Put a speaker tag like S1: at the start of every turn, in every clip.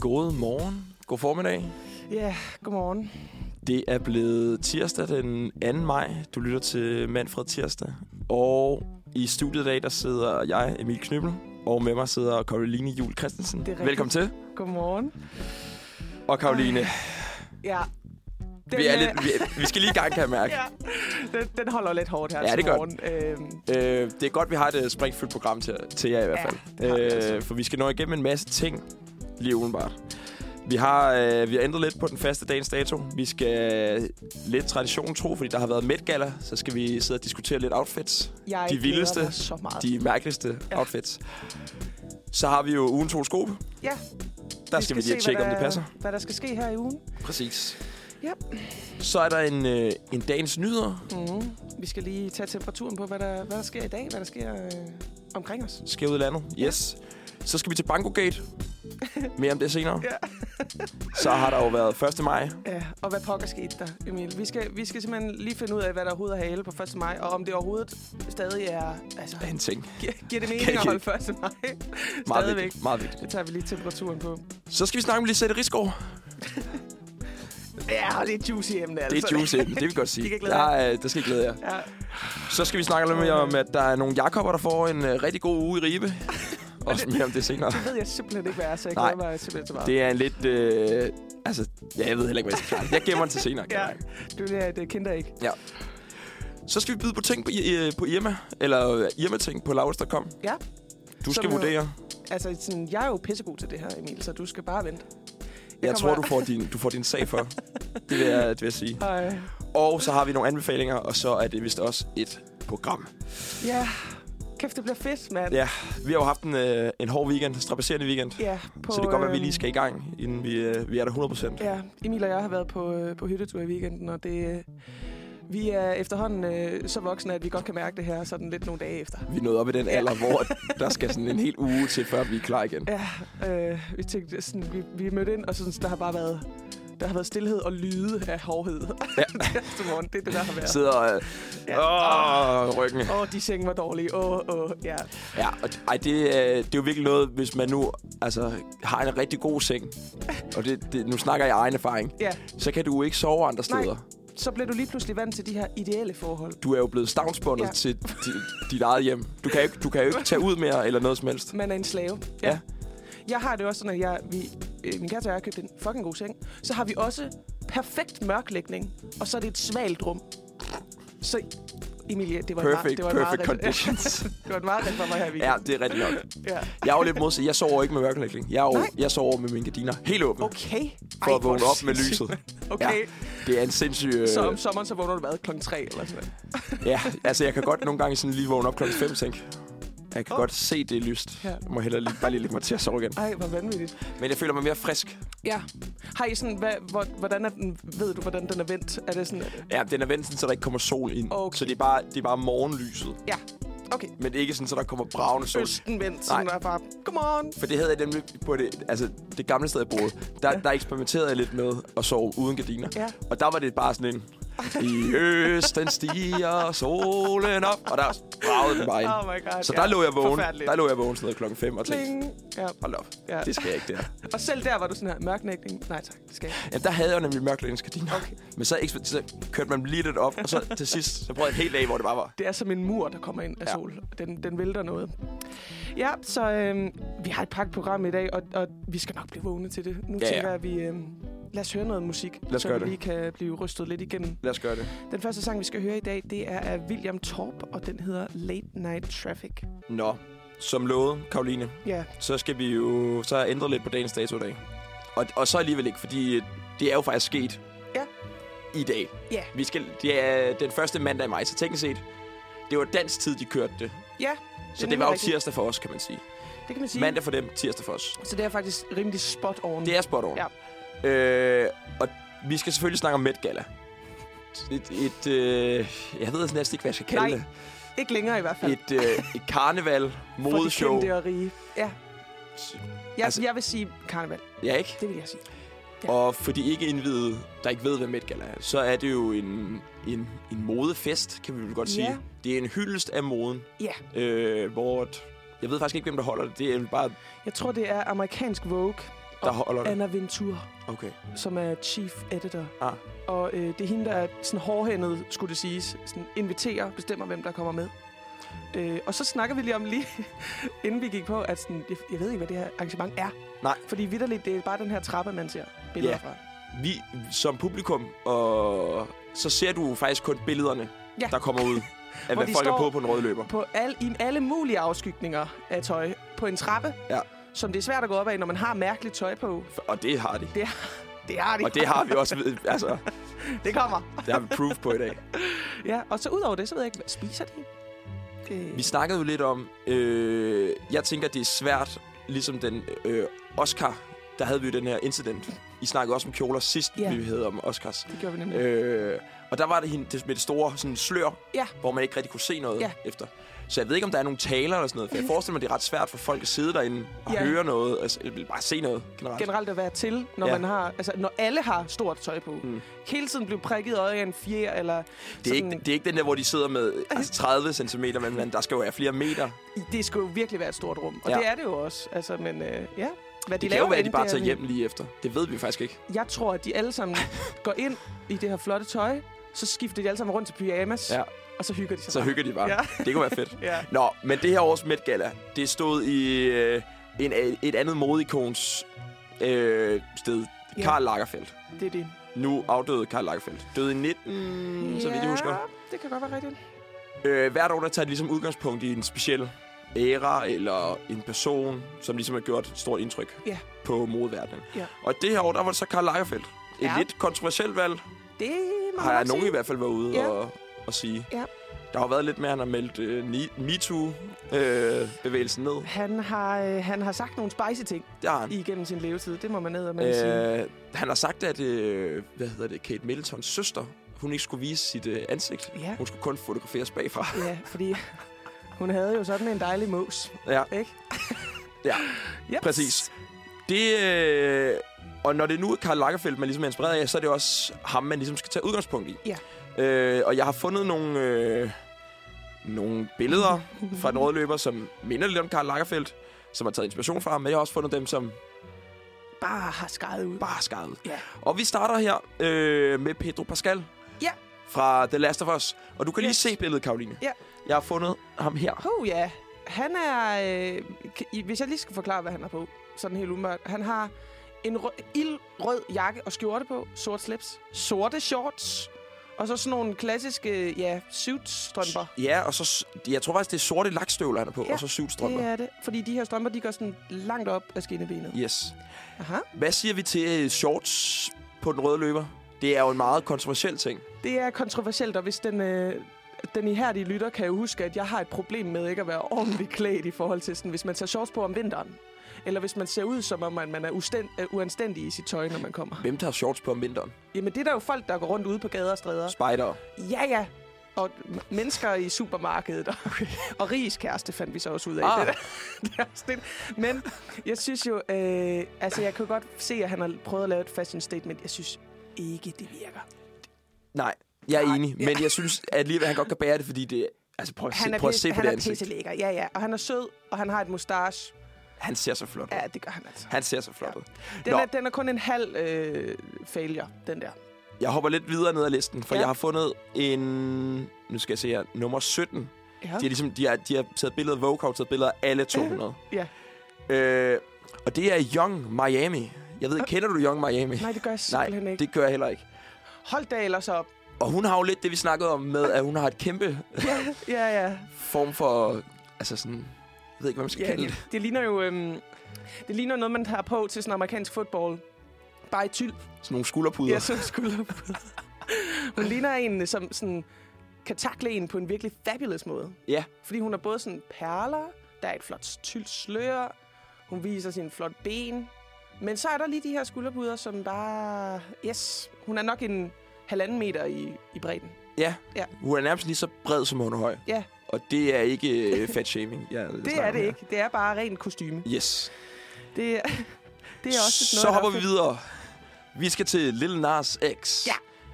S1: God morgen. God formiddag.
S2: Ja, godmorgen.
S1: Det er blevet tirsdag den 2. maj. Du lytter til Manfred Tirsdag. Og i studiet i dag, der sidder jeg, Emil Knybbel, og med mig sidder Karoline Jul Christensen.
S2: Det er rigtigt.
S1: Velkommen til.
S2: Godmorgen.
S1: Og Karoline,
S2: Ja.
S1: vi, er
S2: øh,
S1: lidt, vi, er- vi skal lige i gang, kan jeg mærke.
S2: ja. Den, den holder lidt hårdt her
S1: Ja,
S2: til
S1: det gør den.
S2: morgen. Øhm,
S1: Øh, det er godt, vi har et øh, springfyldt program til, til jer i hvert
S2: Ja,
S1: fald.
S2: det har vi
S1: øh,
S2: altså.
S1: for vi skal nå igennem en masse ting lige udenbart. Vi har, øh, vi har ændret lidt på den faste dagens dato. Vi skal lidt tradition tro, fordi der har været Met Gala, så skal vi sidde og diskutere lidt outfits.
S2: jeg
S1: De
S2: glæder
S1: vildeste,
S2: mig så meget.
S1: De mærkeligste
S2: Ja.
S1: outfits. Så har vi jo ugens horoskop.
S2: Ja,
S1: Der skal vi lige
S2: se,
S1: tjekke, om
S2: hvad
S1: det
S2: der-
S1: passer.
S2: Hvad der skal ske her i ugen.
S1: Præcis.
S2: Ja.
S1: Så er der en, øh, en dagens nyheder.
S2: Mm. Vi skal lige tage temperaturen på, hvad der, hvad der sker i dag, hvad der sker øh, omkring os.
S1: Skal ud i landet. Yes. Så skal vi til Bankogate. Mere om det senere.
S2: Ja.
S1: Så har der jo været 1. maj.
S2: Ja, og hvad pokker skete der, Emil? Vi skal, vi skal simpelthen lige finde ud af, hvad der overhovedet er hale på 1. maj, og om det overhovedet stadig er... Altså,
S1: er en ting.
S2: giver, giver
S1: Kan
S2: det mening
S1: ikke-
S2: at holde 1. maj?
S1: Meget
S2: Stadigvæk.
S1: vigtigt. Meget vigtigt.
S2: Det tager vi lige temperaturen på.
S1: Så skal vi snakke om Lisette Rigsgaard.
S2: Ja, det er et juicy emne,
S1: Det
S2: altså.
S1: er juice, det vil jeg godt sige.
S2: Det kan glæde
S1: der, er, der skal I glæde jer.
S2: Ja,
S1: Så skal vi snakke lidt mere om, at der er nogle jakobber, der får en øh, rigtig god uge i Ribe. Også mere om det senere.
S2: det ved jeg simpelthen ikke, hvad er, så jeg
S1: Nej.
S2: glæder mig simpelthen så meget.
S1: Det er en lidt... Øh, altså, ja, jeg ved heller ikke, hvad jeg skal klare. Jeg gemmer den til senere. kan
S2: Ja,
S1: jeg mærke.
S2: det er det kinder ikke.
S1: Så skal vi byde på ting på, I- øh, på Irma. Eller øh, Irma-ting på Laurits.com.
S2: Ja.
S1: Du
S2: Som
S1: skal
S2: jo-
S1: vurdere.
S2: Altså, sådan, jeg er jo pissegod til det her, Emil, så du skal bare vente.
S1: Jeg tror, du
S2: kommer-
S1: får din, du får din sag for. Det vil, jeg, det vil jeg sige.
S2: Og, øh,
S1: Og så har vi nogle anbefalinger, og så er det vist også et program.
S2: ja, kæft, det bliver fedt, mand.
S1: Ja, vi har jo haft en, øh, en hård weekend, strapasserende weekend.
S2: ja
S1: På, så det kan godt være, at vi lige skal i gang, inden vi, øh, vi er der 100 procent.
S2: øhm, Ja, Emil og jeg har været på, øh, på hyttetur i weekenden, og det... Øh, vi er efterhånden øh, så voksne, at vi godt kan mærke det her sådan lidt nogle dage efter.
S1: Vi er nået op i den alder, hvor der skal sådan en hel uge til, før vi er klar igen.
S2: Ja, øh, vi tænkte sådan, vi, vi mødte ind, og sådan, der har bare været, der har været stillhed og lyde af hårdhed.
S1: Ja.
S2: Næste morgen, det er det, der har været.
S1: Sidder og...
S2: Ja.
S1: Øh, åh, ryggen.
S2: Åh, de senge var dårlige. Åh, åh, ja.
S1: Ja, og, ej, det, øh, det er jo virkelig noget, hvis man nu altså, har en rigtig god seng. Og det, det, nu snakker jeg af egen erfaring.
S2: Ja,
S1: Så kan du jo ikke sove andre
S2: Nej.
S1: steder.
S2: så blev du lige pludselig vant til de her ideelle forhold.
S1: Du er jo blevet stavnsbundet ja.
S2: Ja.
S1: til dit, dit eget hjem. Du kan, jo ikke, du kan jo ikke tage ud mere eller noget som helst.
S2: Man er en slave.
S1: Ja.
S2: Jeg har det også sådan, at jeg, vi, øh, min kæreste og jeg har købt en fucking god seng. Så har vi også perfekt mørklægning, og så er det et svalt rum. Så Emilie, det var et meget,
S1: Perfect,
S2: det var et
S1: perfect
S2: meget rigtigt-
S1: conditions.
S2: det var et meget rigtigt for mig her i
S1: Ja,
S2: weekenden.
S1: det er rigtigt nok.
S2: Ja.
S1: Jeg er jo lidt modsat. Jeg sover ikke med mørkelægning. Jeg, er jo,
S2: Nej.
S1: jeg sover med mine gardiner helt åbne. Okay.
S2: Okay.
S1: For
S2: Ej,
S1: at vågne
S2: hvor
S1: op med
S2: sindssygt.
S1: lyset.
S2: Okay.
S1: Det er en sindssyg...
S2: Ja.
S1: Øh,
S2: Så om sommeren, så vågner du hvad? Klokken 3 eller sådan noget.
S1: ja, altså jeg kan godt nogle gange sådan lige vågne op klokken 5, tænke. Jeg kan oh.
S2: Åh.
S1: godt se, det er lyst.
S2: Ja.
S1: Jeg må hellere lige, bare lige lægge mig til at sove igen.
S2: Ej, hvor vanvittigt.
S1: Men jeg føler mig mere frisk.
S2: Ja. Har I sådan, hvad, hvor, hvordan er den, ved du, hvordan den er vendt? Er det sådan,
S1: Ja, den er vendt sådan, så der ikke kommer sol ind.
S2: Okay.
S1: Så det er, bare, det er bare morgenlyset.
S2: ja, okay.
S1: Men det er ikke sådan, så der kommer bravende sol.
S2: Østen vendt, sådan
S1: Nej.
S2: er bare, godmorgen.
S1: For det havde jeg nemlig på det, altså, det gamle sted, jeg boede. Der, der eksperimenterede jeg lidt med at sove uden gardiner.
S2: Ja.
S1: Og der var det bare sådan en... I østen stiger solen op. Og der bragede den bare ind.
S2: Oh my god.
S1: Så der
S2: ja.
S1: lå jeg vågen.
S2: Forfærdeligt.
S1: Der lå jeg vågen sådan noget klokken 5 og tænkte,
S2: Pling. Ja.
S1: hold op, ja.
S2: Ja.
S1: det skal jeg ikke der.
S2: Og selv der var du sådan her, mørknægning. Nej tak, det skal jeg ikke.
S1: Jamen, der havde jeg jo nemlig mørklægningsgardiner. Okay.
S2: Okay.
S1: Men så, eksper- så kørte man dem lige lidt op, og så til sidst, så prøvede jeg et helt dag, hvor det bare var.
S2: Det er som en mur, der kommer ind af
S1: Ja.
S2: ja. sol. Den, den vælter noget. Ja, så øhm, vi har et pakket program i dag, og, og vi skal nok blive vågne til det. Nu
S1: Ja,
S2: ja,
S1: ja.
S2: tænker jeg, at vi... Øhm, lad os høre noget musik,
S1: os
S2: så
S1: gøre
S2: vi
S1: det.
S2: lige kan blive rystet lidt igennem.
S1: Lad os gøre det.
S2: Den første sang, vi skal høre i dag, det er af William Torp, og den hedder Late Night Traffic.
S1: Nå, som lovet, Karoline,
S2: Ja,
S1: så skal vi jo så ændre lidt på dagens dato i dag. Og, og så alligevel ikke, fordi det er jo faktisk sket
S2: Ja.
S1: i dag.
S2: Ja.
S1: Vi skal, det er den første mandag i maj, så teknisk set, det var dansk tid, de kørte det.
S2: ja
S1: Så det,
S2: er
S1: det var jo
S2: nemlig rigtigt.
S1: tirsdag for os, kan man sige.
S2: det kan man sige.
S1: Mandag for dem, tirsdag for os.
S2: Så det er faktisk rimelig spot on.
S1: Det er spot on. Ja. Øh, og vi skal selvfølgelig snakke om Met Gala. Et, et øh, jeg ved næsten ikke, hvad jeg skal kalde
S2: Nej, Ikke længere i hvert
S1: det.
S2: fald.
S1: Et, øh, et karneval,
S2: For de
S1: modeshow.
S2: kendte og rige. Ja, jeg,
S1: Altså-
S2: altså, jeg vil sige karneval.
S1: Ja, ikke?
S2: Det vil jeg sige. Ja.
S1: Og for de ikke indvidede, der ikke ved, hvad Met Gala er, så er det jo en, en, en modefest, kan vi vel godt sige.
S2: Ja.
S1: Det er en hyldest af moden,
S2: Ja,
S1: øh, hvor at Jeg ved faktisk ikke, hvem der holder det. Det er bare,
S2: Jeg tror, det er amerikansk Vogue,
S1: der holder det.
S2: Anna Ventura,
S1: Okay.
S2: som er chief editor.
S1: Ah.
S2: Og øh, det er hende, der er sådan hårdhændet, skulle det siges, sådan inviterer, bestemmer, hvem der kommer med. Øh, og så snakker vi lige om lige, inden vi gik på, at sådan, jeg, jeg ved ikke, hvad det her arrangement er.
S1: Nej.
S2: Fordi vidderligt, det er bare den her trappe, man ser billeder
S1: Ja.
S2: fra.
S1: Vi, som publikum, og så ser du faktisk kun billederne,
S2: Ja.
S1: der kommer ud af, hvad
S2: de
S1: folk er
S2: står-
S1: på på en røde løber.
S2: På al, I alle mulige afskygninger af tøj. På en trappe,
S1: Ja.
S2: som det er svært at gå op ad, når man har mærkeligt tøj på.
S1: Og det har de.
S2: Det har de.
S1: Og det har vi også, ved- altså,
S2: det kommer.
S1: det har vi proof på i dag.
S2: Ja, og så ud over det, så ved jeg ikke, hvad spiser de? Øh,
S1: Vi snakkede jo lidt om, øh, jeg tænker, det er svært, ligesom den øh, Oscar, der havde vi jo den her incident. I snakkede også om kjoler sidst,
S2: Ja.
S1: vi havde om Oscars.
S2: det gjorde vi nemlig.
S1: Øh, og der var det, hende, det med det store sådan slør,
S2: Ja.
S1: hvor man ikke rigtig kunne se noget
S2: Ja. Mm.
S1: efter. Så jeg ved ikke, om der er nogle taler eller sådan noget, for jeg forestiller mig, det er ret svært for folk at sidde derinde og
S2: Ja.
S1: høre noget, altså eller bare se noget generelt.
S2: generelt at være til, når
S1: Ja.
S2: ja. man har, altså når alle har stort tøj på. Mm. Hele tiden blev prikket i øjet af en fjer, eller
S1: det, er
S2: sådan,
S1: ikke, det er ikke den der, hvor de sidder med altså 30 cm, men, men der skal jo være flere meter.
S2: det skulle jo virkelig være et stort rum. Og
S1: Ja.
S2: ja. det er det jo også. Altså, men øh, ja. Hvad de
S1: Det kan jo være, at de
S2: derinde,
S1: bare
S2: det er
S1: tager
S2: vi-
S1: hjem lige efter. Det ved vi faktisk ikke.
S2: Jeg tror, at de alle sammen går ind i det her flotte tøj, så skifter de alle sammen rundt til pyjamas,
S1: Ja.
S2: og så hygger de sig.
S1: Så
S2: bare.
S1: hygger de bare. Ja.
S2: Ja.
S1: Det kunne være fedt.
S2: Ja.
S1: Nå, men det her års Met Gala, det stod i øh, en, et andet modikons øh, sted.
S2: Ja.
S1: Karl Lagerfeldt.
S2: Det er det.
S1: Nu afdøde Karl Lagerfeldt. Døde i 19, Mm, så vidt jeg husker.
S2: Mm, Ja, det kan godt være rigtigt.
S1: Øh, hvert år, der tager de ligesom udgangspunkt i en speciel æra eller en person, som ligesom har gjort et stort indtryk
S2: Ja.
S1: på modeverdenen.
S2: Ja.
S1: Og det her år, der var det så Karl Lagerfeldt. Et
S2: Ja.
S1: lidt kontroversielt valg,
S2: Det må
S1: har
S2: man
S1: jeg
S2: nok
S1: nogen i
S2: sige.
S1: hvert fald været ude
S2: Ja.
S1: og, og sige.
S2: Ja.
S1: Der har jo været lidt mere, han har meldt øh, ni- MeToo-bevægelsen ned.
S2: Han har, øh, han har sagt nogle spicy ting
S1: Det har han.
S2: igennem sin levetid. Det må man ned og med sige.
S1: Øh, han har sagt, at øh, hvad hedder det, Kate Middletons søster, hun ikke skulle vise sit øh, ansigt.
S2: Ja.
S1: Hun skulle kun fotograferes bagfra.
S2: Ja, fordi hun havde jo sådan en dejlig mos,
S1: ja,
S2: ikke?
S1: Ja,
S2: Yep.
S1: præcis. Det, øh, og når det nu er Karl Lagerfeldt, man ligesom er inspireret af, så er det også ham, man ligesom skal tage udgangspunkt i.
S2: Ja.
S1: Øh, og jeg har fundet nogle, øh, nogle billeder fra den røde løber, som minder lidt om Karl Lagerfeldt, som har taget inspiration fra ham, men jeg har også fundet dem, som
S2: Bare har skrevet ud.
S1: bare er skarvet.
S2: Ja.
S1: Og vi starter her øh, med Pedro Pascal.
S2: Ja.
S1: Fra The Last of Us. Og du kan lige
S2: Yes.
S1: se billedet, Karoline.
S2: Ja.
S1: Jeg har fundet ham her.
S2: Puh, ja. Han er... Øh, k- i- hvis jeg lige skal forklare, hvad han har på, sådan helt umiddelbart. Han har en rød, ildrød jakke og skjorte på, sort slips, sorte shorts, og så sådan nogle klassiske, ja, suitstrømper.
S1: Ja, og så... s- Jeg tror faktisk, det er sorte lakstøvler, han er på,
S2: Ja,
S1: og så syv strømper.
S2: Det er det. Fordi de her strømper, de går sådan langt op af skinnebenet.
S1: Yes.
S2: Aha.
S1: Hvad siger vi til øh, shorts på den røde løber? Det er jo en meget kontroversiel ting.
S2: Det er kontroversielt, og hvis den, øh, den ihærdige lytter kan jo huske, at jeg har et problem med ikke at være ordentligt klædt i forhold til sådan, hvis man tager shorts på om vinteren. Eller hvis man ser ud, som om man, man er usten, øh, uanstændig i sit tøj, når man kommer.
S1: Hvem tager shorts på om vinteren?
S2: Jamen, det er der jo folk, der går rundt ude på gader og stræder.
S1: Spider.
S2: Ja, ja. Og m- mennesker i supermarkedet. Og, og rigs kæreste fandt vi så også ud af.
S1: Ah.
S2: Det, der, det er også lidt- Men jeg synes jo... Øh, altså, jeg kan jo godt se, at han har prøvet at lave et fashion statement. Jeg synes ikke, det virker.
S1: Nej, jeg er
S2: Nej,
S1: enig. Men jeg synes at alligevel, han godt kan bære det, fordi det... Altså, prøv at se,
S2: Han er,
S1: prøv at
S2: pis-
S1: se på
S2: han
S1: det
S2: er
S1: ansigt.
S2: pisselækker, ja, ja. Og han er sød, og han har et mustache.
S1: Han ser så flot ud.
S2: Ja, det gør han altså.
S1: Han ser så flot ud.
S2: Den,
S1: Nå.
S2: er, den er kun en halv øh, failure, den der.
S1: Jeg hopper lidt videre ned ad listen, for ja.
S2: Ja.
S1: jeg har fundet en... Nu skal jeg se her. Nummer 17. De
S2: Ja.
S1: har, ligesom, de har, de har taget billeder af Vogue, har taget billeder af alle 200.
S2: ja.
S1: øh, og det er Young Miami. Jeg ved ikke, kender du Young Miami?
S2: Nej, det gør jeg simpelthen
S1: Nej
S2: ikke.
S1: det gør jeg heller ikke.
S2: Hold da ellers op.
S1: Og hun har jo lidt det, vi snakkede om med, at hun har et kæmpe
S2: Ja, ja, ja.
S1: form for... Altså sådan... Jeg ved ikke, hvad man skal
S2: Ja,
S1: kalde
S2: det,
S1: det.
S2: det ligner jo øhm, det ligner noget, man har på til sådan amerikansk fodbold. Bare i tyld.
S1: Sådan nogle skulderpuder.
S2: Ja, som skulle Hun ligner en, som sådan, kan takle en på en virkelig fabulous måde.
S1: Ja.
S2: Fordi hun har både sådan perler, der er et flot tyld slør, hun viser sin flot ben. Men så er der lige de her skulderpuder, som bare... Yes, hun er nok en halvanden meter i, i bredden.
S1: ja.
S2: Ja.
S1: Hun er nærmest lige så bred, som hun er høj.
S2: Ja,
S1: Og det er ikke øh, fat-shaming. jeg
S2: det
S1: snakker
S2: er
S1: om
S2: det
S1: her.
S2: ikke. Det er bare ren kostyme.
S1: Yes.
S2: Det er, det er også
S1: så
S2: noget, der
S1: hopper
S2: er
S1: vi videre. Vi skal til Lil Nas X,
S2: Ja.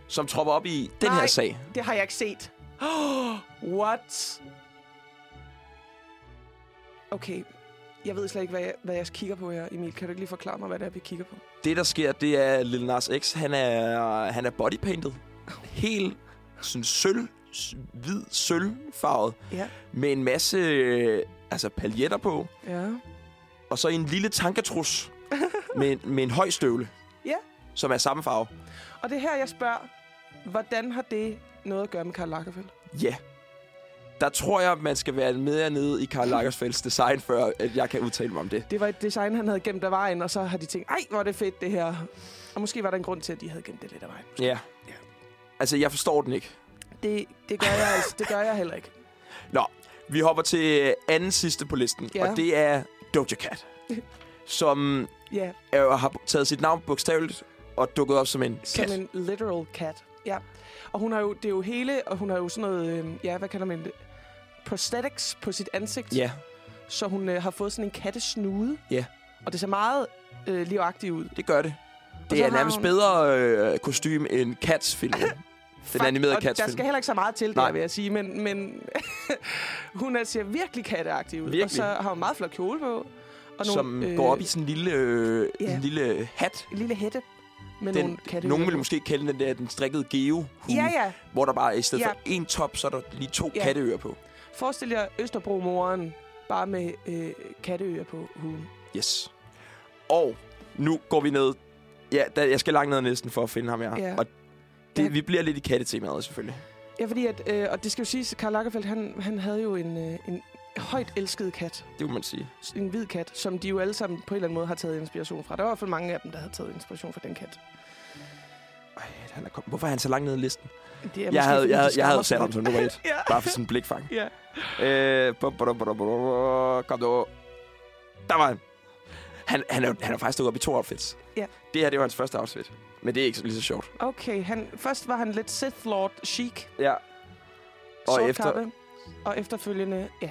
S1: som tropper op i den
S2: Nej.
S1: her sag.
S2: Det har jeg ikke set. Oh, what? Okay, jeg ved slet ikke, hvad jeg, hvad jeg kigger på her, Emil. Kan du ikke lige forklare mig, hvad det er, vi kigger på?
S1: Det, der sker, det er, at Lil Nas X, han er, han er bodypainted. Helt sådan sølv, s- hvid sølvfarvet,
S2: Ja.
S1: med en masse øh, altså paljetter på,
S2: Ja.
S1: og så en lille tankatrus med, en- med en høj støvle,
S2: Ja.
S1: som er samme farve.
S2: Og det er her, jeg spørger, hvordan har det noget at gøre med Karl Lagerfeld?
S1: Ja. Der tror jeg, man skal være mere nede i Karl Lagerfelds design, før at jeg kan udtale mig om det.
S2: Det var et design, han havde gemt af vejen, og så har de tænkt, ej, hvor er det fedt, det her. Og måske var der en grund til, at de havde gemt det lidt af vejen.
S1: Ja. Altså, jeg forstår den ikke.
S2: Det, det gør jeg altså, det gør jeg heller ikke.
S1: Nå, vi hopper til anden sidste på listen,
S2: Ja.
S1: og det er Doja Cat, som
S2: Ja,
S1: er, jo- har taget sit navn bogstaveligt og dukket op som en kat.
S2: som en literal cat. Ja. Og hun har jo, det er jo hele, og hun har jo sådan noget, øh, ja, hvad kalder man det? Prosthetics på sit ansigt.
S1: Ja,
S2: Så hun øh, har fået sådan en kattesnude.
S1: Ja.
S2: Og det ser meget øh, livagtigt ud.
S1: det gør det.
S2: så
S1: Det er
S2: har
S1: nærmest
S2: hun- bedre,
S1: bedre øh, kostume end Cats film. Den
S2: Fuck,
S1: animerede
S2: og
S1: Cats
S2: Der
S1: film.
S2: skal heller ikke så meget til, der,
S1: Nej.
S2: vil jeg sige. Men, men hun er, ser virkelig katteagtig ud.
S1: Virkelig.
S2: Og så har hun meget flot kjole på. Og nogle,
S1: Som går op i sådan en lille, øh,
S2: ja.
S1: en lille hat.
S2: En øh, lille hætte med den, nogle
S1: Den,
S2: katte.
S1: nogen vil måske kalde den der den strikkede geo
S2: Ja, ja.
S1: hvor der bare i stedet
S2: Ja.
S1: for en top, så er der lige to
S2: Ja.
S1: katteører på.
S2: Forestil jer Østerbro-moren bare med øh, katteøer på huden.
S1: Yes. Og nu går vi ned. Ja, der, jeg skal langt ned ad næsten for at finde ham her.
S2: Ja.
S1: Og det,
S2: Ja.
S1: vi bliver lidt i kattetemaet selvfølgelig.
S2: Ja, fordi at, øh, og det skal jo siges, at Karl Lagerfeldt, han, han havde jo en, øh, en højt elsket kat.
S1: Det må man sige.
S2: En hvid kat, som de jo alle sammen på en eller anden måde har taget inspiration fra. Der var i hvert fald mange af dem, der havde taget inspiration fra den kat.
S1: Ej, han er kom... Hvorfor er han så langt ned ad listen?
S2: Det er
S1: Jeg, jeg, havde,
S2: fordi,
S1: jeg,
S2: de
S1: havde, jeg
S2: skammer
S1: havde
S2: sig
S1: sat ham
S2: lidt.
S1: som nummer et.
S2: Ja.
S1: Bare for sådan en blikfang.
S2: Ja.
S1: Øh, bum, bum, bum, bum, bum, bum. kom du. Der var han. Han, han, er, jo- han er faktisk dukket op i to outfits.
S2: Ja.
S1: Det her, det var hans første outfit. Men det er ikke lige så sjovt.
S2: Okay, han, først var han lidt Sith Lord chic,
S1: Ja.
S2: og
S1: Og
S2: sort
S1: efter,
S2: kappe, og efterfølgende, ja,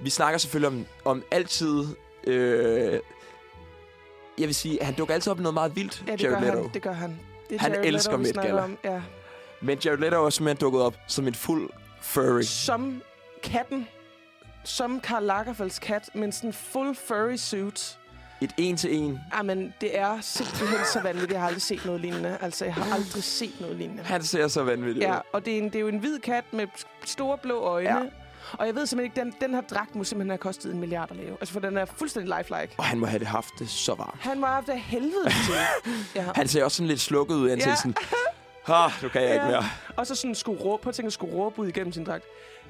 S1: Vi snakker selvfølgelig om, om altid... Øh, jeg vil sige, han dukker altid op i noget meget vildt,
S2: ja det, gør
S1: Jared Leto.
S2: han, det gør han. Det er
S1: Han
S2: Jared Leto,
S1: elsker
S2: vi
S1: Met
S2: snakker
S1: Gala.
S2: om, Ja.
S1: Men Jared Leto er simpelthen dukket op som en fuld furry.
S2: Som katten, som Karl Lagerfelds kat, men sådan en full furry suit.
S1: Et en-til-en.
S2: Jamen, Ah, det er simpelthen så vanvittigt. Jeg har aldrig set noget lignende. Altså, jeg har aldrig set noget lignende.
S1: Han ser så vanvittig
S2: Ja,
S1: ud.
S2: og det er, en, det er jo en hvid kat med store blå øjne.
S1: Ja.
S2: Ja. Og jeg ved simpelthen ikke, den, den her dragt må simpelthen have kostet en milliard at lave. Altså, for den er fuldstændig lifelike.
S1: Og han må have det haft det så varmt.
S2: Han var af helvede til. Ja.
S1: Han ser også sådan lidt slukket ud. Han
S2: Ja.
S1: ja. sådan, ah, nu kan jeg ikke
S2: Ja.
S1: mere.
S2: Og så sådan skulle råbe, på at tænke, at skulle råbe ud igennem sin dragt.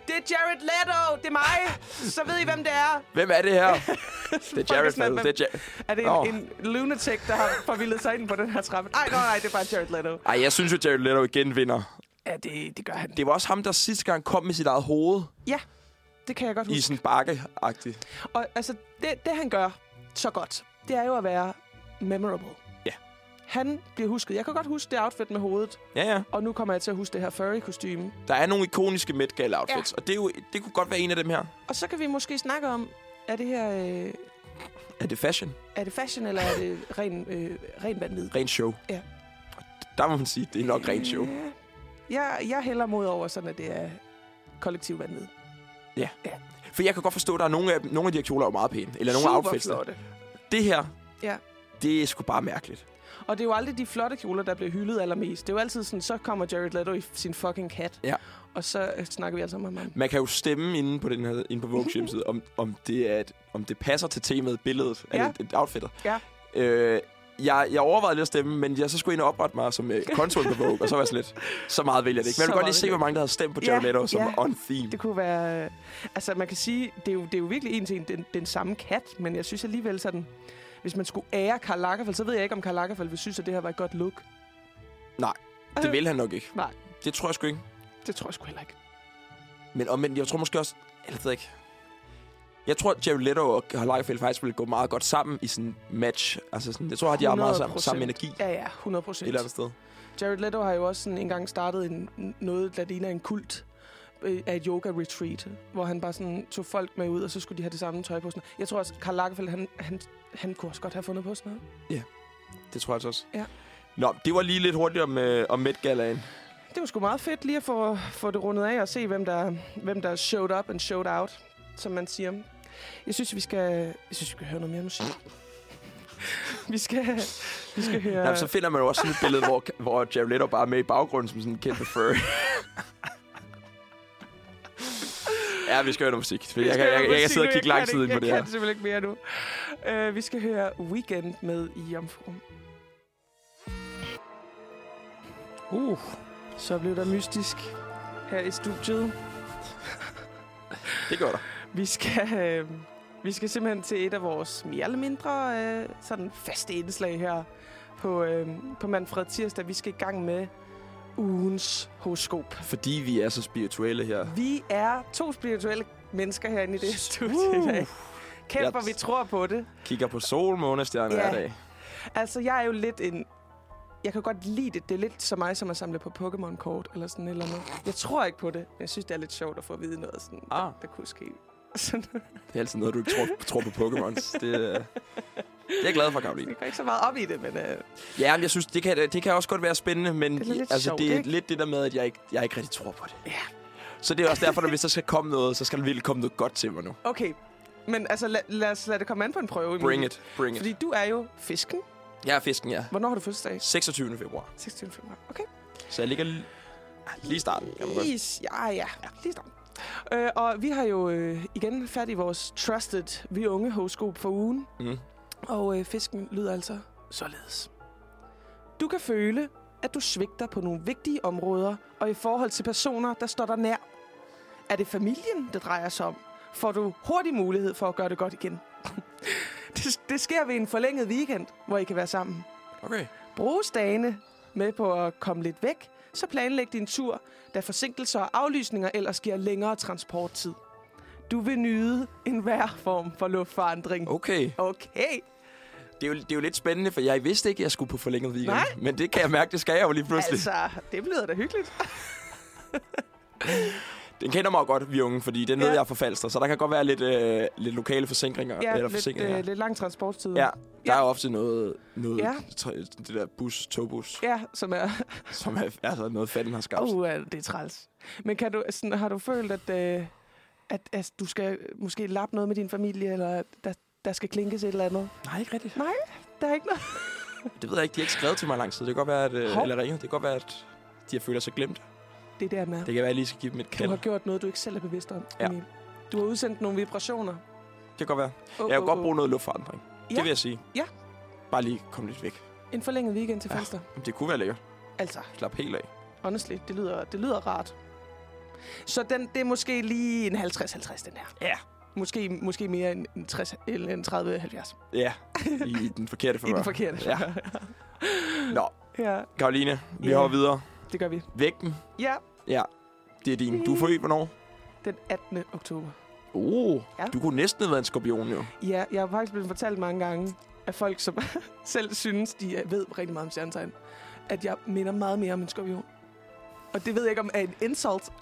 S2: Det er Jared Leto! Det er mig! Så ved I, hvem det er.
S1: Hvem er det her? Det er
S2: Folk er
S1: Jared
S2: sådan,
S1: Leto.
S2: hvem-
S1: Det er ja-
S2: Er det en,
S1: Nå.
S2: en lunatic, der har forvildet sig ind på den her trappe? Nej, nej, nej, det er bare Jared Leto.
S1: Ej, jeg synes jo, Jared Leto igen vinder.
S2: Ja, det, det gør han.
S1: Det var også ham, der sidste gang kom med sit eget hoved
S2: Ja, det kan jeg godt
S1: i
S2: huske.
S1: sådan bakke-agtig.
S2: Og altså, det, det han gør så godt, det er jo at være memorable.
S1: Ja.
S2: Han bliver husket. Jeg kan godt huske det outfit med hovedet,
S1: Ja, ja.
S2: og nu kommer jeg til at huske det her furry kostume.
S1: Der er nogle ikoniske Met Gala outfits, ja. og det, er jo, det kunne godt være en af dem her.
S2: Og så kan vi måske snakke om, er det her... Øh,
S1: Er det fashion?
S2: er det fashion, eller er det ren, øh, ren vanvid?
S1: Rent show.
S2: Ja.
S1: Der må man sige, det er nok rent show.
S2: Ja. Øh, Jeg, jeg hælder mod over, sådan at det er kollektiv vanvid.
S1: For jeg kan godt forstå, at der er nogle af, dem, nogle af de her kjoler er jo meget pæne. Eller nogle af outfits. der-
S2: flotte.
S1: Det her,
S2: Ja.
S1: det er sgu bare mærkeligt.
S2: Og det er jo aldrig de flotte kjoler, der bliver hyldet allermest. Det er jo altid sådan, så kommer Jared Leto i sin fucking kat.
S1: Ja.
S2: Og så øh, snakker vi altså om ham.
S1: Man kan jo stemme inde på, den her, inde på Vogue's hjemmeside, om, om, det er et, om det passer til temaet billedet
S2: Ja.
S1: eller et outfitter.
S2: Ja.
S1: Øh, jeg, jeg overvejede lidt at stemme, men jeg så skulle ind og oprette mig som øh, konsul på Vogue, og så var jeg sådan lidt, så meget vælger jeg det ikke. Men jeg
S2: Så
S1: vil godt lige
S2: meget
S1: se,
S2: vælger
S1: hvor mange, der havde stemt på
S2: Ja,
S1: Jared Leto som
S2: ja.
S1: on theme.
S2: Det kunne være... øh, Altså, man kan sige, det er jo, det er jo virkelig en til en den, den samme kat, men jeg synes alligevel sådan... Hvis man skulle ære Karl Lagerfeld, så ved jeg ikke, om Karl Lagerfeld vil synes, at det her var et godt look.
S1: Det vil han nok ikke.
S2: Nej.
S1: Det tror jeg sgu ikke.
S2: Det tror jeg sgu heller ikke.
S1: Men omvendt, jeg tror måske også... Eller det ved jeg ikke. Jeg tror, at Jared Leto og Karl Lagerfeld faktisk ville gå meget godt sammen i sådan en match. Altså sådan, jeg tror, at de har meget sammen,
S2: 100%.
S1: samme energi et
S2: Ja, ja, 100 procent.
S1: eller andet sted.
S2: Jared Leto har jo også sådan engang startet en, noget, der ligner en kult øh, af et yoga-retreat, hvor han bare sådan tog folk med ud, og så skulle de have det samme tøj på. Sådan. noget. Jeg tror også, Karl Lagerfeld, han, han, han kunne også godt have fundet på sådan noget.
S1: Det tror jeg altså også.
S2: Ja.
S1: Nå, det var lige lidt hurtigt om, øh, om Met Galaen.
S2: Det var sgu meget fedt lige at få, få det rundet af og se, hvem der, hvem der showed up and showed out, som man siger. Jeg synes, vi skal, jeg synes, vi skal høre noget mere musik. vi skal, vi skal høre...
S1: Ja. så finder man jo også sådan et billede, hvor, hvor Jared Leto bare er med i baggrunden som sådan en kæmpe furry. ja, vi skal høre noget musik. for
S2: Vi
S1: Jeg,
S2: skal
S1: kan, jeg,
S2: høre
S1: jeg, jeg
S2: musik
S1: kan sidde
S2: nu.
S1: og kigge
S2: kan
S1: lang tid ind på det
S2: Jeg
S1: her.
S2: kan simpelthen ikke mere nu. Øh, vi skal høre Weekend med Jomfru. Uh, så blev der mystisk her i studiet.
S1: Det gør der.
S2: Vi skal, øh, vi skal simpelthen til et af vores mere eller mindre øh, sådan faste indslag her på, øh, på Manfred Tirsdag. Vi skal i gang med ugens horoskop.
S1: Fordi vi er så spirituelle her.
S2: Vi er to spirituelle mennesker herinde i det her studie i
S1: Uh.
S2: dag. Kæft,
S1: Jeg-
S2: hvor vi tror på det.
S1: Kigger på sol, måne og stjerner
S2: Ja.
S1: hver dag.
S2: Altså, jeg er jo lidt en... Jeg kan godt lide det. Det er lidt som mig, som at samle på Pokémon-kort eller sådan et eller andet. Jeg tror ikke på det, men jeg synes, det er lidt sjovt at få at vide noget, sådan, ah.
S1: Ah,
S2: der kunne ske. Sådan,
S1: det er altid noget, du ikke tror, tror på Pokémons. Det, øh, det er jeg glad for, Karoline.
S2: jeg går ikke så meget op i det, men øh,
S1: Ja, men jeg synes, det kan, det kan også godt være spændende, men
S2: Det er lidt
S1: altså,
S2: sjovt,
S1: det er
S2: ikke?
S1: lidt det der med, at jeg ikke, jeg ikke rigtig tror på det. Ja. Så det er også derfor, at hvis der skal komme noget, så skal der virkelig komme noget godt til mig nu.
S2: okay. Men altså, lad, lad os lade det komme an på en prøve. Emil.
S1: Bring it, bring it.
S2: Fordi du er jo fisken.
S1: Jeg er fisken, ja.
S2: Hvornår har du fødselsdag?
S1: 26. februar.
S2: 26. februar. Okay.
S1: Så jeg ligger li- ah, lige i starten, kan man godt.
S2: Is, ja, ja. Lige sådan. Øh, og vi har jo øh, igen fat i vores trusted, vi unge horoskop for ugen.
S1: Mm.
S2: Og øh, fisken lyder altså således. Du kan føle, at du svigter på nogle vigtige områder, og i forhold til personer, der står dig nær. Er det familien, det drejer sig om, får du hurtig mulighed for at gøre det godt igen. det, det sker ved en forlænget weekend, hvor I kan være sammen.
S1: Okay.
S2: Bruges dagene med på at komme lidt væk, så planlæg din tur, da forsinkelser og aflysninger ellers giver længere transporttid. Du vil nyde enhver form for luftforandring.
S1: Okay.
S2: Okay.
S1: Det er, jo, det er jo lidt spændende, for jeg vidste ikke, at jeg skulle på forlænget weekend.
S2: Nej.
S1: Men det kan jeg mærke, det skal jeg jo lige pludselig. Altså.
S2: Altså, det bliver da hyggeligt.
S1: Den kender mig jo godt, vi unge, fordi den ved
S2: Ja.
S1: ja. jeg forfalster. Så der kan godt være lidt, øh, lidt lokale forsikringer.
S2: Ja,
S1: eller
S2: lidt,
S1: forsikringer.
S2: øh, lidt lang transporttid.
S1: Ja, der
S2: Ja.
S1: er jo ofte noget, noget
S2: Ja.
S1: ja. det der bus, togbus,
S2: Ja, som er...
S1: som er altså noget fanden har skabt.
S2: Uh, det er træls. Men kan du, sådan, har du følt, at, øh, at altså, du skal måske lappe noget med din familie, eller at der, der skal klinkes et eller andet?
S1: Nej, ikke rigtigt.
S2: Der er ikke noget.
S1: Det ved jeg ikke, de har ikke skrevet til mig i lang tid. Det kan godt være, at, øh,
S2: Hov.
S1: eller ringet. Det kan godt være, at de har følt sig glemt.
S2: Det er der med.
S1: Det kan være, at jeg lige skal give dem et
S2: Du
S1: kald.
S2: har gjort noget, du ikke selv er bevidst om.
S1: Ja.
S2: Emil. Du har udsendt nogle vibrationer.
S1: Det kan godt være.
S2: Oh,
S1: Jeg kan godt bruge noget luftforandring.
S2: Ja.
S1: Det vil jeg sige.
S2: Ja.
S1: Bare lige komme lidt væk.
S2: En forlænget weekend til
S1: Ja.
S2: Falster.
S1: Jamen, Det kunne være lækkert.
S2: Altså,
S1: Slap helt af.
S2: honestly, det lyder, det lyder rart. Så den, det er måske lige en 50-50, den her.
S1: Ja.
S2: Måske, måske mere en, en 60 eller en 30-70.
S1: Ja, i den forkerte
S2: I
S1: forvær.
S2: den forkerte.
S1: Ja. Nå,
S2: ja,
S1: Karoline, vi
S2: Ja.
S1: hopper videre.
S2: det gør vi.
S1: Vægten,
S2: Ja,
S1: det er din. Du er født, hvornår?
S2: den 18. oktober.
S1: Oh,
S2: Ja.
S1: du kunne næsten have været en skorpion, jo.
S2: Ja, jeg har faktisk blevet fortalt mange gange af folk, som selv synes, de øh, ved rigtig meget om stjernetegn, at jeg minder meget mere om en skorpion. Og det ved jeg ikke, om er en insult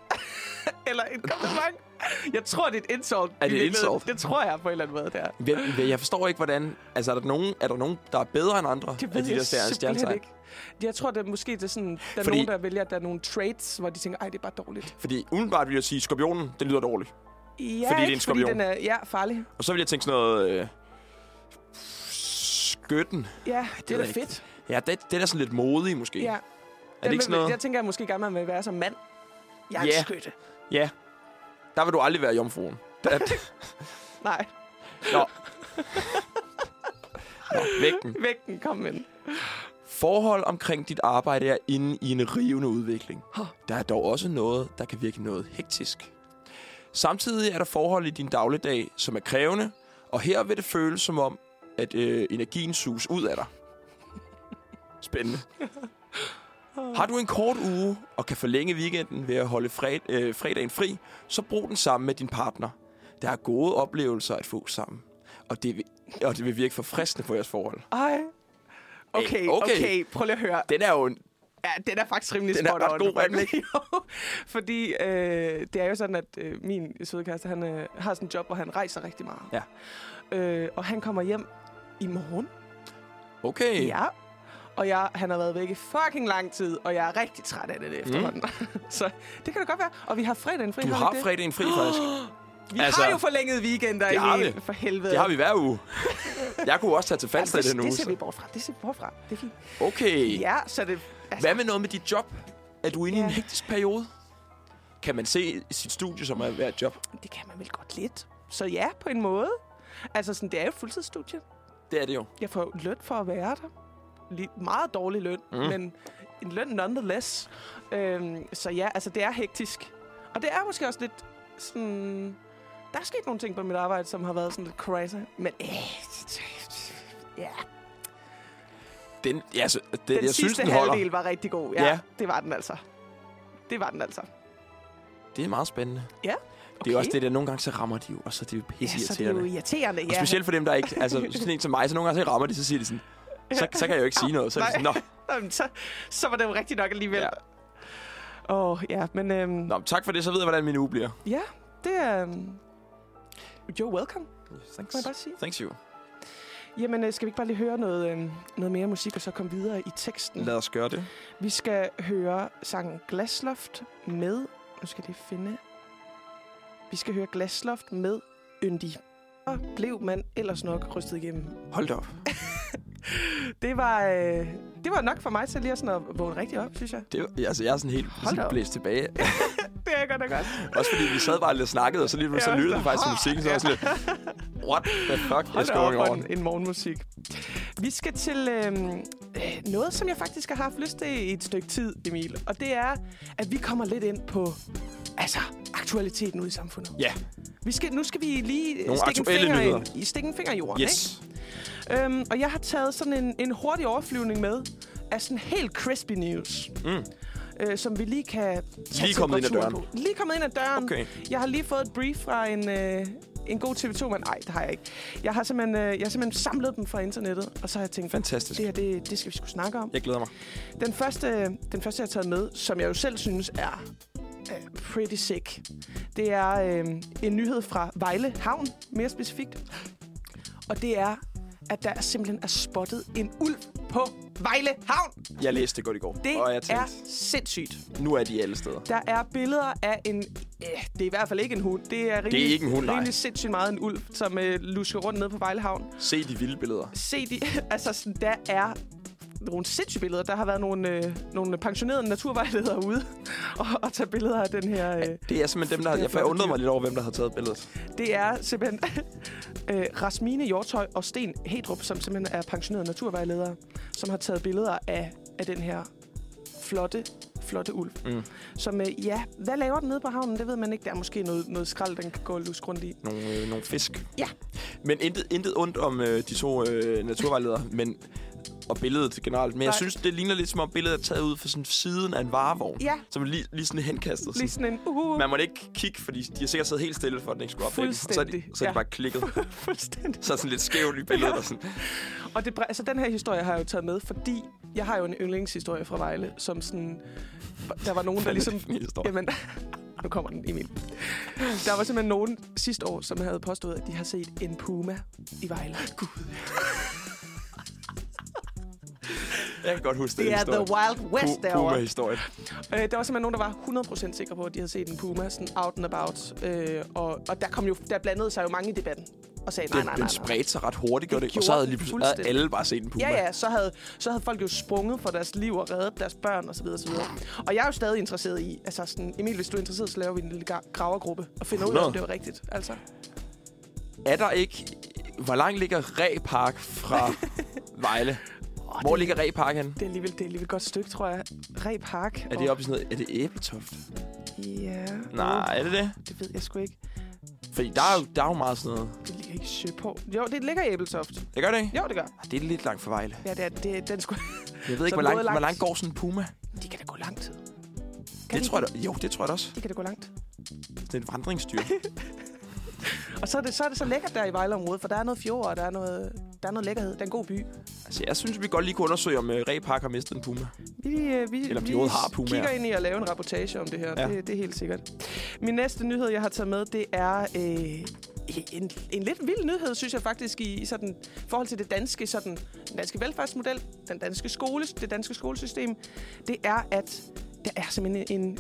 S2: eller en kompliment. Jeg tror, det er et insult.
S1: Er det
S2: i
S1: et
S2: virkeligheden.
S1: insult?
S2: Det tror jeg på en eller anden måde, der.
S1: Hvem, hvem- jeg forstår ikke, hvordan... Altså, er der nogen, er der, nogen der er bedre end andre?
S2: Det ved
S1: af de
S2: jeg
S1: der stjerne-
S2: simpelthen
S1: stjernetegn?
S2: ikke. Jeg tror, det er måske det er sådan, der er
S1: Fordi-
S2: nogen, der vælger, at der er nogle traits, hvor de tænker, ej, det er bare dårligt.
S1: Fordi umiddelbart vil jeg sige, at skorpionen, den lyder dårligt.
S2: Ja,
S1: det er en
S2: ikke?
S1: skorpion.
S2: Fordi den er ja, farlig.
S1: Og så vil jeg tænke sådan noget... Øh, skytten.
S2: Ja, det, det
S1: ved
S2: er
S1: jeg
S2: da
S1: ikke.
S2: fedt.
S1: Ja, det, det er da sådan lidt modig, måske.
S2: Ja.
S1: er det ikke sådan noget?
S2: Jeg tænker, at jeg måske gerne vil være som mand. Jeg er
S1: Ja.
S2: en skytte.
S1: Ja. Der vil du aldrig være jomfruen. Der,
S2: Nej,
S1: Nå. Nå, vægten.
S2: vægten kom ind.
S1: Forhold omkring dit arbejde er inde i en rivende udvikling.
S2: Huh.
S1: Der er dog også noget, der kan virke noget hektisk. Samtidig er der forhold i din dagligdag, som er krævende, og her vil det føles som om, at øh, energien suges ud af dig. Spændende. Har du en kort uge og kan forlænge weekenden ved at holde fred, øh, fredagen fri, så brug den sammen med din partner. Der er gode oplevelser at få sammen, og det vil, og det vil virke forfriskende på jeres forhold.
S2: Ej. Okay,
S1: Ey,
S2: okay,
S1: okay.
S2: okay. Prøv lige at høre.
S1: Den er jo en...
S2: Ja, den er faktisk rimelig
S1: Den er
S2: spot
S1: ret
S2: on.
S1: god, er den ikke?
S2: Jo, Fordi øh, det er jo sådan, at øh, min søde kæreste, han øh, har sådan en job, hvor han rejser rigtig meget.
S1: Ja.
S2: Øh, og han kommer hjem i morgen.
S1: Okay.
S2: Ja. Og jeg, han har været væk i fucking lang tid, og jeg er rigtig træt af det efterhånden. Så det kan det godt være. Og vi har fredagen fri.
S1: Mm. Du
S2: vi
S1: har
S2: det?
S1: fredagen fri, faktisk.
S2: Vi altså,
S1: Altså,
S2: har jo forlænget weekender,
S1: det har
S2: Emil,
S1: vi.
S2: for helvede.
S1: Det har vi hver uge. Jeg kunne også tage til
S2: Altså,
S1: Falster i
S2: det,
S1: den
S2: det,
S1: uge.
S2: det ser vi
S1: så-
S2: bort fra. Det ser vi bort fra. Det er fint.
S1: Okay.
S2: Ja, så det... Altså,
S1: Hvad med noget med dit job? Er du inde i en
S2: Ja.
S1: hektisk periode? Kan man se sit studie som er hver job?
S2: det kan man vel godt lidt. Så ja, på en måde. Altså, sådan, det er jo et fuldtidsstudie.
S1: Det er det jo.
S2: Jeg får løn for at være der. Lidt meget dårlig løn, mm. men en løn nonetheless. Øhm, så ja, altså det er hektisk. Og det er måske også lidt sådan... Der er sket nogle ting på mit arbejde, som har været sådan lidt crazy. Men øh, ja,
S1: Den, ja, altså, den,
S2: den
S1: jeg
S2: sidste
S1: synes, den holder.
S2: halvdel var rigtig god. Ja,
S1: Ja.
S2: ja, det var den altså. Det var den altså. Okay.
S1: Det er meget spændende. Det er også det, der nogle gange så rammer de jo, og så er det jo
S2: ja,
S1: pisse
S2: så er det jo
S1: irriterende.
S2: irriterende.
S1: Og specielt for dem, der ikke... Altså, sådan en som mig, så nogle gange så rammer de, så siger de sådan... Så, så kan jeg jo ikke sige noget. Så er de sådan, nå,
S2: Nå, men så, så var det jo rigtigt nok alligevel.
S1: Ja.
S2: Åh, ja. Oh, ja, men øhm,
S1: nå, men tak for det, så ved jeg, hvordan min uge bliver.
S2: ja, det er... Øhm, you're welcome,
S1: Thanks.
S2: må jeg bare sige.
S1: Thanks you.
S2: Jamen, øh, skal vi ikke bare lige høre noget, øhm, noget mere musik, og så komme videre i teksten?
S1: Lad os gøre det.
S2: Vi skal høre sangen Glasloft med... Nu skal jeg lige finde... Vi skal høre Glasloft med Yndi. Og blev man ellers nok rystet igennem.
S1: Hold da op.
S2: Det var, øh, det var nok for mig til lige sådan at vågne rigtig op, synes jeg.
S1: Det, var- altså, jeg er sådan helt
S2: da
S1: sådan
S2: op.
S1: blæst tilbage.
S2: Det er jeg godt nok også.
S1: Også fordi vi sad bare lidt og snakkede, og så lige så
S2: Ja.
S1: lyttede vi faktisk til musikken, så også lidt... What the fuck
S2: Hold
S1: is
S2: da
S1: going
S2: op for
S1: on?
S2: en, en morgenmusik. Vi skal til øhm, øh, noget, som jeg faktisk har haft lyst til i et stykke tid, Emil. Og det er, at vi kommer lidt ind på altså, aktualiteten ude i samfundet.
S1: Ja,
S2: Vi skal, nu skal vi lige øh,
S1: Nogle
S2: stikke en,
S1: aktuelle
S2: finger ind,
S1: nyheder.
S2: i- stikke en finger i jorden.
S1: yes.
S2: Ikke? Øhm, og jeg har taget sådan en, en hurtig overflyvning med af sådan helt crispy news.
S1: Mm.
S2: Øh, som vi lige kan tage
S1: Lige kommet ind ad
S2: temperaturen
S1: døren.
S2: På. Lige kommet ind ad døren.
S1: Okay.
S2: Jeg har lige fået et brief fra en, øh, en god TV2-mand. Nej, det har jeg ikke. Jeg har, simpelthen, øh, jeg har simpelthen samlet dem fra internettet, og så har jeg tænkt,
S1: Fantastisk.
S2: det her, det, det skal vi skulle snakke om.
S1: Jeg glæder mig.
S2: Den første, den første, jeg har taget med, som jeg jo selv synes er øh, pretty sick, det er øh, en nyhed fra Vejle Havn, mere specifikt. Og det er, at der simpelthen er spottet en ulv på Vejle Havn.
S1: Jeg læste det godt i går,
S2: Det
S1: og jeg
S2: er
S1: tænkte,
S2: sindssygt.
S1: nu er de alle steder.
S2: Der er billeder af en... Øh, det er i hvert fald ikke en hund. Det er, rimelig,
S1: ikke en hund, nej.
S2: rimelig sindssygt meget en ulv, som øh, lusker rundt nede på Vejlehavn.
S1: Se de vilde billeder.
S2: Se, de, altså, sådan, der er nogle sindssyge billeder. Der har været nogle, øh, nogle pensionerede naturvejledere ude og, og tage billeder af den her... Øh.
S1: Det er simpelthen dem, der...
S2: Det er
S1: Jeg, for jeg
S2: flotte
S1: undrede
S2: dyr.
S1: mig lidt over, hvem der har taget billedet.
S2: Det er simpelthen øh, Rasmine Hjortøj og Sten Hedrup, som simpelthen er pensionerede naturvejledere, som har taget billeder af, af den her flotte, flotte ulv.
S1: Mm.
S2: Som, øh, ja, hvad laver den nede på havnen? Det ved man ikke. Der er måske noget, noget skrald, den kan gå og luske rundt i.
S1: Nogle, øh, nogle fisk.
S2: Ja.
S1: Men intet, intet ondt om øh, de to øh, naturvejledere, men og billedet generelt. Men jeg
S2: Nej.
S1: synes, det ligner lidt som om billedet er taget ud fra sådan siden af en varevogn.
S2: Ja.
S1: Som er lige, lige sådan henkastet.
S2: Lige
S1: Sådan.
S2: sådan en uh, uhu.
S1: Man må ikke kigge, fordi de har sikkert siddet helt stille, for at den ikke skulle op. Så er de,
S2: Fuldstændig,
S1: så er de
S2: ja.
S1: bare klikket.
S2: Fuldstændig.
S1: Så er sådan lidt skævt i billedet. Og sådan.
S2: Og det, bre- altså, den her historie har jeg jo taget med, fordi jeg har jo en yndlingshistorie fra Vejle, som sådan... Der var nogen,
S1: Hvad er
S2: der
S1: det
S2: ligesom...
S1: for en historie?
S2: Jamen, nu kommer den, Emil. Der var simpelthen nogen sidste år, som havde påstået, at de har set en puma i Vejle. Gud,
S1: Jeg kan godt huske
S2: det
S1: den
S2: er
S1: historie.
S2: The Wild West derovre.
S1: Puma-historie.
S2: Øh, der var simpelthen nogen, der var 100% sikre på, at de havde set en puma sådan out and about. Øh, og, og der, kom jo, der blandede sig jo mange i debatten og sagde, nej,
S1: Den,
S2: nej, nej,
S1: den
S2: nej.
S1: spredte sig ret hurtigt, gjorde
S2: Det
S1: det, og så
S2: gjorde
S1: havde,
S2: den
S1: lige pludselig, havde
S2: fuldstændig.
S1: alle bare set en puma.
S2: Ja, ja, så havde, så havde folk jo sprunget for deres liv og reddet deres børn osv. osv. Og jeg er jo stadig interesseret i, altså sådan, Emil, hvis du er interesseret, så laver vi en lille gra- gravergruppe og finder ud af, om
S1: 100.
S2: det var rigtigt. Altså,
S1: Er der ikke... Hvor langt ligger Ræ Park fra Vejle? Hvor ligger Ræ Park henne?
S2: det er alligevel, det er alligevel et godt stykke, tror jeg. Reb Park.
S1: Er det oppe i sådan noget... Er det Æbletoft?
S2: Ja.
S1: Nej, er det det?
S2: Det ved jeg sgu ikke.
S1: Fordi der er jo, der er jo meget sådan noget.
S2: Det ligger ikke i Søborg. Jo, det ligger i Æbeltoft.
S1: Det gør det ikke? Ah,
S2: Jo, det gør.
S1: Det er lidt langt fra Vejle.
S2: Ja, det er, det, den skulle...
S1: Jeg ved ikke,
S2: Så
S1: hvor langt,
S2: både langt-
S1: hvor langt går sådan en puma?
S2: De kan da gå lang tid. Kan
S1: Det
S2: de
S1: tror jeg
S2: ikke?
S1: da, Jo, det tror jeg da også.
S2: De kan da gå langt.
S1: Sådan et vandringsdyr.
S2: Og så er det så, er det så lækkert der i Vejleområdet, for der er noget fjord, og der er noget, der er noget lækkerhed. Det er en god by.
S1: altså, jeg synes, vi godt lige kunne undersøge, om uh, Ræ Park har mistet en puma.
S2: Vi, øh, vi,
S1: Eller om de
S2: vi
S1: overhovedet har pumaer.
S2: kigger ind i at lave en rapportage om det her.
S1: Ja.
S2: Ja. Det, det er helt sikkert. Min næste nyhed, jeg har taget med, det er øh, en, en lidt vild nyhed, synes jeg faktisk, i, i sådan, forhold til det danske, sådan, den danske velfærdsmodel, den danske skole, det danske skolesystem. Det er, at der er simpelthen en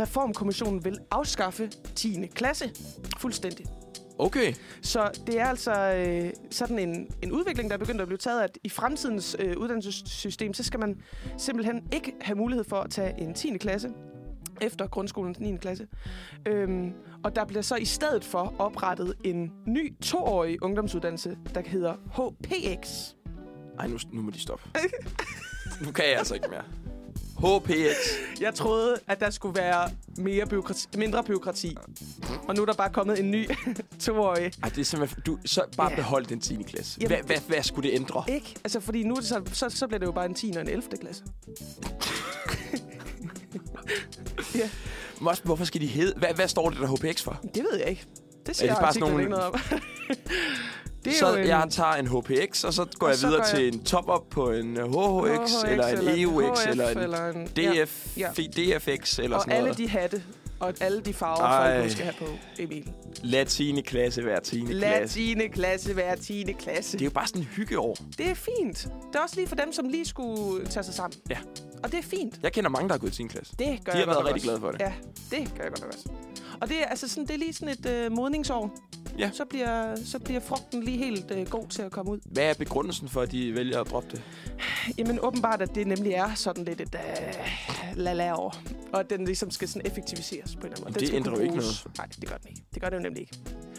S2: Reformkommissionen vil afskaffe 10. klasse fuldstændig.
S1: Okay.
S2: Så det er altså øh, sådan en, en udvikling, der er begyndt at blive taget, at i fremtidens øh, uddannelsessystem, så skal man simpelthen ikke have mulighed for at tage en 10. klasse efter grundskolens 9. klasse. Øhm, og der bliver så i stedet for oprettet en ny toårig ungdomsuddannelse, der hedder HPX.
S1: Ej, nu, nu må de stoppe. nu kan jeg altså ikke mere. HPX.
S2: Jeg troede, at der skulle være mere byråkrati, mindre byråkrati. Og nu er der bare kommet en ny toårig.
S1: Ej, det er simpelthen... Du, så bare
S2: Ja.
S1: yeah. behold den 10. klasse.
S2: Jamen,
S1: Hvad,
S2: det-
S1: hvad, hvad skulle det ændre?
S2: Ikke? Altså, fordi nu er det så, så, så bliver det jo bare en 10. og en 11. klasse.
S1: Måske, hvorfor skal de hedde... Hvad, hvad står det der HPX for?
S2: Det ved jeg ikke. Det siger
S1: det bare
S2: jeg bare
S1: sådan
S2: ikke noget om. det er
S1: så
S2: jo en
S1: jeg tager en HPX, og så går
S2: Og
S1: jeg
S2: så
S1: videre
S2: går jeg-
S1: til en top-up på en øh, HHX, HHX eller en EUX,
S2: HF,
S1: eller en
S2: en ja.
S1: DF, ja. DFX, eller
S2: Og
S1: sådan
S2: alle
S1: noget.
S2: de hatte og alle de farver,
S1: Ej.
S2: folk nu skal have på, Emil.
S1: Latine klasse hver tiende klasse.
S2: Latine klasse hver 10. klasse.
S1: Det er jo bare sådan en hyggeår.
S2: Det er fint. Det er også lige for dem, som lige skulle tage sig sammen.
S1: Ja.
S2: Og det er fint.
S1: Jeg kender mange, der har gået i 10. klasse.
S2: Det gør
S1: De
S2: jeg
S1: har været
S2: godt nok
S1: rigtig glade
S2: også.
S1: for det.
S2: Ja, det gør jeg godt nok også. Og det er, altså sådan, det er lige sådan et øh, modningsår.
S1: Ja.
S2: Så bliver, så bliver frugten lige helt øh, god til at komme ud.
S1: Hvad er begrundelsen for, at de vælger at droppe det?
S2: Jamen åbenbart, at det nemlig er sådan lidt et øh, lala år. Og at den ligesom skal sådan effektiviseres på en eller anden måde.
S1: Men
S2: Den
S1: det
S2: skal
S1: ændrer
S2: kunne
S1: jo ikke
S2: bruges. Nej, det gør den ikke. Det gør det jo nemlig ikke.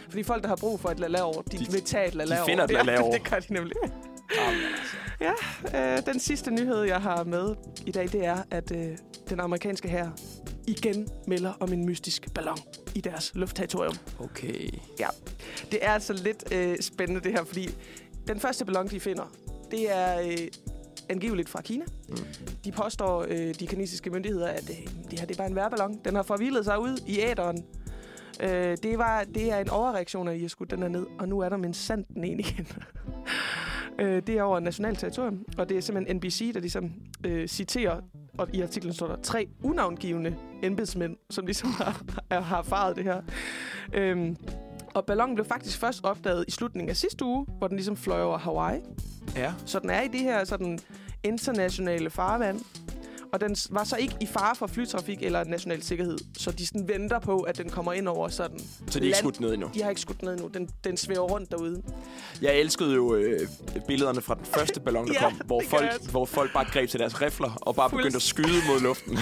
S2: Fordi folk, der har brug for et lala år, de,
S1: De-
S2: de vil tage et lala år.
S1: finder et lalaår.
S2: Ja, det gør de nemlig. Øh, den sidste nyhed, jeg har med i dag, det er, at øh, den amerikanske her igen melder om en mystisk ballon i deres luftterritorium.
S1: Okay.
S2: Det er altså lidt øh, spændende det her, fordi den første ballon, de finder, det er øh, angiveligt fra Kina.
S1: Mm.
S2: Mm. De påstår, øh, de kinesiske myndigheder, at øh, det her det er bare en værballon. Den har forvildet sig ud i æderen. Øh, det, var, det er en overreaktion, at I har skudt den her ned, og nu er der min sandt den ene igen. øh, det er over nationalt territorium, og det er simpelthen NBC, der ligesom øh, citerer, og i artiklen står der tre unavngivende embedsmænd, som ligesom har, har erfaret det her. Øhm, og ballonen blev faktisk først opdaget i slutningen af sidste uge, hvor den ligesom fløj over Hawaii.
S1: Ja.
S2: Så den er i det her sådan, internationale farvand. Og den s- var så ikke i fare for flytrafik eller national sikkerhed. Så de sådan venter på, at den kommer ind over sådan.
S1: Så de er ikke
S2: Land-
S1: skudt ned endnu.
S2: De har ikke skudt ned endnu. Den, den svæver rundt derude.
S1: Jeg elskede jo øh, billederne fra den første ballon, der
S2: Ja,
S1: kom, hvor
S2: det gør jeg
S1: folk,
S2: også.
S1: hvor folk bare greb til deres rifler og bare begyndte at skyde mod luften.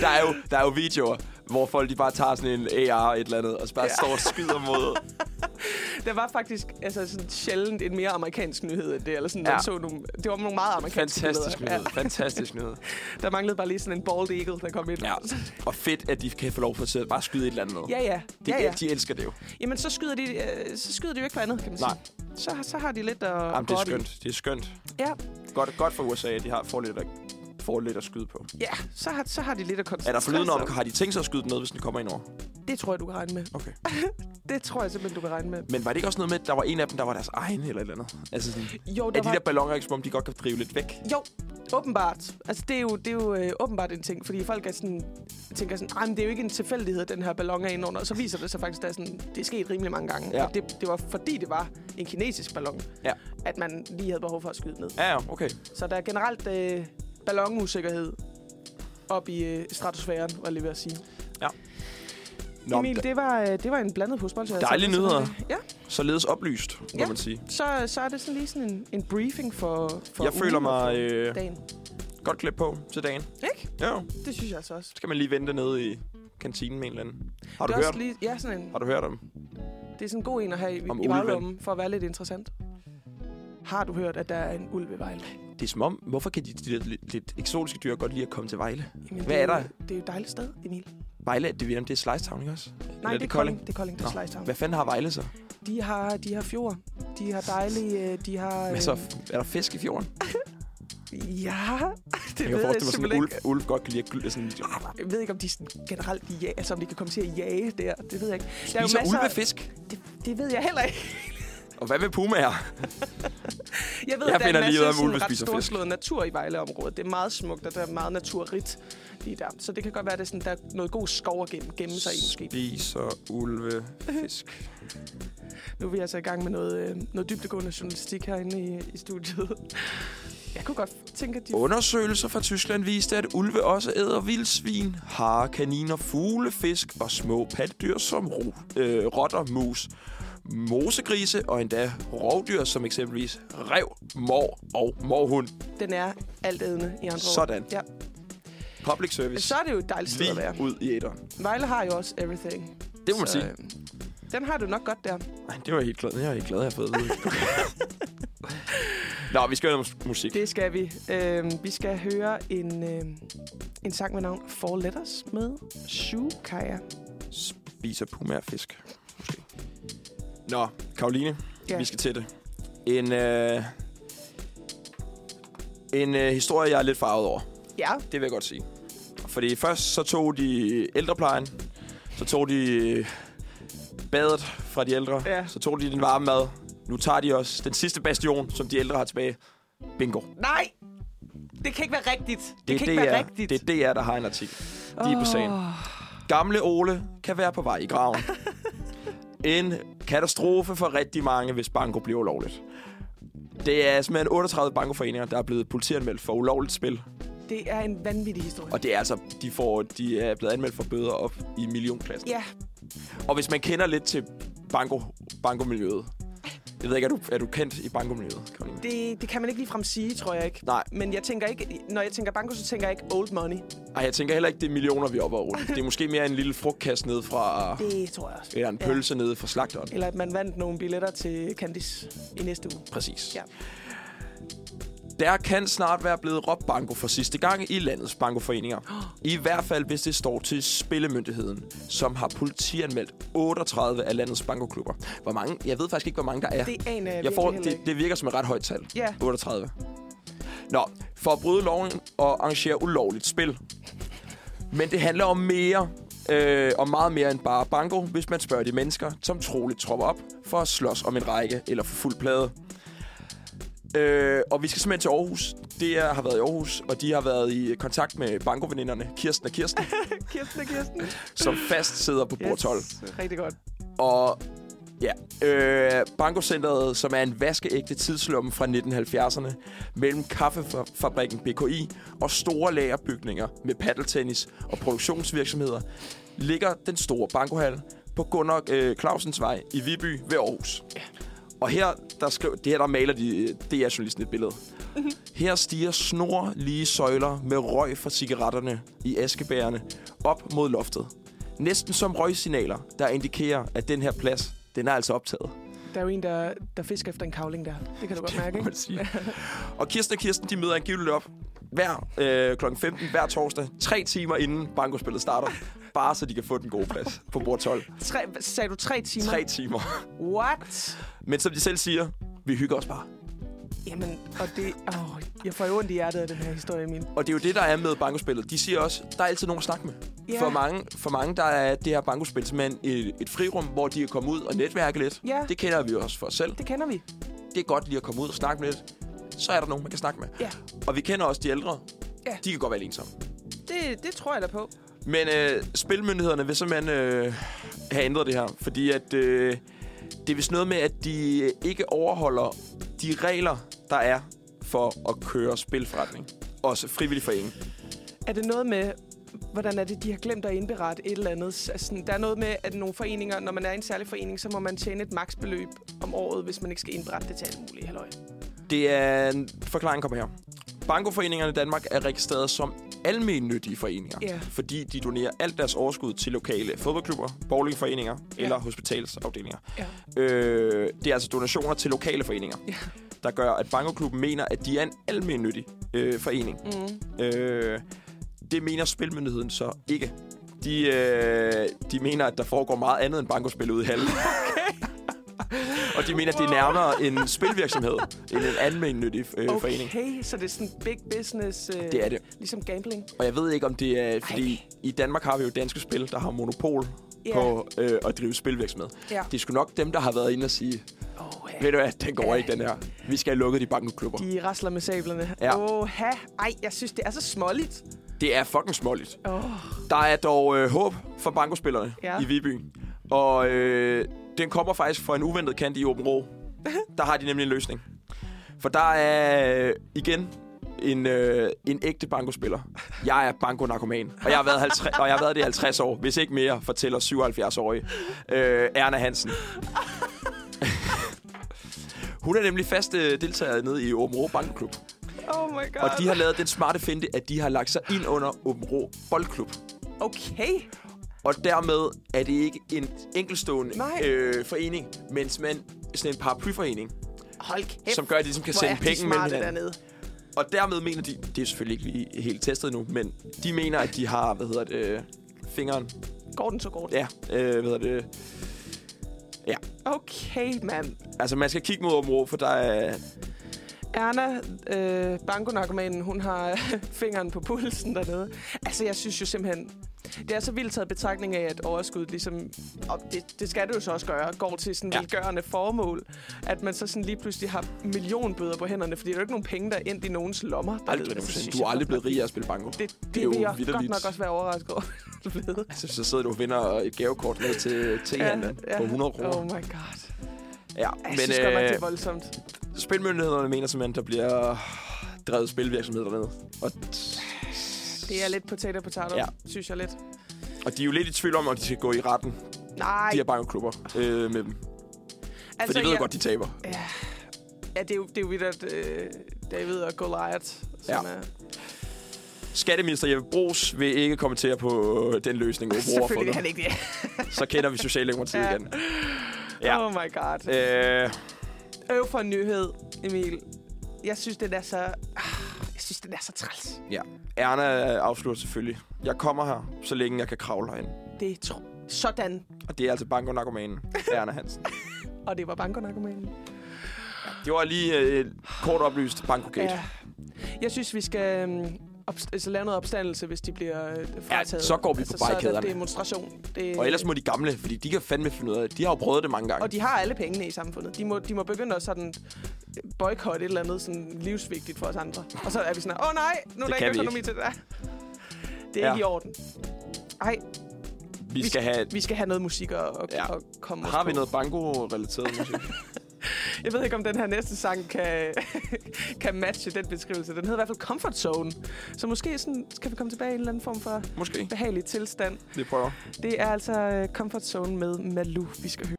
S1: der, er jo, der er jo videoer, hvor folk de bare tager sådan en AR et eller andet, og så bare ja.
S2: Ja.
S1: står og skyder mod...
S2: Der var faktisk altså, sådan sjældent en mere amerikansk nyhed end det. Eller sådan, ja.
S1: Ja.
S2: man så nogle, det var nogle meget amerikanske
S1: Fantastisk
S2: billeder.
S1: nyhed. Fantastisk nyhed.
S2: Ja, der manglede bare lige sådan en bald eagle, der kom ind.
S1: Ja. Og fedt, at de kan få lov til at bare skyde et eller andet.
S2: Ja, ja.
S1: Det,
S2: ja, ja.
S1: De elsker det jo.
S2: Jamen, så skyder, de, øh, så skyder de jo ikke for andet, kan man
S1: Nej.
S2: sige. Så, så har de lidt at
S1: Jamen, det er
S2: godt i.
S1: skønt. Det er skønt.
S2: Ja,
S1: Godt, godt for USA, at de har, får, lidt at, får lidt at skyde på.
S2: ja så, har, så har de lidt at
S1: Er
S2: koncentrere
S1: der forlyden
S2: sig
S1: om, har de tænkt sig at skyde den ned, hvis den kommer ind over?
S2: Det tror jeg, du kan regne med.
S1: Okay.
S2: Det tror jeg simpelthen, du kan regne med.
S1: Men var det ikke også noget med, at der var en af dem, der var deres egen eller et eller andet? Altså sådan,
S2: Jo,
S1: er
S2: der
S1: de
S2: var...
S1: der balloner ikke, som om de godt kan drive lidt væk?
S2: Jo, åbenbart. Altså, det er jo, det er jo øh, åbenbart en ting, fordi folk er sådan, tænker sådan, "Ej, men det er jo ikke en tilfældighed, at den her ballon er ind under. Og så viser det sig faktisk, at der er sådan, det er sket rimelig mange gange.
S1: Ja.
S2: Og det, det var fordi, det var en kinesisk ballon,
S1: Ja.
S2: at man lige havde behov for at skyde ned.
S1: Ja, ja, okay.
S2: Så der er generelt øh, ballonusikkerhed op i øh, stratosfæren, var jeg lige ved at sige. Nå, Emil,
S1: da-
S2: det var, øh, det var en blandet postbold.
S1: Dejlige nyheder.
S2: Ja,
S1: således oplyst, må
S2: Ja.
S1: man sige.
S2: så, så er det sådan lige sådan en, en briefing for, for
S1: Jeg
S2: ugen
S1: føler
S2: og
S1: mig
S2: for
S1: øh,
S2: dagen.
S1: godt klædt på til dagen.
S2: Ikke?
S1: Ja, jo.
S2: Det synes jeg altså også.
S1: så skal man lige vente nede i kantinen med en eller anden. Har du
S2: det er
S1: hørt?
S2: også lige, ja, sådan en,
S1: Har du hørt om?
S2: det er sådan en god en at have i,
S1: Om
S2: i
S1: ulven.
S2: baglommen, for at være lidt interessant. Har du hørt, at der er en ulv i Vejle?
S1: Det er som om, hvorfor kan de, de der lidt, lidt eksotiske dyr godt lide at komme til Vejle?
S2: Jamen,
S1: Hvad
S2: det,
S1: er
S2: jo-
S1: der?
S2: Det er jo et dejligt sted, Emil. Nej,
S1: Vejle, det ved jeg, om det er Slice Town, ikke også? Nej, Eller
S2: det er Kolding. Det er Kolding, der
S1: Nå,
S2: er Slicehavn.
S1: Hvad fanden har Vejle så?
S2: De har, de har fjord. De har dejlige... øh, De har...
S1: Men så
S2: øh,
S1: er der fisk i fjorden?
S2: Ja, det
S1: Jeg kan
S2: ved jeg
S1: forestille mig, sådan en
S2: simpelthen
S1: ulv,
S2: ikke.
S1: ulv godt kan lide at gl- sådan,
S2: Jeg ved ikke, om de sådan generelt ja, altså, om de kan komme til at jage der. Det ved jeg ikke. Der er jo
S1: spiser
S2: masser-
S1: ulvefisk.
S2: Det, det ved jeg heller ikke.
S1: Og hvad med pumaer?
S2: Jeg ved,
S1: Jeg
S2: at der er
S1: finder
S2: en
S1: lige
S2: masse
S1: ud af, om
S2: sådan
S1: ulve
S2: ret
S1: spiser fisk.
S2: storslået natur i Vejleområdet. Det er meget smukt, og der er meget naturrigt lige der. Så det kan godt være, at det er sådan, der er noget god skov at gemme, gemme sig i måske.
S1: Spiser ulvefisk.
S2: Nu er vi altså i gang med noget, øh, noget dybtegående journalistik herinde i, i studiet. Jeg kunne godt tænke, at de...
S1: Undersøgelser fra Tyskland viste, at ulve også æder vildsvin, harer, kaniner, fugle, fisk og små pattedyr som ro, øh, rotter, mus, mosegrise og endda rovdyr som eksempelvis rev, mor og morhund.
S2: Den er altædende i andre ord.
S1: Sådan.
S2: Ja.
S1: Public service.
S2: Så er det jo et dejligt sted at være.
S1: Lige ud i æderen.
S2: Vejle har jo også everything.
S1: Det må man
S2: Så,
S1: sige.
S2: øh, Den har du nok godt der.
S1: Ej, det var jeg helt glad. Jeg er helt glad, at jeg har fået det. Nå, vi skal høre noget mus- musik.
S2: Det skal vi. Øhm, vi skal høre en, øhm, en sang med navn Four Letters med Shukaya.
S1: Spiser pumaer fisk. Måske. Nå, Karoline.
S2: Ja.
S1: Ja. Vi skal til det. En, øh, en øh, historie, jeg er lidt farvet over.
S2: Ja.
S1: Det vil jeg godt sige. Fordi først så tog de ældreplejen. Så tog de øh, badet fra de ældre.
S2: Ja.
S1: Så tog de den varme mad. Nu tager de også den sidste bastion, som de ældre har tilbage. Bingo. Det,
S2: Nej! Det kan ikke være rigtigt. Det, kan
S1: er
S2: ikke være
S1: DR,
S2: rigtigt.
S1: Det er DR, der har en artikel. De er på sagen. Gamle Ole kan være på vej i graven. en katastrofe for rigtig mange, hvis banko bliver ulovligt. Det er altså simpelthen 38 bankoforeninger, der er blevet politianmeldt for ulovligt spil.
S2: Det er en vanvittig historie.
S1: Og det er altså, de, får, de er blevet anmeldt for bøder op i millionklassen.
S2: Ja,
S1: Og hvis man kender lidt til banko, bankomiljøet. Jeg ved ikke, er du, er du kendt i bankomiljøet, Karoline?
S2: det, det kan man ikke ligefrem sige, tror jeg ikke.
S1: Nej,
S2: Men jeg tænker ikke, når jeg tænker banko, så tænker jeg ikke old money.
S1: Ej, jeg tænker heller ikke, det er millioner, vi er oppe og rulle. Det er måske mere en lille frugtkast ned fra...
S2: Det tror jeg også.
S1: Eller en
S2: Ja.
S1: pølse nede fra slagteren.
S2: Eller at man vandt nogle billetter til Candice i næste uge.
S1: Præcis.
S2: Ja.
S1: Der kan snart være blevet råbt banko for sidste gang i landets bankoforeninger. I hvert fald, hvis det står til Spillemyndigheden, som har politianmeldt 38 af landets bankoklubber. Hvor mange? Jeg ved faktisk ikke, hvor mange der er.
S2: Det aner jeg,
S1: jeg får,
S2: virkelig
S1: det,
S2: heller
S1: det virker som et ret højt tal.
S2: Ja.
S1: 38. Nå, for at bryde loven og arrangere ulovligt spil. Men det handler om mere, øh, om meget mere end bare banko, hvis man spørger de mennesker, som troligt tropper op for at slås om en række eller for fuld plade. Øh, og vi skal simpelthen til Aarhus. Det er, har været i Aarhus, og de har været i kontakt med bankoveninderne Kirsten og Kirsten,
S2: ikke. Kirsten og Kirsten.
S1: som fast sidder på bord 12.
S2: Rigtig godt.
S1: Og ja, øh, Bankocenteret, som er en vaskeægte tidslomme fra 1970'erne, mellem kaffefabrikken BKI og store lagerbygninger med paddeltennis og produktionsvirksomheder, ligger den store bankohal på Gunnar øh, Clausens vej i Viby ved Aarhus. Og her, der skrev, det her, der maler de, øh, DR-journalisten et billede. Her stiger snorlige søjler med røg fra cigaretterne i askebærerne op mod loftet. Næsten som røgsignaler, der indikerer, at den her plads, den er altså optaget.
S2: Der er jo en, der, der fisker efter en kavling der. Det kan du godt mærke,
S1: må
S2: ikke?
S1: man sige. og Kirsten og Kirsten, de møder angiveligt op hver øh, kl. 15 hver torsdag, tre timer inden bankospillet starter, bare så de kan få den gode plads på bord 12.
S2: Tre, hvad sagde du tre timer?
S1: Tre timer.
S2: What?
S1: Men som de selv siger, vi hygger os bare.
S2: Jamen, og det... Åh, jeg får jo ondt i hjertet af den her historie, min.
S1: Og det er jo det, der er med bankospillet. De siger også, der er altid nogen at snakke med.
S2: Ja.
S1: Yeah. For, mange, for mange, der er det her bankospil simpelthen et, et frirum, hvor de kan komme ud og netværke lidt.
S2: Ja.
S1: Det kender vi også for os selv.
S2: Det kender vi.
S1: Det er godt lige at komme ud og snakke med lidt. Så er der nogen, man kan snakke med.
S2: Ja.
S1: Og vi kender også de ældre.
S2: Ja.
S1: De kan godt være alene sammen.
S2: Det, det tror jeg da på.
S1: Men øh, spilmyndighederne vil simpelthen øh, have ændret det her, fordi at, øh, det er vist noget med, at de øh, ikke overholder de regler, der er for at køre spilforretning. Også frivillig forening.
S2: Er det noget med, hvordan er det, de har glemt at indberette et eller andet? Altså, sådan, der er noget med, at nogle foreninger, når man er i en særlig forening, så må man tjene et maksbeløb om året, hvis man ikke skal indberette det til alt muligt. Halløj.
S1: Det er... Forklaringen kommer her. Bankoforeningerne i Danmark er registreret som almennyttige foreninger,
S2: Ja.
S1: fordi de donerer alt deres overskud til lokale fodboldklubber, bowlingforeninger
S2: Ja.
S1: eller hospitalsafdelinger.
S2: Ja.
S1: Øh, det er altså donationer til lokale foreninger,
S2: Ja.
S1: der gør, at Bankoklubben mener, at de er en almennyttig øh, forening.
S2: Mm.
S1: Øh, det mener Spilmyndigheden så ikke. De, øh, de mener, at der foregår meget andet end bankospil ude i hallen. og de mener, at det er nærmere en spilvirksomhed end en almennyttig øh, okay. forening.
S2: Okay, så det er sådan big business, øh,
S1: Det er det.
S2: ligesom gambling.
S1: Og jeg ved ikke, om det er... Fordi
S2: Ej.
S1: i Danmark har vi jo danske spil, der har monopol
S2: Ja.
S1: på øh, at drive spilvirksomhed.
S2: Ja.
S1: Det er sgu nok dem, der har været inde og sige,
S2: Oh, ja.
S1: ved du hvad, den går ikke, den her. Vi skal have lukket de bankoklubber.
S2: De rasler med sablerne.
S1: Ja.
S2: Oha. Ej, jeg synes, det er så småligt.
S1: Det er fucking småligt.
S2: Oh.
S1: Der er dog øh, håb for bankospillerne
S2: Ja.
S1: ja. i Viby. Og øh, den kommer faktisk fra en uventet kant i Åben Rå. Der har de nemlig en løsning. For der er øh, igen en, øh, en ægte bankospiller. Jeg er bankonarkoman, og jeg har været, 50, og jeg har været det i 50 år, hvis ikke mere, fortæller 77-årige øh, Erna Hansen. Hun er nemlig fast øh, deltager nede i Åben Rå Bankoklub,
S2: Oh my god.
S1: og de har lavet den smarte finte, at de har lagt sig ind under Åben Rå Boldklub.
S2: Okay.
S1: Og dermed er det ikke en enkelstående
S2: Nej.
S1: øh, forening, men simpelthen sådan en paraplyforening,
S2: Hold kæft.
S1: som gør, at de ligesom kan
S2: Hvor
S1: sende
S2: er de
S1: penge mellem
S2: smarte
S1: hinanden.
S2: dernede.
S1: Og dermed mener de, det er selvfølgelig ikke lige helt testet nu, men de mener, at de har, hvad hedder det, øh, fingeren,
S2: Går den så godt?
S1: ja, øh, hvad hedder det,
S2: Okay, mand.
S1: altså man skal kigge mod området, for der er,
S2: Erna, øh, bankonarkomanen, hun har fingeren på pulsen dernede. Altså, jeg synes jo simpelthen, det er så vildt taget i betragtning af, at overskuddet ligesom, og det, det skal det jo så også gøre, går til sådan
S1: Ja.
S2: ja. velgørende formål, at man så sådan lige pludselig har millionbøder på hænderne, fordi der er jo ikke nogen penge, der er endt i nogens lommer. dernede.
S1: aldrig,
S2: Altså,
S1: nogensinde-
S2: synes
S1: du er
S2: jeg
S1: aldrig
S2: godt
S1: blevet rig af at spille banko.
S2: nok- Det, det,
S1: Det
S2: det
S1: er jo
S2: vil jeg godt
S1: vitterligt.
S2: nok også være overrasket over. at du ved.
S1: Altså, så sidder du og vinder et gavekort med til tehandlen ja, ja. på 100 kroner.
S2: Oh my god.
S1: Ja,
S2: Jeg
S1: men
S2: men, synes godt nok, det
S1: øh,
S2: er voldsomt.
S1: spilmyndighederne mener simpelthen, der bliver drevet spilvirksomhed dernede. Og,
S2: Det er lidt potato
S1: Ja.
S2: potato, ja. synes jeg lidt.
S1: og de er jo lidt i tvivl om, om de skal gå i retten,
S2: Nej,
S1: de her bankoklubber, øh, med dem. For altså, de ved
S2: jeg-
S1: ja. godt, de taber.
S2: Ja, ja det er jo, det er jo vidt, at øh, David og Goliath, som
S1: Ja.
S2: ja. er...
S1: Skatteminister Jeppe Brugs vil ikke kommentere på øh, den løsning, Åbro har
S2: Selvfølgelig
S1: fundet.
S2: er han ikke det.
S1: Så kender vi Socialdemokratiet
S2: Ja.
S1: igen. Ja.
S2: Oh my god.
S1: Øh,
S2: Øv for en nyhed, Emil. Jeg synes, den er så... Ah, Jeg synes, den er så træls.
S1: ja. Erna afslutter selvfølgelig. Jeg kommer her, så længe jeg kan kravle herind.
S2: Det er tro. Sådan.
S1: Og det er altså bankonarkomanen, Erna Hansen.
S2: Og det var bankonarkomanen.
S1: Det var lige øh, kort oplyst Bankogate. Ja,
S2: Jeg synes, vi skal øhm, opst- altså, lave noget opstandelse, hvis de bliver øh, frataget. Altså,
S1: så går vi på
S2: Så er der
S1: barrikaderne.
S2: demonstration. Det,
S1: Og ellers må de gamle, fordi de kan fandme finde ud af det. De har jo prøvet det mange gange.
S2: Og de har alle pengene i samfundet. De må, de må begynde at sådan boykotte et eller andet sådan livsvigtigt for os andre. Og så er vi sådan, åh oh, nej, nu er der
S1: kan
S2: ikke
S1: vi
S2: økonomi
S1: ikke.
S2: til det. Ah. Det
S1: Ja.
S2: er ja. ikke i orden. Ej,
S1: vi skal have...
S2: vi skal have noget musik at, at,
S1: Ja.
S2: ja. at komme os
S1: Har vi
S2: på.
S1: noget banko-relateret musik?
S2: Jeg ved ikke, om den her næste sang kan, kan matche den beskrivelse. Den hedder i hvert fald Comfort Zone. Så måske sådan, skal vi komme tilbage i en eller anden form for
S1: Måske.
S2: behagelig tilstand.
S1: Vi prøver.
S2: Det er altså øh, Comfort Zone med Malou, vi skal høre.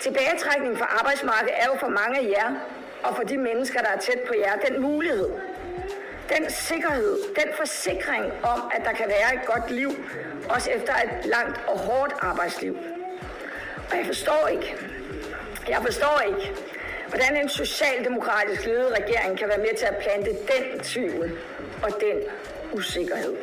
S3: Tilbagetrækning fra arbejdsmarkedet er jo for mange af jer, og for de mennesker, der er tæt på jer, den mulighed. Den sikkerhed, den forsikring om, at der kan være et godt liv, også efter et langt og hårdt arbejdsliv. Og jeg forstår ikke, jeg forstår ikke, hvordan en socialdemokratisk ledet regering kan være med til at plante den tvivl og den usikkerhed.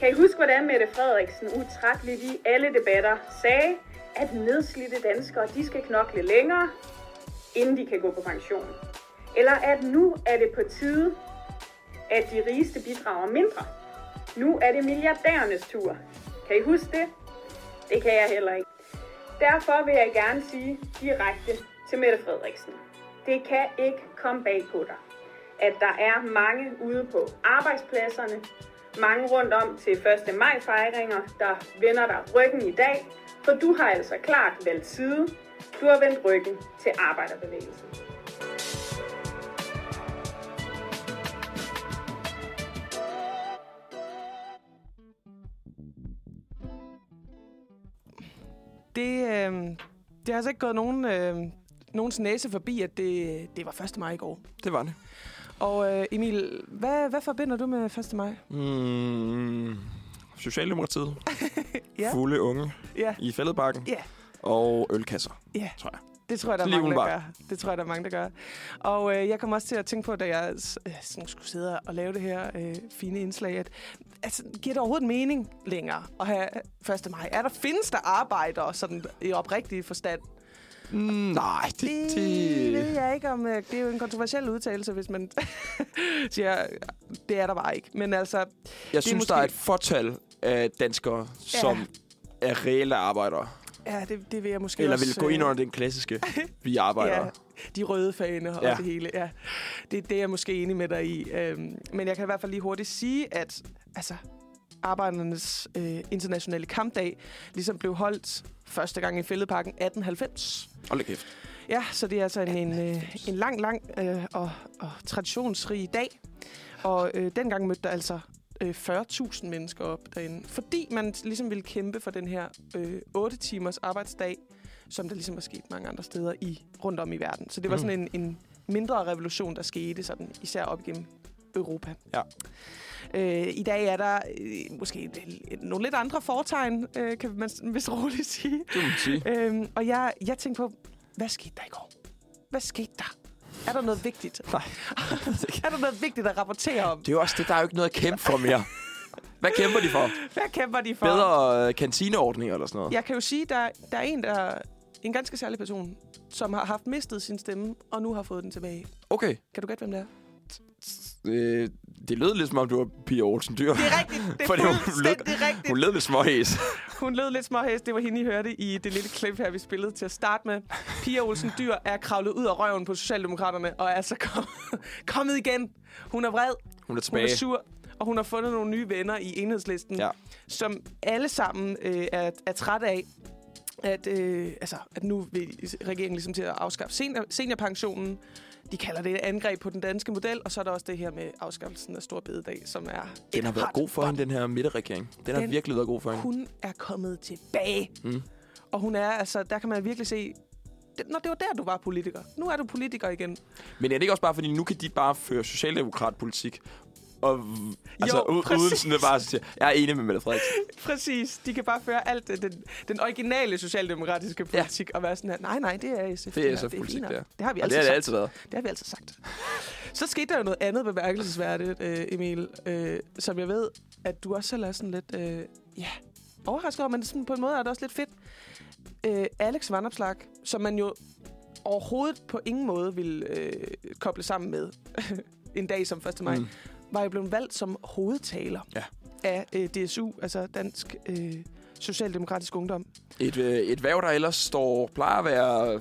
S4: Kan I huske, hvordan Mette Frederiksen utrætteligt i alle debatter sagde, at nedslidte danskere de skal knokle længere, inden de kan gå på pension? Eller at nu er det på tide, at de rigeste bidrager mindre? Nu er det milliardærernes tur. Kan I huske det? Det kan jeg heller ikke. Derfor vil jeg gerne sige direkte til Mette Frederiksen. Det kan ikke komme bag på dig, at der er mange ude på arbejdspladserne, mange rundt om til 1. maj fejringer, der vender dig ryggen i dag, for du har altså klart valgt side. Du har vendt ryggen til arbejderbevægelsen.
S2: Det, øh, det har altså ikke gået nogen, øh, nogens næse forbi, at det, det var 1. maj i går.
S1: Det var det.
S2: Og øh, Emil, hvad, hvad forbinder du med 1. maj?
S1: Mm, Socialdemokratiet.
S2: Ja.
S1: Fulde unge
S2: Ja,
S1: i fældebakken.
S2: Ja.
S1: Og ølkasser,
S2: ja.
S1: tror jeg.
S2: Det tror jeg, der er
S1: Lige
S2: mange, der
S1: umiddelbart.
S2: gør. Det tror jeg, der er mange, der gør. Og øh, jeg kom også til at tænke på, da jeg s- øh, sådan skulle sidde og lave det her øh, fine indslag, at altså, giver det overhovedet mening længere at have 1. maj? Er der, findes der arbejdere sådan, i oprigtig forstand?
S1: Mm, nej, det...
S2: Det, ved
S1: det...
S2: jeg ikke om. øh, Det er jo en kontroversiel udtalelse, hvis man siger, det er der bare ikke. Men altså,
S1: Jeg synes, der er
S2: måske-
S1: et fortal af danskere, ja. som er reelle arbejdere.
S2: ja, det, det vil jeg måske
S1: Eller
S2: også...
S1: vil gå
S2: øh,
S1: ind under den klassiske, vi arbejder.
S2: Ja, de røde faner og
S1: Ja.
S2: det hele. Ja. Det, det er jeg måske enig med dig i. Øhm, men jeg kan i hvert fald lige hurtigt sige, at altså, arbejdernes øh, internationale kampdag ligesom blev holdt første gang i Fældeparken 1890.
S1: Hold da kæft.
S2: Ja, så det er altså en, en, øh, en lang, lang øh, og, og traditionsrig dag. Og øh, dengang mødte der altså øh, 40.000 mennesker op derinde, fordi man ligesom ville kæmpe for den her øh, 8 timers arbejdsdag, som der ligesom var sket mange andre steder i rundt om i verden. Så det var
S1: Mm.
S2: sådan en, en mindre revolution, der skete sådan især op gennem Europa.
S1: Ja.
S2: Øh, I dag er der øh, måske et, et, nogle lidt andre fortegn, øh, kan man sådan vist roligt sige.
S1: Det må man sige.
S2: Øhm, og jeg, jeg tænkte på, hvad skete der i går? Hvad skete der? Er der noget vigtigt?
S1: Nej.
S2: Er der noget vigtigt at rapportere om?
S1: Det er jo også det, der er jo ikke noget at kæmpe for mere. Hvad kæmper de for?
S2: Hvad kæmper de for?
S1: Bedre øh, kantineordninger eller sådan noget?
S2: Jeg kan jo sige, der, der er en, der en ganske særlig person, som har haft mistet sin stemme, og nu har fået den tilbage.
S1: Okay.
S2: Kan du gætte, hvem det er?
S1: Øh, det lød lidt som om, du var Pia Olsen Dyr.
S2: Det er rigtigt. Det er
S1: Fordi hun lød-
S2: fuldstændig rigtigt.
S1: Hun lød lidt småhæs.
S2: Hun lød lidt småhæst. Det var hende, I hørte i det lille klip her, vi spillede til at starte med. Pia Olsen Dyr er kravlet ud af røven på Socialdemokraterne, og er så kom- kommet igen. Hun er vred.
S1: Hun er
S2: Hun
S1: tilbage.
S2: er sur, og hun har fundet nogle nye venner i enhedslisten,
S1: Ja.
S2: som alle sammen øh, er, er trætte af, at, øh, altså, at nu vil regeringen ligesom til at afskaffe senior, seniorpensionen. De kalder det et angreb på den danske model, og så er der også det her med afskaffelsen af Stor Bededag, som er...
S1: Den har været
S2: ret
S1: god for hende, den her midterregering. Den, har
S2: Den-
S1: virkelig været god for hende.
S2: hun er kommet tilbage. Mm. Og hun er, altså, der kan man virkelig se, det, når det var der, du var politiker. Nu er du politiker igen.
S1: Men er det ikke også bare, fordi nu kan de bare føre socialdemokratpolitik? Og, altså, u- uden
S2: præcis.
S1: sådan at bare sige, jeg er enig med Mette Frederiksen.
S2: Præcis. De kan bare føre alt det- den, den originale socialdemokratiske politik ja. og være sådan her, nej, nej, det er SF.
S1: Det er
S2: her.
S1: SF-politik,
S2: fint nok.
S1: det er.
S2: Det har vi
S1: Og
S2: altid,
S1: det har det
S2: sagt.
S1: altid været.
S2: Det har vi altid sagt. Så skete der jo noget andet bemærkelsesværdigt, øh, Emil, øh, som jeg ved, at du også selv er sådan lidt, øh, ja, overrasket over, men sådan på en måde er det også lidt fedt. Øh, Alex Vandopslag, som man jo overhovedet på ingen måde ville øh, koble sammen med en dag som 1. maj, mm. var jo blevet valgt som hovedtaler
S1: Ja.
S2: af øh, DSU, altså Dansk øh, Socialdemokratisk Ungdom.
S1: Et, øh, et værv, der ellers står, plejer at være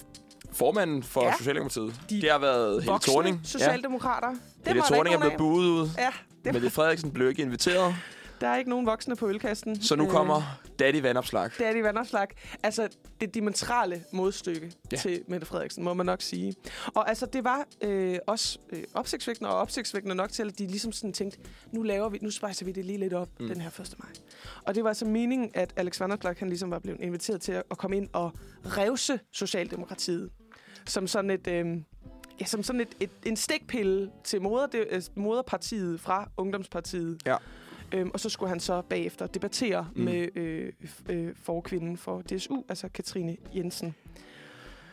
S1: formanden for ja.
S2: Ja.
S1: Socialdemokratiet.
S2: De
S1: det har været Helle
S2: Voksne
S1: Thorning.
S2: Socialdemokrater. Ja.
S1: Helle Thorning er blevet buet ud.
S2: Ja, det
S1: Mette Frederiksen blev ikke inviteret.
S2: Der er ikke nogen voksne på ølkassen.
S1: Så nu
S2: Øh,
S1: kommer Daddy Vandopslag.
S2: Det er de vandopslag. Altså, det dimensionale modstykke
S1: Ja.
S2: ja. til Mette Frederiksen, må man nok sige. Og altså, det var øh, også øh, opsigtsvækkende, og opsigtsvækkende nok til, at de ligesom sådan tænkte, nu laver vi, nu spejser vi det lige lidt op, mm. den her 1. maj. Og det var altså meningen, at Alex Vandopslag, han ligesom var blevet inviteret til at komme ind og revse Socialdemokratiet. Som sådan et... Øh, Ja, som sådan et, et, en stikpille til moder, det, øh, moderpartiet fra Ungdomspartiet.
S1: Ja.
S2: Øhm, og så skulle han så bagefter debattere mm. med øh, f- øh, forkvinden for DSU, altså Katrine Jensen.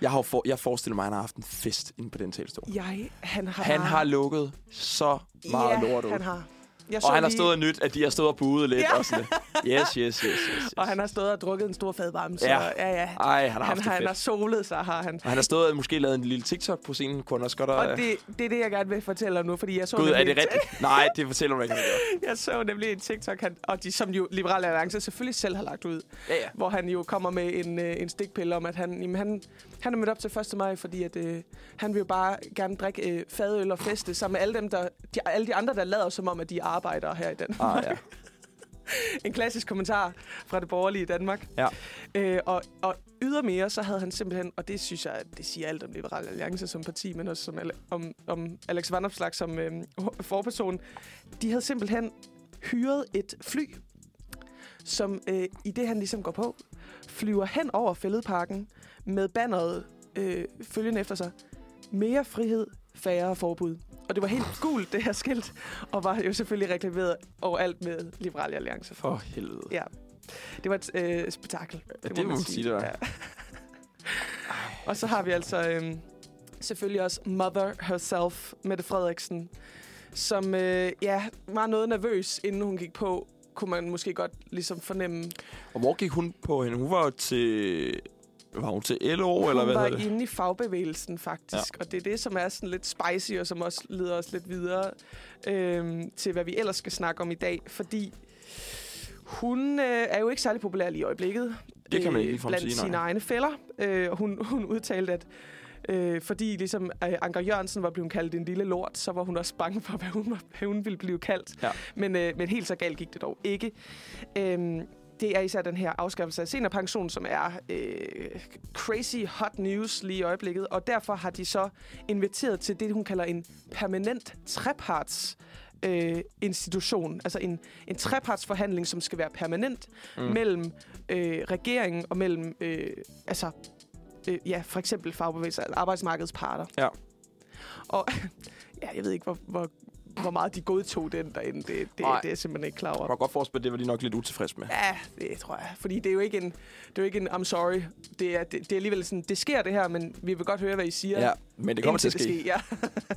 S1: Jeg, har jo for, jeg forestiller mig, at han har haft en fest inde på den telestol.
S2: Jeg, han har...
S1: Han
S2: bare-
S1: har lukket så meget
S2: ja,
S1: lort ud.
S2: han har. Jeg
S1: Og han har
S2: lige-
S1: stået og nyt, at de har stået og budet lidt.
S2: Ja.
S1: Og sådan lidt. Yes, yes, yes, yes, yes.
S2: Og han har stået og drukket en stor fadvarme, så
S1: Ja.
S2: ja, ja. ja.
S1: Ej, han har haft
S2: han,
S1: det
S2: har, han
S1: fedt.
S2: har solet sig, har han.
S1: Og han har stået og måske lavet en lille TikTok på scenen, kunne han også godt have...
S2: Og det, det er det, jeg gerne vil fortælle om nu, fordi jeg så,
S1: Gud,
S2: nemlig,
S1: er det
S2: en-
S1: rigtigt? Nej, det fortæller man ikke. han gjorde.
S2: jeg så nemlig en TikTok, han, og de, som jo Liberale Alliance selvfølgelig selv har lagt ud,
S1: Ja, ja.
S2: hvor han jo kommer med en, øh, en stikpille om, at han, jamen, han, han er mødt op til 1. maj, fordi at, øh, han vil jo bare gerne drikke øh, fadøl og feste sammen med alle, dem, der, de, alle de andre, der lader som om, at de er arbejdere her i
S1: Ah,
S2: Danmark.
S1: ja.
S2: en klassisk kommentar fra det borgerlige Danmark.
S1: Ja.
S2: Øh, og, og ydermere, så havde han simpelthen, og det synes jeg, det siger alt om Liberal Alliance som parti, men også som, Ale- om, om Alex Vandopslag som øh, ho- forperson, de havde simpelthen hyret et fly, som øh, i det, han ligesom går på, flyver hen over fældeparken med banneret øh, følgende efter sig. Mere frihed, færre forbud. Og det var helt gult, det her skilt, og var jo selvfølgelig reklameret overalt med Liberal Alliance.
S1: For helvede.
S2: Ja. Det var et øh, spektakel.
S1: Ja, det må man sige, det var.
S2: og så har vi altså øh, selvfølgelig også Mother herself, Mette Frederiksen, som øh, ja, var noget nervøs, inden hun gik på kunne man måske godt ligesom fornemme.
S1: Og hvor gik hun på hende? Hun var jo til... Var hun til LO, eller
S2: hun
S1: hvad
S2: var
S1: hedder det?
S2: inde i fagbevægelsen, faktisk. Ja. Og det er det, som er sådan lidt spicy, og som også leder os lidt videre øhm, til, hvad vi ellers skal snakke om i dag. Fordi hun øh, er jo ikke særlig populær lige i øjeblikket. øh,
S1: Det kan man ikke ligefrem
S2: blandt
S1: sige, nej.
S2: sine egne fælder. Øh, og hun, hun udtalte, at Øh, fordi ligesom øh, Anker Jørgensen var blevet kaldt en lille lort, så var hun også bange for, hvad hun, var, hvad hun ville blive kaldt.
S1: Ja.
S2: Men, øh, men helt så galt gik det dog ikke. Øhm, det er især den her afskaffelse af seniorpension, som er øh, crazy hot news lige i øjeblikket. Og derfor har de så inviteret til det, hun kalder en permanent treparts øh, institution. Altså en, en trepartsforhandling, som skal være permanent mm. mellem øh, regeringen og mellem øh, altså, øh, ja, for eksempel fagbevægelser eller arbejdsmarkedets parter.
S1: Ja.
S2: Og ja, jeg ved ikke, hvor, hvor, hvor meget de godtog den derinde. Det, det, det
S1: Nej.
S2: er jeg simpelthen ikke klar over.
S1: Man kan godt forestille mig, at det var de nok lidt utilfredse med.
S2: Ja, det tror jeg. Fordi det er jo ikke en, det er jo ikke en I'm sorry. Det er, det, det er alligevel sådan, det sker det her, men vi vil godt høre, hvad I siger.
S1: Ja, men det kommer til at
S2: indtil
S1: ske.
S2: det Ja.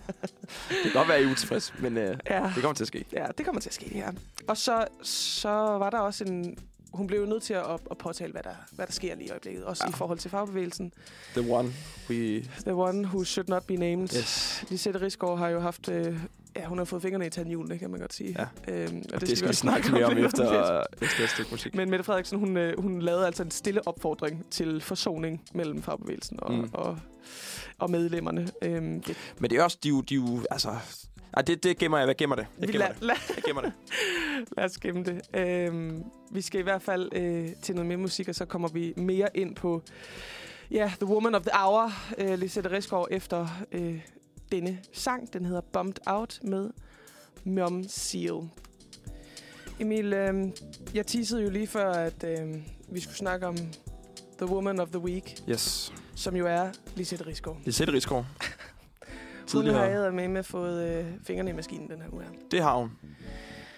S1: Det kan godt være, at I er utilfredse, men øh,
S2: Ja.
S1: det kommer til at ske.
S2: ja, det kommer til at ske, ja. Og så, så var der også en... Hun blev jo nødt til at, at påtale, hvad der, hvad der sker lige i øjeblikket. Også ja. i forhold til fagbevægelsen.
S1: The one we...
S2: The one who should not be named.
S1: Yes.
S2: Lisette Risgaard har jo haft... Øh, ja, hun har fået fingrene i tandhjulene, kan man godt sige.
S1: Ja.
S2: Øhm, og,
S1: Det skal vi
S2: også
S1: snakke mere om
S2: lidt
S1: efter, øh,
S2: lidt.
S1: efter et stykke musik.
S2: Men Mette Frederiksen, hun, øh, hun lavede altså en stille opfordring til forsoning mellem fagbevægelsen og,
S1: Mm.
S2: mm. og, og medlemmerne. Øhm, det,
S1: Men det er også, de er jo, de er jo altså... Ej, det, det gemmer jeg. Hvad gemmer det? Jeg
S2: vi
S1: gemmer
S2: lad,
S1: det.
S2: lad,
S1: Jeg gemmer det.
S2: lad os gemme det. Øhm, vi skal i hvert fald øh, til noget mere musik, og så kommer vi mere ind på ja, The Woman of the Hour, øh, Lisette Risgaard, efter øh, denne sang. Den hedder Bumped Out med Mom Seal. Emil, øh, jeg teasede jo lige før, at øh, vi skulle snakke om The Woman of the Week.
S1: Yes.
S2: som jo er Lisette Risgaard.
S1: Lisette Rigsgaard.
S2: Hun har
S1: Tidligere.
S2: æder med med fået øh, fingrene i maskinen den her uge. her.
S1: Det har hun.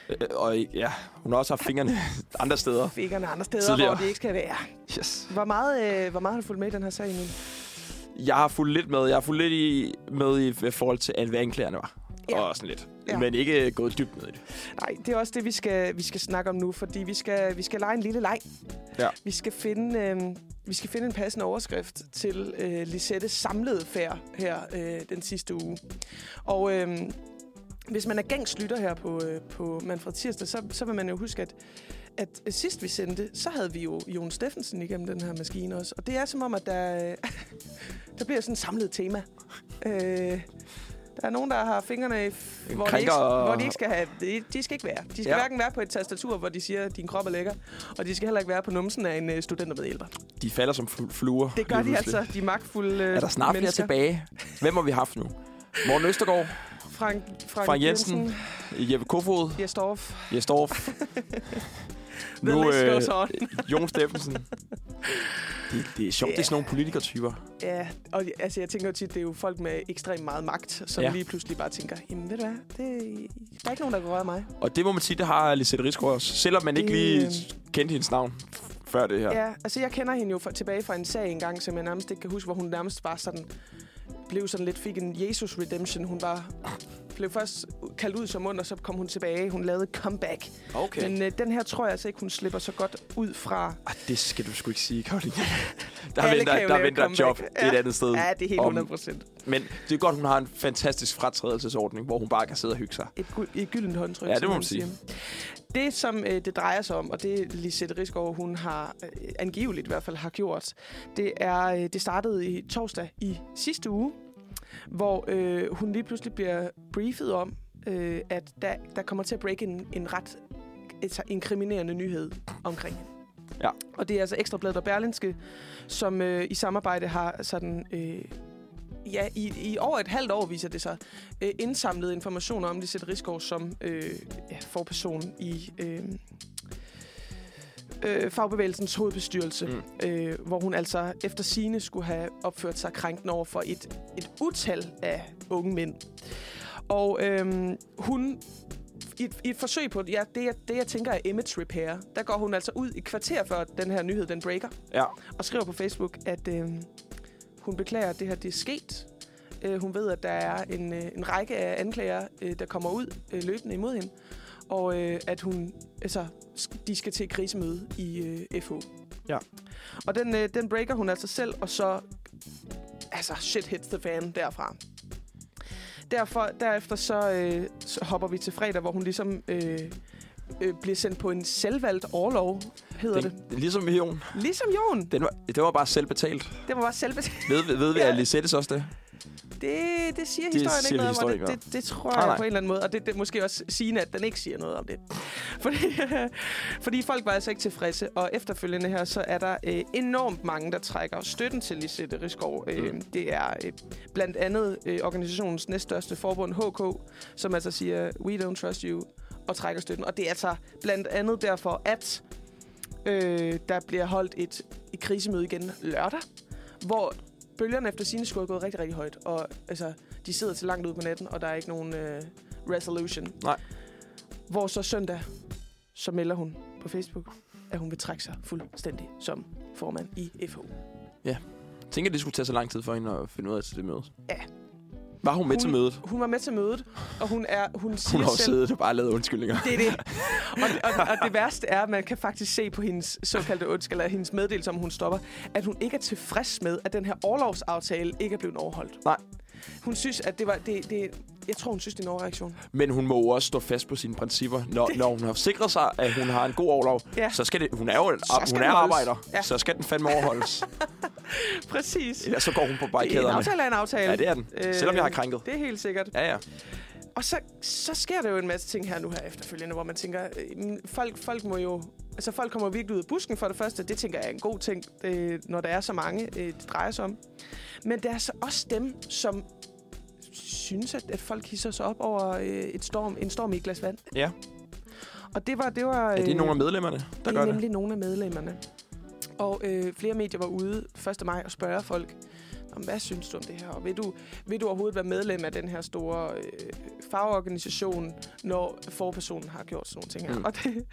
S1: Øh, Og ja, hun har også haft fingrene andre steder.
S2: Fingrene andre steder, Tidligere.
S1: Tidligere.
S2: hvor de ikke skal være.
S1: Yes.
S2: Hvor meget, øh, hvor meget har du fulgt med i den her sag, Emil?
S1: Jeg har fulgt lidt med. Jeg har fulgt lidt i, med i hvad forhold til, at hvad anklagerne var.
S2: Ja.
S1: Ja. Og sådan lidt.
S2: Ja.
S1: Ja. Men ikke gået dybt ned i det.
S2: Nej, det er også det, vi skal, vi skal snakke om nu, fordi vi skal, vi skal lege en lille leg.
S1: Ja.
S2: Vi skal finde, øh, vi skal finde en passende overskrift til øh, Lisettes samlede færd her øh, den sidste uge. Og øh, hvis man er gængs lytter her på, øh, på Manfred Tirsdag, så, så vil man jo huske, at, at sidst vi sendte, så havde vi jo Jon Steffensen igennem den her maskine også. Og det er som om, at der, øh, der bliver sådan et samlet tema. Øh, der er nogen, der har fingrene, i f-
S1: En
S2: hvor, de ikke,
S1: krænker og-
S2: hvor de ikke skal have. De, de skal ikke være. De skal ja.
S1: Ja.
S2: hverken være på et tastatur, hvor de siger, at din krop er lækker, og de skal heller ikke være på numsen af en øh, studentermedhjælper.
S1: De falder som fl- fluer.
S2: Det gør
S1: lige
S2: de
S1: pludselig.
S2: altså, de magtfulde øh,
S1: Er der snart flere
S2: mennesker.
S1: tilbage? Hvem har vi haft nu? Morten Østergaard,
S2: Frank, Frank,
S1: Frank Jensen, Jeppe Kofod,
S2: Jes Dorf.
S1: Jes Dorf.
S2: The list
S1: øh,
S2: goes on.
S1: Jon Steffensen. Det, det er sjovt, yeah. det er sådan nogle politikertyper.
S2: Ja, og jeg- altså, jeg tænker jo tit, det er jo folk med ekstremt meget magt, som ja.
S1: Ja.
S2: lige pludselig bare tænker, jamen ved du hvad, det, der er ikke nogen, der kan røre mig.
S1: Og det må man sige, det har Lisette Rigsgaard også. Selvom man ikke
S2: Det,
S1: lige
S2: øhm,
S1: kendte hendes navn før det her.
S2: Ja. ja, altså jeg kender hende jo fra, tilbage fra en sag engang, som jeg nærmest ikke kan huske, hvor hun nærmest var sådan, blev sådan lidt, fik en Jesus redemption. Hun var, blev først kaldt ud som ond, og så kom hun tilbage. Hun lavede comeback.
S1: Okay.
S2: Men øh, den her tror jeg altså ikke, hun slipper så godt ud fra.
S1: Ah, det skal du sgu ikke sige, Karoline. Der
S2: Alle
S1: venter,
S2: kan jo
S1: der
S2: lave
S1: venter et
S2: comeback.
S1: job. Det er et
S2: Ja.
S1: andet sted.
S2: Ja, det er helt
S1: om-
S2: 100 procent.
S1: Men det er godt, hun har en fantastisk fratrædelsesordning, hvor hun bare kan sidde og hygge sig.
S2: Et, gu- et gyldent håndtryk.
S1: Ja, det
S2: som
S1: må man sige.
S2: siger. Det, som øh, det drejer sig om, og det Lisette Risgaard, hun har øh, angiveligt i hvert fald har gjort, det er øh, det startede i torsdag i sidste uge, hvor øh, hun lige pludselig bliver briefet om, øh, at der, der kommer til at break en, en ret et, en kriminerende nyhed omkring hende.
S1: Ja.
S2: Og det er altså Ekstrabladet og Berlinske, som øh, i samarbejde har sådan... Øh, ja, i, i over et halvt år viser det sig, øh, indsamlet informationer om Lisette Risgaard som øh, ja, forperson i øh, øh, fagbevægelsens hovedbestyrelse, mm. øh, hvor hun altså efter sine skulle have opført sig krænkende over for et, et utal af unge mænd. Og øh, hun i et, i et forsøg på ja, det, jeg, det, jeg tænker er image repair, der går hun altså ud i kvarter før den her nyhed, den breaker,
S1: Ja.
S2: og skriver på Facebook, at øh, hun beklager, at det her det er sket. Øh, hun ved, at der er en, øh, en række af anklager, øh, der kommer ud øh, løbende imod hende, og øh, at hun, altså, sk- de skal til et krisemøde i øh, FH.
S1: Ja.
S2: Og den, øh, den breaker hun altså selv, og så, altså, shit hits the fan derfra. Derfor, derefter så, øh, så hopper vi til fredag, hvor hun ligesom øh, øh, bliver sendt på en selvvalgt overlov hedder det.
S1: Den, ligesom Jon.
S2: Ligesom Jon.
S1: Den var, den var bare selv betalt.
S2: Det var bare selvbetalt.
S1: Ved, ved, ved vi, at Lisettes også det?
S2: Det, det siger historien
S1: siger
S2: ikke noget
S1: historien
S2: om, og
S1: ikke
S2: det, det, det tror
S1: Nej,
S2: jeg
S1: nej.
S2: på en eller anden måde. Og det, det er måske også sigende, at den ikke siger noget om det. Fordi, fordi folk var altså ikke tilfredse, og efterfølgende her, så er der øh, enormt mange, der trækker støtten til Lisette Riskov.
S1: Mm.
S2: Øh, det er øh, blandt andet øh, organisationens næststørste forbund, HK, som altså siger, we don't trust you, og trækker støtten. Og det er altså blandt andet derfor, at øh, der bliver holdt et, et krisemøde igen lørdag, hvor bølgerne efter sine skulle er gået rigtig, rigtig højt. Og altså, de sidder til langt ud på natten, og der er ikke nogen øh, resolution.
S1: Nej.
S2: Hvor så søndag, så melder hun på Facebook, at hun vil trække sig fuldstændig som formand i FH.
S1: Jeg tænker, det skulle tage så lang tid for hende at finde ud af til det møde.
S2: Ja.
S1: Var hun med
S2: Hun-
S1: til mødet?
S2: Hun var med til mødet, og hun, er, hun siger
S1: Hun har jo
S2: selv...
S1: siddet og bare lavet undskyldninger.
S2: Det er det. Og, og, og det værste er, at man kan faktisk se på hendes såkaldte ønske, eller hendes meddelelse, om hun stopper, at hun ikke er tilfreds med, at den her overlovsaftale ikke er blevet overholdt.
S1: Nej.
S2: Hun synes, at det var... Det, det, jeg tror, hun synes, det er en overreaktion.
S1: Men hun må jo også stå fast på sine principper. Når, når hun har sikret sig, at hun har en god overlov,
S2: Ja.
S1: ja. så skal det... Hun er jo en,
S2: Så skal
S1: hun
S2: den
S1: er
S2: holdes.
S1: arbejder,
S2: Ja.
S1: ja. så skal den fandme overholdes.
S2: Præcis.
S1: Ellers så går hun på
S2: Det er en
S1: barrikaderne.
S2: aftale er en aftale. Øhm,
S1: Ja, det er den. Selvom jeg har krænket.
S2: Det er helt sikkert.
S1: Ja, ja.
S2: Og så, så sker der jo en masse ting her nu her efterfølgende, hvor man tænker, øh, men folk, folk må jo... Altså, folk kommer virkelig ud af busken for det første. Det tænker jeg er en god ting, øh, når der er så mange, øh, det drejer sig om. Men der er så også dem, som synes, at, at folk hisser sig op over øh, et storm, en storm i et glas vand.
S1: ja.
S2: Og det var... Det var
S1: Er det
S2: øh,
S1: nogle af medlemmerne, der
S2: det
S1: gør
S2: er
S1: det?
S2: nemlig nogle af medlemmerne. Og øh, flere medier var ude 1. maj og spørge folk, om hvad synes du om det her? Og vil du, vil du overhovedet være medlem af den her store øh, fagorganisation, når forpersonen har gjort sådan nogle ting her? Mm.
S1: Mm.
S2: Og det,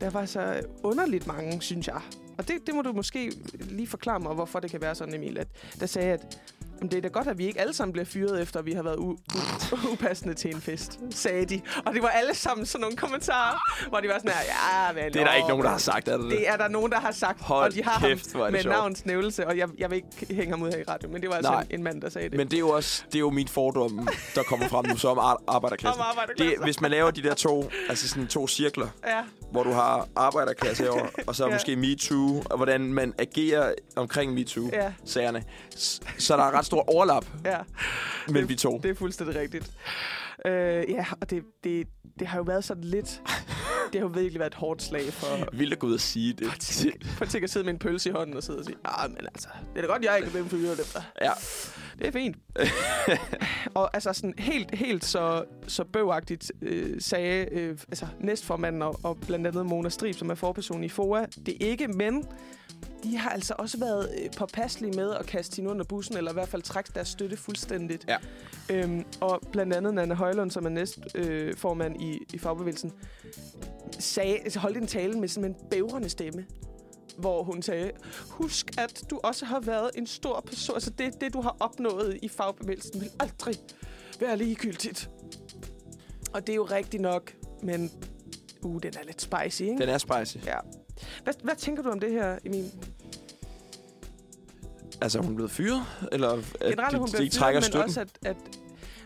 S2: der var så underligt mange, synes jeg. Og det, det må du måske lige forklare mig, hvorfor det kan være sådan, Emil, at der sagde, at "Jamen, det er da godt, at vi ikke alle sammen bliver fyret, efter vi har været u- u- upassende til en fest, sagde de. Og det var alle sammen sådan nogle kommentarer, hvor de var sådan her, ja, vel,
S1: Det er der ikke
S2: åh,
S1: nogen, der har sagt, er det det?
S2: det er der nogen, der har sagt,
S1: Hold
S2: og de har
S1: kæft,
S2: ham
S1: hvor er det
S2: med
S1: sjovt.
S2: navns nævnelse, og jeg, jeg vil ikke hænge ham ud her i radio, men det var altså
S1: Nej.
S2: en, en mand, der sagde det.
S1: Men det er jo også det er jo min fordom, der kommer frem nu, så om ar- arbejderklassen.
S2: Om arbejderklassen.
S1: Det, hvis man laver de der to, altså sådan to cirkler,
S2: ja,
S1: hvor du har arbejderklasse herovre, og så
S2: Ja.
S1: ja. måske MeToo, og hvordan man agerer omkring
S2: Ja.
S1: MeToo-sagerne, S- så der er ret stor overlap
S2: ja,
S1: mellem de to.
S2: det er fuldstændig rigtigt. Øh, ja, og det, det, det har jo været sådan lidt... Det har jo virkelig været et hårdt slag for...
S1: Vildt at gå ud og sige det.
S2: For tænk at sidde med en pølse i hånden og sidde og sige, ah, men altså, det er da godt, jeg ikke er blevet fyret efter.
S1: Ja,
S2: Det er fint. og altså sådan helt, helt så, så bøvagtigt øh, sagde øh, altså, næstformanden og, og blandt andet Mona Strib, som er forperson i FOA, det ikke, men de har altså også været øh, påpasselige med at kaste hende under bussen, eller i hvert fald trække deres støtte fuldstændigt.
S1: Ja.
S2: Øhm, og blandt andet Nanne Højlund, som er næstformand øh, formand i, i fagbevægelsen, sagde, altså holdt en tale med sådan en bævrende stemme hvor hun sagde, husk, at du også har været en stor person. Altså det, det du har opnået i fagbevægelsen, vil aldrig være ligegyldigt. Og det er jo rigtigt nok, men uh, den er lidt spicy, ikke?
S1: den er spicy.
S2: Ja. Hvad, hvad tænker du om det her, Emil?
S1: Altså, er hun blevet fyret? Eller at
S2: Generelt,
S1: de,
S2: at hun
S1: Øh, de
S2: bliver
S1: ikke trækker
S2: fyret, men
S1: støtten?
S2: også, at, at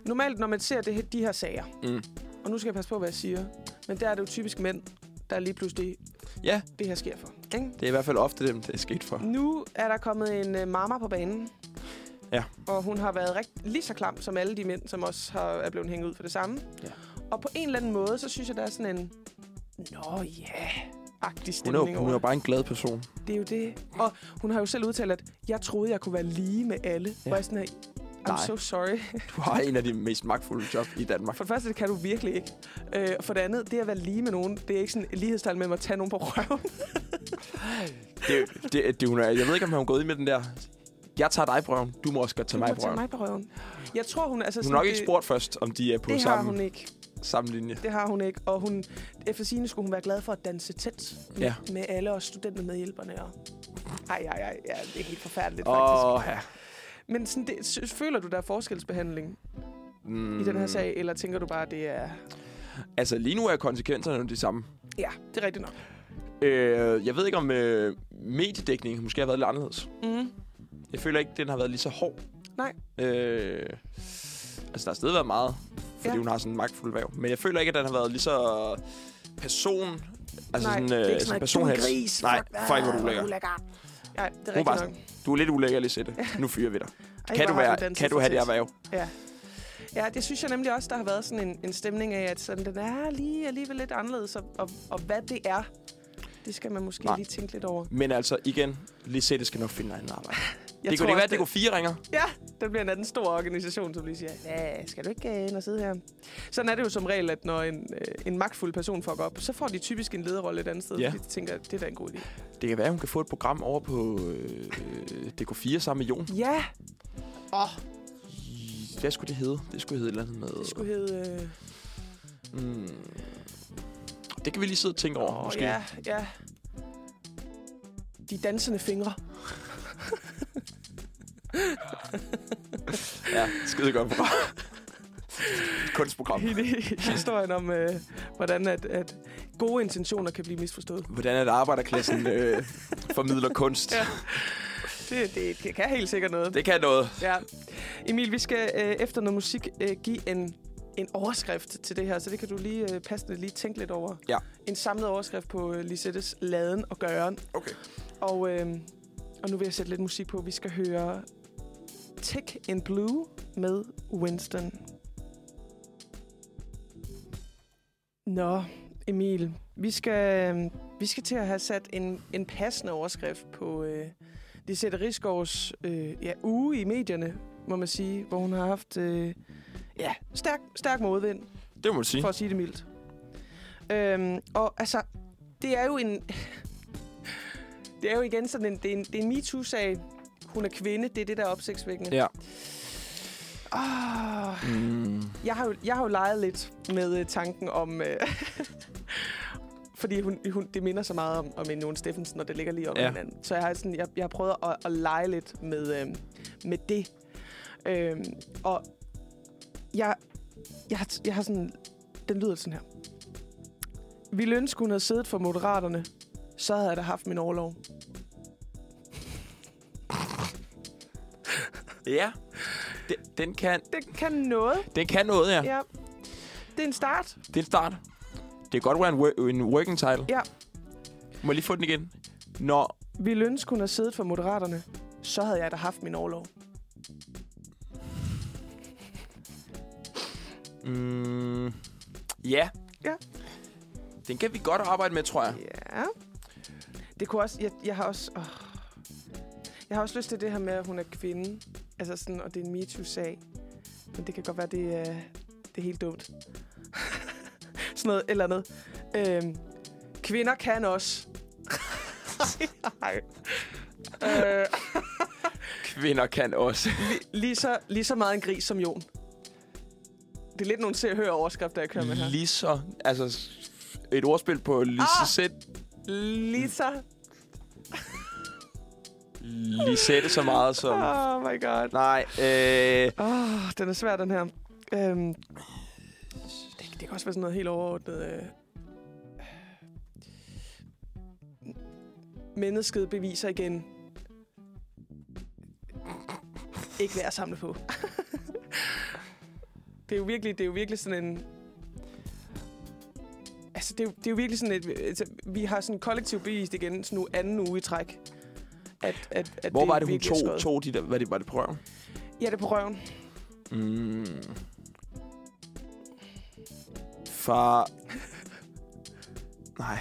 S2: normalt, når man ser det, her- de her sager,
S1: Mm.
S2: og nu skal jeg passe på, hvad jeg siger, men der er det jo typisk mænd, der lige pludselig
S1: Ja,
S2: det her sker for. Ikke?
S1: det er i hvert fald ofte dem, det er sket for.
S2: Nu er der kommet en øh, mamma på banen.
S1: Ja.
S2: Og hun har været rigt- lige så klam som alle de mænd, som også har, er blevet hængt ud for det samme.
S1: Ja.
S2: Og på en eller anden måde, så synes jeg, der er sådan en... Nå ja-agtig
S1: Hun er,
S2: stemning
S1: jo, hun er jo
S2: over.
S1: bare en glad person.
S2: Det er jo det. Og hun har jo selv udtalt, at jeg troede, jeg kunne være lige med alle. Ja.
S1: Ja.
S2: Hvor jeg sådan her, I'm
S1: Nej.
S2: so sorry.
S1: Du har en af de mest magtfulde job i Danmark.
S2: For det første, det kan du virkelig ikke. Øh, og for det andet, det at være lige med nogen, det er ikke sådan et lighedstegn mellem at tage nogen på røven.
S1: Det, det, det, hun er, jeg ved ikke, om hun er gået ind med den der... Jeg tager dig, Brøven. Du må også godt tage
S2: Du må
S1: mig,
S2: tage
S1: Brøven.
S2: mig på røven. Jeg tror, hun... Altså,
S1: Hun
S2: sådan,
S1: har nok ikke
S2: det-
S1: spurgt først, om de er på
S2: Det har hun
S1: samme,
S2: ikke.
S1: samme linje.
S2: Det har hun ikke, og hun, efter sine skulle hun være glad for at danse tæt med, ja.
S1: Ja.
S2: med alle os studenter med hjælperne. Og... Ej, ej, ej, ja, det er helt forfærdeligt
S1: Åh,
S2: faktisk.
S1: oh, ja.
S2: Men sådan, det, s- føler du, der er forskelsbehandling mm. i den her sag, eller tænker du bare, at det er...
S1: Altså, lige nu er konsekvenserne jo de samme.
S2: Ja, det er rigtigt nok.
S1: Øh, jeg ved ikke, om øh, mediedækningen måske har været lidt anderledes.
S2: Mm.
S1: Jeg føler ikke, den har været lige så hård.
S2: Nej.
S1: Øh, altså, der har stadig været meget, fordi
S2: Ja.
S1: ja. hun har sådan en magtfuld værv. Men jeg føler ikke, at den har været lige så person Altså
S2: Nej,
S1: sådan,
S2: det er
S1: øh,
S2: ikke
S1: sådan
S2: sådan,
S1: en personhals. Nej,
S2: ah,
S1: fuck, hvor er du ulækker.
S2: Ja, det er
S1: Hun
S2: rigtigt
S1: var
S2: nok.
S1: sådan, du er lidt ulækker, Lisette. Nu fyrer vi dig.
S2: Ej,
S1: Kan du,
S2: hvor har
S1: være,
S2: danset
S1: kan du
S2: for
S1: have det
S2: tæt.
S1: erhverv?
S2: Ja. ja, det synes jeg nemlig også, der har været sådan en, en stemning af, at sådan, den er lige alligevel lidt anderledes, og, og, og hvad det er, det skal man måske
S1: Nej.
S2: Nej. lige tænke lidt over.
S1: Men altså, igen, Lisette skal nok finde en arbejde.
S2: Jeg
S1: det
S2: tror
S1: kunne det være,
S2: også,
S1: at det kunne fire ringer.
S2: Ja, det bliver en anden stor organisation, som lige siger, ja, skal du ikke øh, ind og sidde her? Sådan er det jo som regel, at når en, øh, en magtfuld person fucker op, så får de typisk en lederrolle et andet sted,
S1: Ja.
S2: fordi de tænker, det er da en god idé.
S1: Det kan være, hun kan få et program over på øh, DK4 sammen med Jon.
S2: Ja,
S1: Hvad skulle det hedde? Det skulle hedde et eller andet med...
S2: det skulle hedde... Øh,
S1: Mm, det kan vi lige sidde og tænke over,
S2: åh,
S1: måske.
S2: Ja, ja. De dansende fingre.
S1: ja skide godt program. Kunstprogram.
S2: hele historien om, øh, hvordan at, at gode intentioner kan blive misforstået.
S1: Hvordan at arbejderklassen øh, formidler kunst.
S2: Ja. Det, det, det kan helt sikkert noget.
S1: Det kan noget.
S2: Ja. Emil, vi skal øh, efter noget musik øh, give en, en overskrift til det her, så det kan du lige øh, passende lige tænke lidt over.
S1: Ja.
S2: En samlet overskrift på øh, Lisettes Laden og Gøren.
S1: Okay.
S2: Og, øh, og nu vil jeg sætte lidt musik på. Vi skal høre Tick in Blue med Winston. Nå, Emil, vi skal, øhm, vi skal til at have sat en, en passende overskrift på øh, Lisette Rigsgaards øh, ja, uge i medierne, må man sige, hvor hun har haft øh, ja, stærk, stærk modvind
S1: Det må du sige.
S2: for at sige det mildt. Øhm, og altså, det er jo en... det er jo igen sådan en, det er en, det er en MeToo-sag. Hun er kvinde, det er det, der er opsigtsvækkende.
S1: Ja.
S2: Oh,
S1: Mm.
S2: jeg, har jo, jeg har jo leget lidt med øh, tanken om... Øh, fordi hun, hun, det minder så meget om, om en Jon Steffensen, og det ligger lige under
S1: Ja.
S2: ja. hinanden. Så jeg har, sådan, jeg, jeg har prøvet at, at lege lidt med, øh, med det. Øh, og jeg, jeg, har, jeg har sådan... Den lyder sådan her. Ville ønske, hun havde siddet for Moderaterne, så havde jeg da haft min overlov.
S1: Ja. Den, den, kan,
S2: Det kan noget.
S1: den kan noget, ja.
S2: Ja. Det er en start.
S1: Det er en start. Det kan godt være en, wor- en working title.
S2: Ja.
S1: Må jeg lige få den igen? Når...
S2: Ville ønske, hun havde siddet for Moderaterne, så havde jeg da haft min overlov.
S1: Mm, ja.
S2: Ja.
S1: Den kan vi godt arbejde med, tror jeg.
S2: Ja. Det kunne også... Jeg, jeg har også... Åh. Jeg har også lyst til det her med, at hun er kvinde. Altså sådan, og det er en MeToo-sag. Men det kan godt være, det er, det er helt dumt. sådan noget eller andet. Øhm, kvinder kan også. Ej. øh,
S1: Kvinder kan også.
S2: lige, så, lige så meget en gris som Jon. Det er lidt nogle til at høre overskrifter, jeg kører med her.
S1: Lige så... Altså, s- et ordspil på
S2: Ah!
S1: Lisette.
S2: Lige så...
S1: Lisette så meget som...
S2: Oh my god.
S1: Nej, øh,
S2: Åh, oh, den er svær, den her. Øhm, det, det kan også være sådan noget helt overordnet. Øh. Mennesket beviser igen. Ikke værd at samle på. det, er jo virkelig, det er jo virkelig sådan en... Altså, det er, jo, det er jo virkelig sådan et... Altså, vi har sådan kollektivt bevist igen, sådan nu anden uge i træk. At, at, at
S1: hvor var det, hun
S2: virkelig er
S1: tog,
S2: skøjet.
S1: tog de der... Hvad det, var det på røven?
S2: Ja, det er på røven.
S1: Mm. Far... Nej.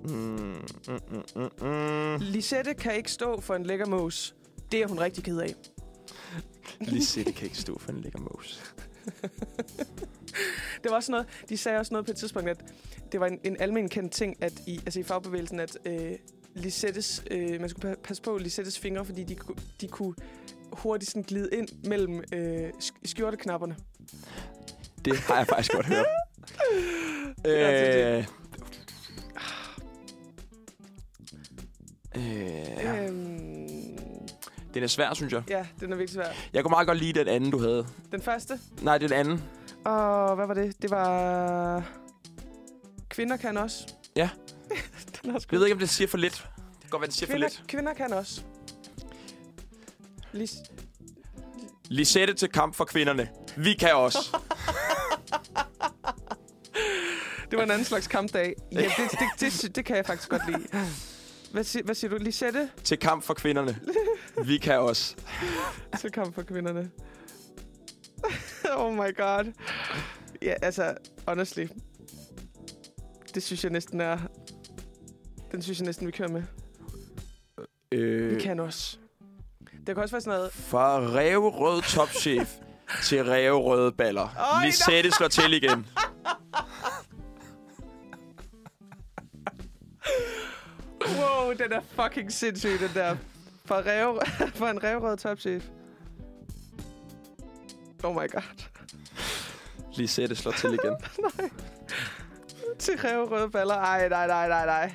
S1: Mm, mm, mm, mm, mm.
S2: Lisette kan ikke stå for en lækker mos. Det er hun rigtig ked af.
S1: Lisette kan ikke stå for en lækker mos.
S2: Det var også noget, de sagde også noget på et tidspunkt, at det var en, en almen kendt ting, at i, altså i fagbevægelsen, at øh, Lisettes, øh, man skulle pa- passe på Lisettes fingre, fordi de, ku- de kunne hurtigt sådan glide ind mellem øh, sk- skjorteknapperne.
S1: Det har jeg faktisk godt hørt.
S2: er altså
S1: øh... ah. Øh, ja.
S2: Øhm,
S1: Den er svær, synes jeg.
S2: ja, den er virkelig svær.
S1: Jeg kunne meget godt lide den anden, du havde.
S2: Den første,
S1: Nej, den anden.
S2: og hvad var det? Det var... Kvinder kan også.
S1: Ja.
S2: den er også
S1: Jeg
S2: god.
S1: ved ikke, om det siger for lidt. Det kan godt være, det siger for
S2: Kvinder,
S1: lidt.
S2: kvinder kan også. Lis-
S1: Lisette til kamp for kvinderne. Vi kan også.
S2: Det var en anden slags kampdag. Ja, det, det, det, det, det kan jeg faktisk godt lide. Hvad, si- hvad siger du? Lisette
S1: Til kamp for kvinderne. Vi kan også.
S2: til kamp for kvinderne. oh my god. Ja, altså, honestly. Det synes jeg næsten er... Den synes jeg næsten, vi kører med.
S1: Øh,
S2: Vi kan også. Der kan også være sådan noget...
S1: Fra ræverød topchef til ræverøde baller.
S2: nej.
S1: Lisette slår til igen.
S2: Wow, den er fucking sindssyg, den der. Fra, ræve, fra en ræverød topchef. Oh my god.
S1: Lisette slår til igen.
S2: Til ræverøde baller. Ej, nej, nej, nej, nej.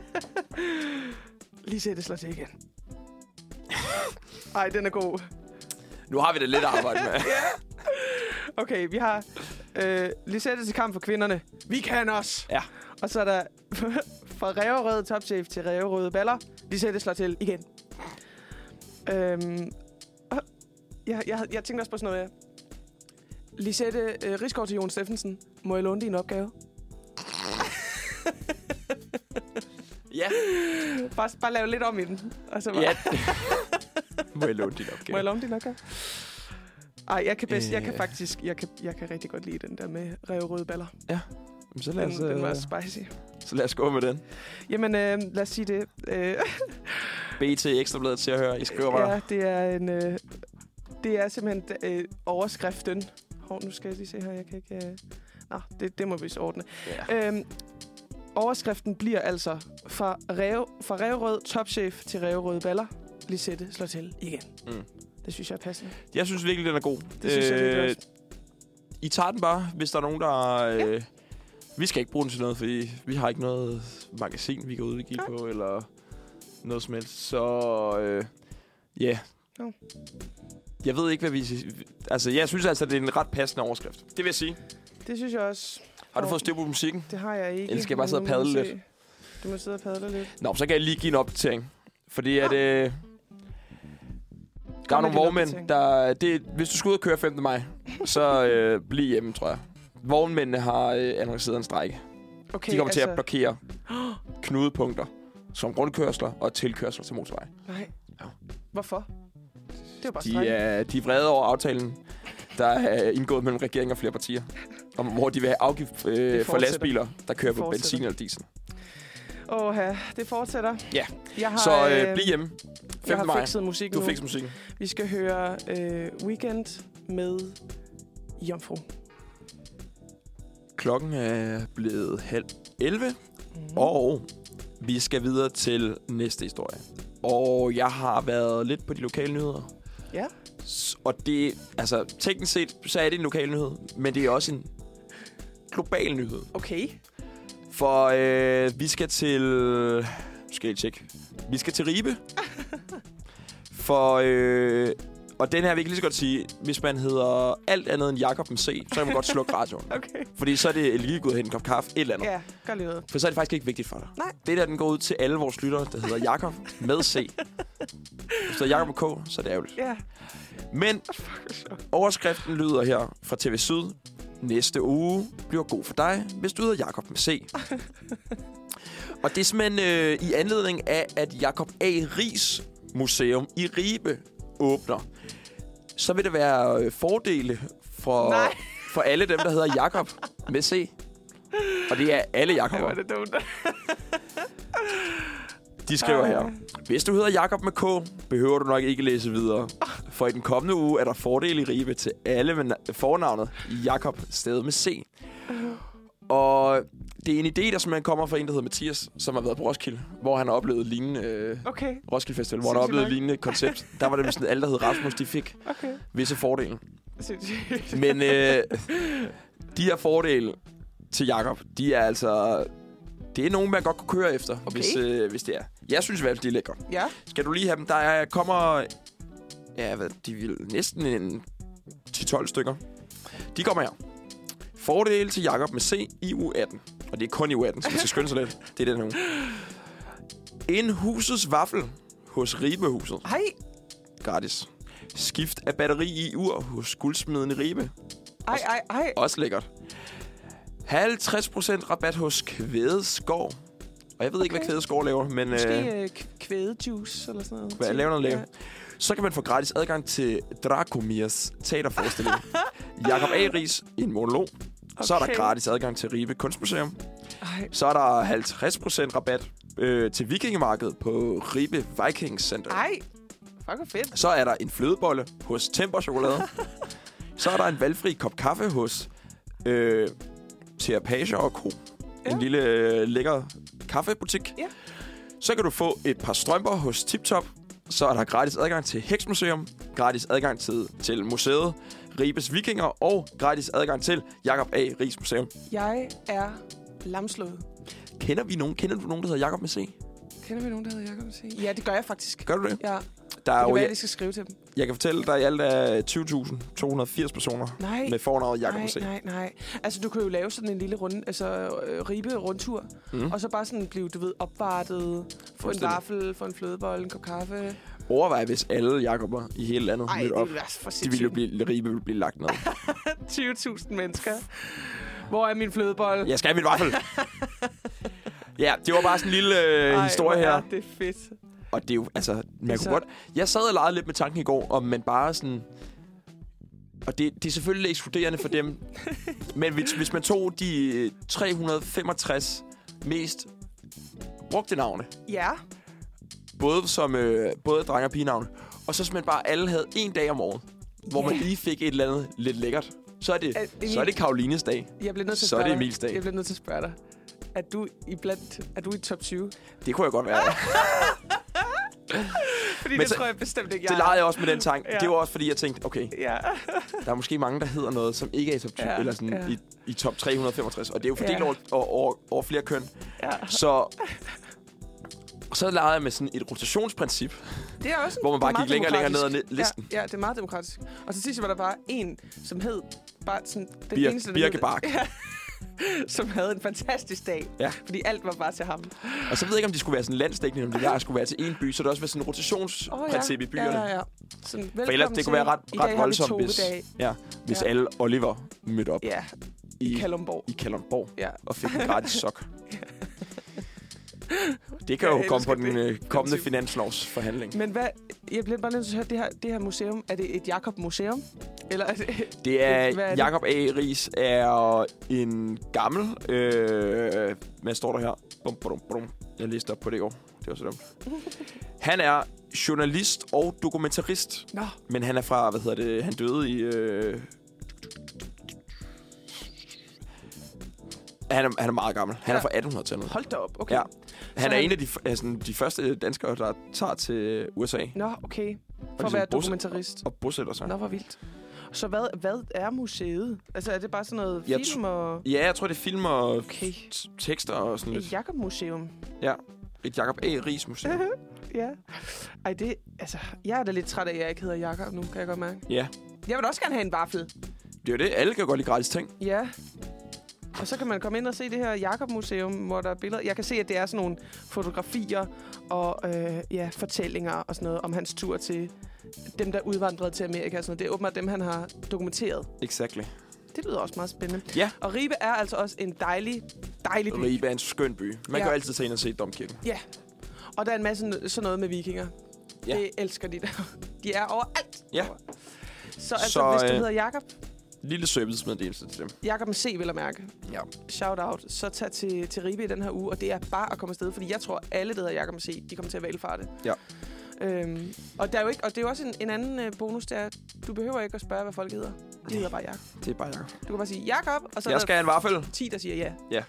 S2: Lige se, det slår til igen. Ej, den er god.
S1: Nu har vi det lidt at arbejde med.
S2: Okay, vi har øh, Lisette til kamp for kvinderne. Vi kan også!
S1: Ja.
S2: Og så er der fra ræverøde topchef til ræverøde baller. Lisette slår til igen. Øhm, og jeg, jeg, jeg tænkte også på sådan noget. Ja. Lisette øh, Rigsgaard til Jon Steffensen. Må jeg låne din opgave?
S1: Ja.
S2: Bare, bare lave lidt om i den. Og så bare,
S1: ja. Må jeg låne din
S2: Må jeg
S1: opgave?
S2: låne din opgave? Ej, jeg kan, bedst, jeg kan
S1: Øh.
S2: faktisk, jeg kan, jeg kan rigtig godt lide den der med ræverøde baller.
S1: Jamen, Så lad,
S2: Den,
S1: os,
S2: den var
S1: øh,
S2: spicy.
S1: så lad os gå med den.
S2: Jamen, øh, lad os sige det. Øh,
S1: BT Ekstrabladet til at høre. I skriver bare.
S2: ja, det er en... Øh, det er simpelthen øh, overskriften. Hov, nu skal jeg lige se her. Jeg kan ikke... Øh... Nå, det, det må vi så ordne.
S1: Ja.
S2: Øhm, overskriften bliver altså fra, ræve, fra ræverød topchef til ræverøde baller. Lisette slår til igen.
S1: Mm.
S2: Det synes jeg er passende.
S1: Jeg synes virkelig, den er god.
S2: Det synes jeg
S1: Øh,
S2: er lidt
S1: I tager den bare, hvis der er nogen, der... Øh, vi skal ikke bruge den til noget, fordi vi har ikke noget magasin, vi kan udgive på, eller noget som helst. Så øh, ja. Yeah.
S2: Jo.
S1: Jeg ved ikke, hvad vi... Altså, jeg synes altså, det er en ret passende overskrift. Det vil jeg sige.
S2: Det synes jeg også.
S1: Har du
S2: Og-
S1: fået styr på musikken?
S2: Det har jeg ikke.
S1: Ellers skal jeg bare
S2: men
S1: sidde og
S2: nu må vi
S1: padle
S2: se. Du må sidde og padle lidt.
S1: Nå, så kan jeg lige give en opdatering. Fordi at... Øh, der er
S2: med
S1: nogle
S2: din
S1: vognmænd,
S2: opdatering.
S1: der... Det, hvis du skal ud og køre 15. maj, så øh, bliv hjemme, tror jeg. Vognmændene har øh, annonceret en strejke.
S2: Okay, altså-
S1: De kommer til at blokere knudepunkter som rundkørsler og tilkørsler til motorvej.
S2: Nej.
S1: Ja.
S2: Hvorfor? Det var bare
S1: De
S2: strejke.
S1: er, de er vrede over aftalen, der er øh, indgået mellem regeringen og flere partier, om hvor de vil have afgift øh, for
S2: fortsætter.
S1: lastbiler, der kører
S2: Det
S1: på
S2: fortsætter.
S1: benzin eller diesel.
S2: Åh, ja, det fortsætter.
S1: Ja.
S2: Jeg har,
S1: Så øh, bliv hjemme. 5.
S2: Jeg har
S1: maj.
S2: fikset musik
S1: Du
S2: nu.
S1: fik musikken.
S2: Vi skal høre øh, Weekend med Jomfru.
S1: Klokken er blevet halv 11, og vi skal videre til næste historie. Og jeg har været lidt på de lokale nyheder.
S2: Ja.
S1: S- Og det, altså teknisk set, så er det en lokal nyhed, men det er også en global nyhed.
S2: Okay.
S1: For øh, vi skal til... Nu skal jeg tjekke. Vi skal til Ribe. For... Øh, og den her vil jeg ikke lige så godt sige, hvis man hedder alt andet end Jakob med C, så kan man godt slukke radioen.
S2: Okay.
S1: Fordi så er det lige gået hen en kop kaffe, et eller andet.
S2: Ja, gør lige noget.
S1: For så er det faktisk ikke vigtigt for dig.
S2: Nej.
S1: Det der, den går ud til alle vores lyttere, der hedder Jakob med C. Hvis der er Jakob med K, så er det ærgerligt.
S2: Ja.
S1: Men overskriften lyder her fra TV Syd. Næste uge bliver god for dig, hvis du hedder Jakob med C. Og det er simpelthen øh, i anledning af, at Jakob A. Ries Museum i Ribe åbner. Så vil der være øh, fordele for,
S2: Nej.
S1: for alle dem, der hedder Jakob med C. Og det er alle
S2: Ej,
S1: Jakober.
S2: var det dumt.
S1: De skriver
S2: Ej.
S1: her. Hvis du hedder Jakob med K, behøver du nok ikke læse videre. For i den kommende uge er der fordel i Ribe til alle med na- fornavnet Jakob sted med C. Og det er en idé, der simpelthen kommer fra en, der hedder Mathias, som har været på Roskilde, hvor han har oplevet lignende... Øh,
S2: Okay,
S1: Roskilde Festival, hvor han har
S2: Sindssygt
S1: oplevet
S2: nok.
S1: lignende koncept. Der var det vist sådan, alle, der hed Rasmus, de fik
S2: okay.
S1: visse fordele.
S2: Sindssygt.
S1: Men øh, de her fordele til Jakob, de er altså... Det er nogen, man godt kunne køre efter, okay. hvis, øh, hvis det er. Jeg synes i hvert fald, de er lækre.
S2: Ja.
S1: Skal du lige have dem? Der er, kommer... Ja, hvad, de vil næsten en 10-12 stykker. De kommer her. Fordel til Jakob med C i U18. Og det er kun i U18, så man skal skynde sig lidt. Det er den uge. En husets vaffel hos Ribehuset.
S2: Ej,
S1: Gratis. Skift af batteri i ur hos guldsmeden i Ribe.
S2: ej, ej, ej.
S1: Også lækkert. 50% rabat hos Kvædeskov. Og jeg ved ikke, hvad
S2: Okay.
S1: Kvædeskov laver, men... øh,
S2: Måske øh, k- kvædejuice eller sådan noget.
S1: Hvad
S2: Til-
S1: laver noget
S2: Ja.
S1: lave? Så kan man få gratis adgang til Dracomirs teaterforestilling. Jakob A. Ries i en monolog. Okay. Så er der
S2: Okay.
S1: gratis adgang til Ribe Kunstmuseum.
S2: Ej,
S1: Så er der 50% rabat øh, til vikingemarkedet på Ribe Vikings Center.
S2: ej. Fuck, hvor fedt.
S1: Så er der en flødebolle hos Temper Chokolade. så er der en valgfri kop kaffe hos øh, Thea Page og Co. Ja.
S2: Ja.
S1: En lille øh, lækker kaffebutik.
S2: Ja.
S1: Så kan du få et par strømper hos TipTop. Så er der gratis adgang til Heksmuseum, gratis adgang til, til museet Ribes Vikinger og gratis adgang til Jakob A. Ries Museum.
S2: Jeg er lamslået.
S1: Kender vi nogen? Kender du nogen, der hedder Jakob med C?
S2: Kender vi nogen, der hedder Jacob at sige? Ja, det gør jeg faktisk.
S1: Gør du det?
S2: Ja,
S1: Der
S2: det
S1: er
S2: kan
S1: jo,
S2: være,
S1: jeg,
S2: at jeg skal skrive til dem.
S1: jeg kan fortælle, der i alt er 20.280 personer
S2: Nej.
S1: med fornavnet Jakob
S2: nej,
S1: med C.
S2: nej, nej. Altså, du kan jo lave sådan en lille runde, altså øh, ribe rundtur, mm. og så bare sådan blive, du ved, opvartet, få en
S1: Fuldstændig.
S2: vaffel, få en flødebolle, en kop kaffe. Ej,
S1: Overvej, hvis alle Jakober i hele landet
S2: det
S1: mødte op.
S2: ville være for
S1: De ville jo
S2: sindssygt.
S1: blive, Ribe ville blive lagt ned.
S2: 20.000 mennesker. Hvor er min flødebolle?
S1: Jeg skal have min vaffel. ja, det var bare sådan en lille øh,
S2: Ej,
S1: historie
S2: hvor
S1: her.
S2: Er det er fedt.
S1: Og det er jo, altså, man kunne
S2: så-
S1: godt... Jeg sad og legede lidt med tanken i går, om man bare sådan... Og det, det er selvfølgelig ekskluderende for dem. men hvis, hvis man tog de øh, 365 mest brugte navne,
S2: Ja,
S1: både som øh, både drenge og pigenavne, og så simpelthen bare alle havde en dag om året, hvor man lige fik et eller andet lidt lækkert. Så er det,
S2: Er
S1: det
S2: det
S1: så er det
S2: min-
S1: Karolines dag.
S2: jeg bliver nødt til at
S1: Så er det
S2: spørge dig.
S1: Emils dag.
S2: Jeg bliver nødt til at spørge dig. Er du i, blandt, er du i top 20?
S1: Det kunne jeg godt være.
S2: Fordi
S1: Men
S2: det
S1: så-
S2: tror jeg bestemt ikke, jeg
S1: Det
S2: er.
S1: legede jeg også med den tanke.
S2: Ja.
S1: Det var også fordi, jeg tænkte, okay,
S2: Ja.
S1: der er måske mange, der hedder noget, som ikke er i top, 20, ja.
S2: Ja,
S1: eller sådan ja.
S2: ja.
S1: i, i top 365. Og det er jo fordelt ja.
S2: Ja.
S1: over, over, over, over flere køn.
S2: ja.
S1: Så, så legede jeg med sådan et rotationsprincip.
S2: Det er også
S1: Hvor man bare
S2: meget
S1: gik længere og længere ned ad
S2: demokratisk.
S1: li- listen.
S2: Ja, ja, det er meget demokratisk. Og til sidst var der bare en, som hed bare sådan, den
S1: Bir-
S2: eneste, der
S1: Birke
S2: hed-
S1: Bak.
S2: Ja, som havde en fantastisk dag.
S1: Ja.
S2: Fordi alt var bare til ham.
S1: Og så ved jeg ikke, om de skulle være sådan landsdækkende, om det jeg skulle være til en by. Så det også var sådan et rotationsprincip i byerne.
S2: Ja, ja, ja. Sådan,
S1: For ellers det kunne være ret, ret voldsomt,
S2: hvis...
S1: hvis,
S2: Dag.
S1: ja, hvis ja.
S2: Ja.
S1: alle Oliver mødte op
S2: Ja,
S1: i,
S2: i Kalundborg.
S1: i Kalundborg
S2: Ja.
S1: og fik en gratis sok. Det kan jo
S2: jeg
S1: komme på
S2: elsker
S1: den
S2: det.
S1: øh, kommende
S2: Princip.
S1: finanslovsforhandling.
S2: Men hvad, jeg bliver bare nødt til at høre, det her, det her museum, er det et Jakob-museum? Eller er det,
S1: Det
S2: Hvad
S1: er,
S2: er det?
S1: Jakob A. Ries er en gammel... Øh, hvad står der her? Bum, bum, bum. Jeg læste op på det i går. Det var så dumt. Han er journalist og dokumentarist.
S2: Nå,
S1: Men han er fra, hvad hedder det, han døde i... Øh... Han, er, han er meget gammel. Han ja. er
S2: Ja.
S1: fra 1800-tallet.
S2: hold da op, okay.
S1: Ja. Han
S2: Så
S1: er
S2: han-
S1: en af de, f- altså, de første danskere, der tager til USA
S2: Nå, okay. For at
S1: ligesom
S2: være
S1: bos-
S2: dokumentarist.
S1: og bosætter sig.
S2: Nå, hvor vildt. Så hvad, hvad er museet? Altså, er det bare sådan noget
S1: Jeg
S2: jeg film og...
S1: Ja, jeg tror, det er film og okay.
S2: Okay.
S1: tekster og sådan
S2: Et
S1: lidt.
S2: Jakob Museum.
S1: Ja. Et Jacob A. Ries museum.
S2: Ja. Ej, det... Altså, jeg er da lidt træt af, at jeg ikke hedder Jakob nu, kan jeg godt mærke.
S1: ja.
S2: Jeg vil også gerne have en vaffel.
S1: Det er jo det. Alle kan godt lide gratis ting.
S2: Ja. Og så kan man komme ind og se det her Jakob Museum, hvor der er billeder. Jeg kan se, at det er sådan nogle fotografier og øh, ja, fortællinger og sådan noget om hans tur til dem, der udvandrede til Amerika og sådan noget. Det er åbenbart dem, han har dokumenteret.
S1: Exactly.
S2: Det lyder også meget spændende.
S1: Ja.
S2: Og Ribe er altså også en dejlig, dejlig by.
S1: Ribe er en skøn by. Man ja.
S2: Ja.
S1: kan jo altid tage ind og se Domkirken.
S2: Ja. Og der er en masse n- sådan noget med vikinger.
S1: Ja.
S2: Ja. Det elsker de der. De er overalt.
S1: Ja.
S2: Så altså,
S1: Så,
S2: så, hvis du
S1: øh,
S2: hedder Jakob,
S1: Lille servicemeddelelse til dem.
S2: Jakob med C vil jeg mærke,
S1: Ja.
S2: shout out, så tag til, til Ribe i den her uge, og det er bare at komme afsted, fordi jeg tror, alle, der hedder Jakob med C, de kommer til at valgfarte.
S1: Ja.
S2: Øhm, og, der er jo ikke, og det er jo også en, en anden øh, bonus, der du behøver ikke at spørge, hvad folk hedder. De hedder bare Jakob.
S1: Det er bare Jacob.
S2: Du kan bare sige Jakob, og så er
S1: Jeg
S2: der
S1: skal have en vaffel.
S2: 10, der siger ja.
S1: Ja.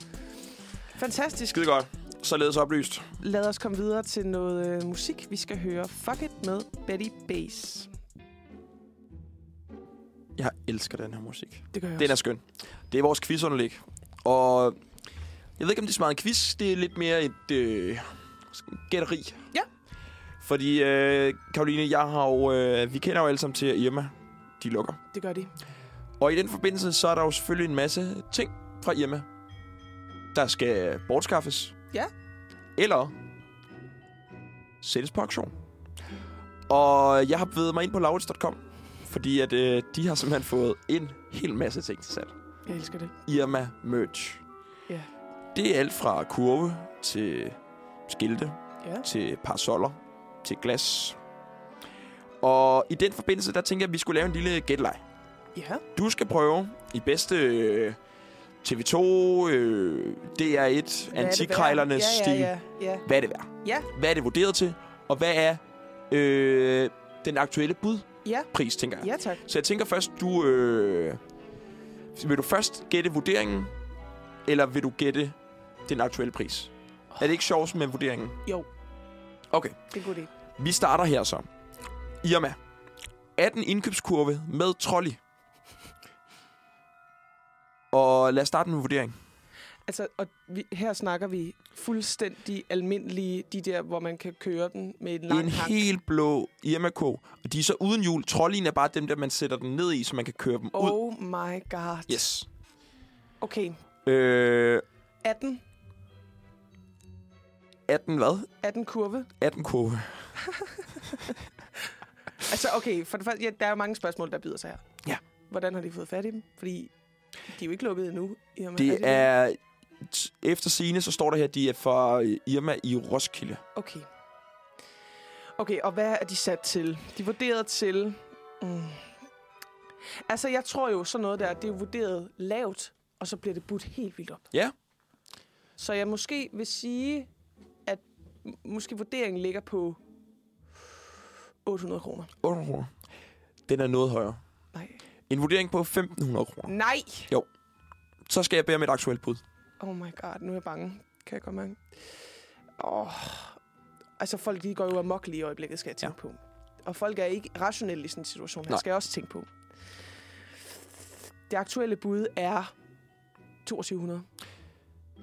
S2: Fantastisk.
S1: Skide godt. Således oplyst.
S2: Lad os komme videre til noget øh, musik. Vi skal høre Fuck It med Betty Bass.
S1: Jeg elsker den her musik.
S2: Det gør jeg
S1: Den er skøn. Det er vores quizunderlæg. Og jeg ved ikke, om det er så meget en quiz. Det er lidt mere et øh, gætteri.
S2: Ja.
S1: Fordi, øh, Karoline, jeg har jo, øh, vi kender jo alle sammen til, at Irma, de lukker.
S2: Det gør de.
S1: Og i den forbindelse, så er der jo selvfølgelig en masse ting fra Irma, der skal bortskaffes.
S2: Ja.
S1: Eller sættes på auktion. Og jeg har bevæget mig ind på lavets.com, fordi at, øh, de har simpelthen fået en hel masse ting til salg.
S2: Jeg elsker det.
S1: Irma merch. Det er alt fra kurve til skilte,
S2: Ja.
S1: til parasoller, til glas. Og i den forbindelse, der tænker jeg, at vi skulle lave en lille gætleg.
S2: Ja.
S1: Du skal prøve i bedste øh, TV2, øh, DR1,
S2: Hvad er det
S1: antikrejlernes
S2: værd?
S1: stil.
S2: Ja, ja, ja.
S1: Hvad er det værd?
S2: Ja,
S1: Hvad er det vurderet til? Og hvad er øh, den aktuelle budpris,
S2: ja,
S1: tænker jeg?
S2: ja tak.
S1: Så jeg tænker først, du... Øh, vil du først gætte vurderingen, eller vil du gætte den aktuelle pris? Er det ikke sjovt med vurderingen?
S2: Jo,
S1: Okay,
S2: det er en god idé.
S1: vi starter her så. Irma, er den indkøbskurve med trolley? Og lad os starte med vurdering.
S2: Altså, og vi, her snakker vi fuldstændig almindelige, de der, hvor man kan køre den med en lang
S1: en
S2: hank.
S1: helt blå Irma K. Og de er så uden hjul. Trolleyen er bare dem, der man sætter den ned i, så man kan køre dem ud.
S2: Oh my god.
S1: Yes.
S2: Okay,
S1: Øh,
S2: 18.
S1: er den hvad?
S2: 18 kurve.
S1: Er den kurve?
S2: Altså, okay, for det første, ja, der er jo mange spørgsmål, der bider sig her.
S1: Ja.
S2: Hvordan har de fået fat i dem? Fordi de er jo ikke lukket endnu. i og med-
S1: Det
S2: Altså,
S1: er... t- Efter sine så står der her, at de er fra øh, Irma i Roskilde.
S2: Okay. Okay, og hvad er de sat til? De er vurderet til... Mm. Altså, jeg tror jo, sådan noget der, det er jo vurderet lavt, og så bliver det budt helt vildt op.
S1: Ja.
S2: Så jeg måske vil sige, at m- måske vurderingen ligger på 800 kroner.
S1: 800 kroner. Den er noget højere.
S2: Nej.
S1: En vurdering på 1.500 kroner.
S2: Nej!
S1: Så skal jeg bede om et aktuelt bud.
S2: Oh my god, nu er jeg bange. Kan jeg godt mærke. Åh. Altså, folk de går jo amok lige i øjeblikket, skal jeg tænke ja. på. Og folk er ikke rationelle i sådan en situation. Her
S1: Nej.
S2: skal jeg også tænke på. Det aktuelle bud er 2200.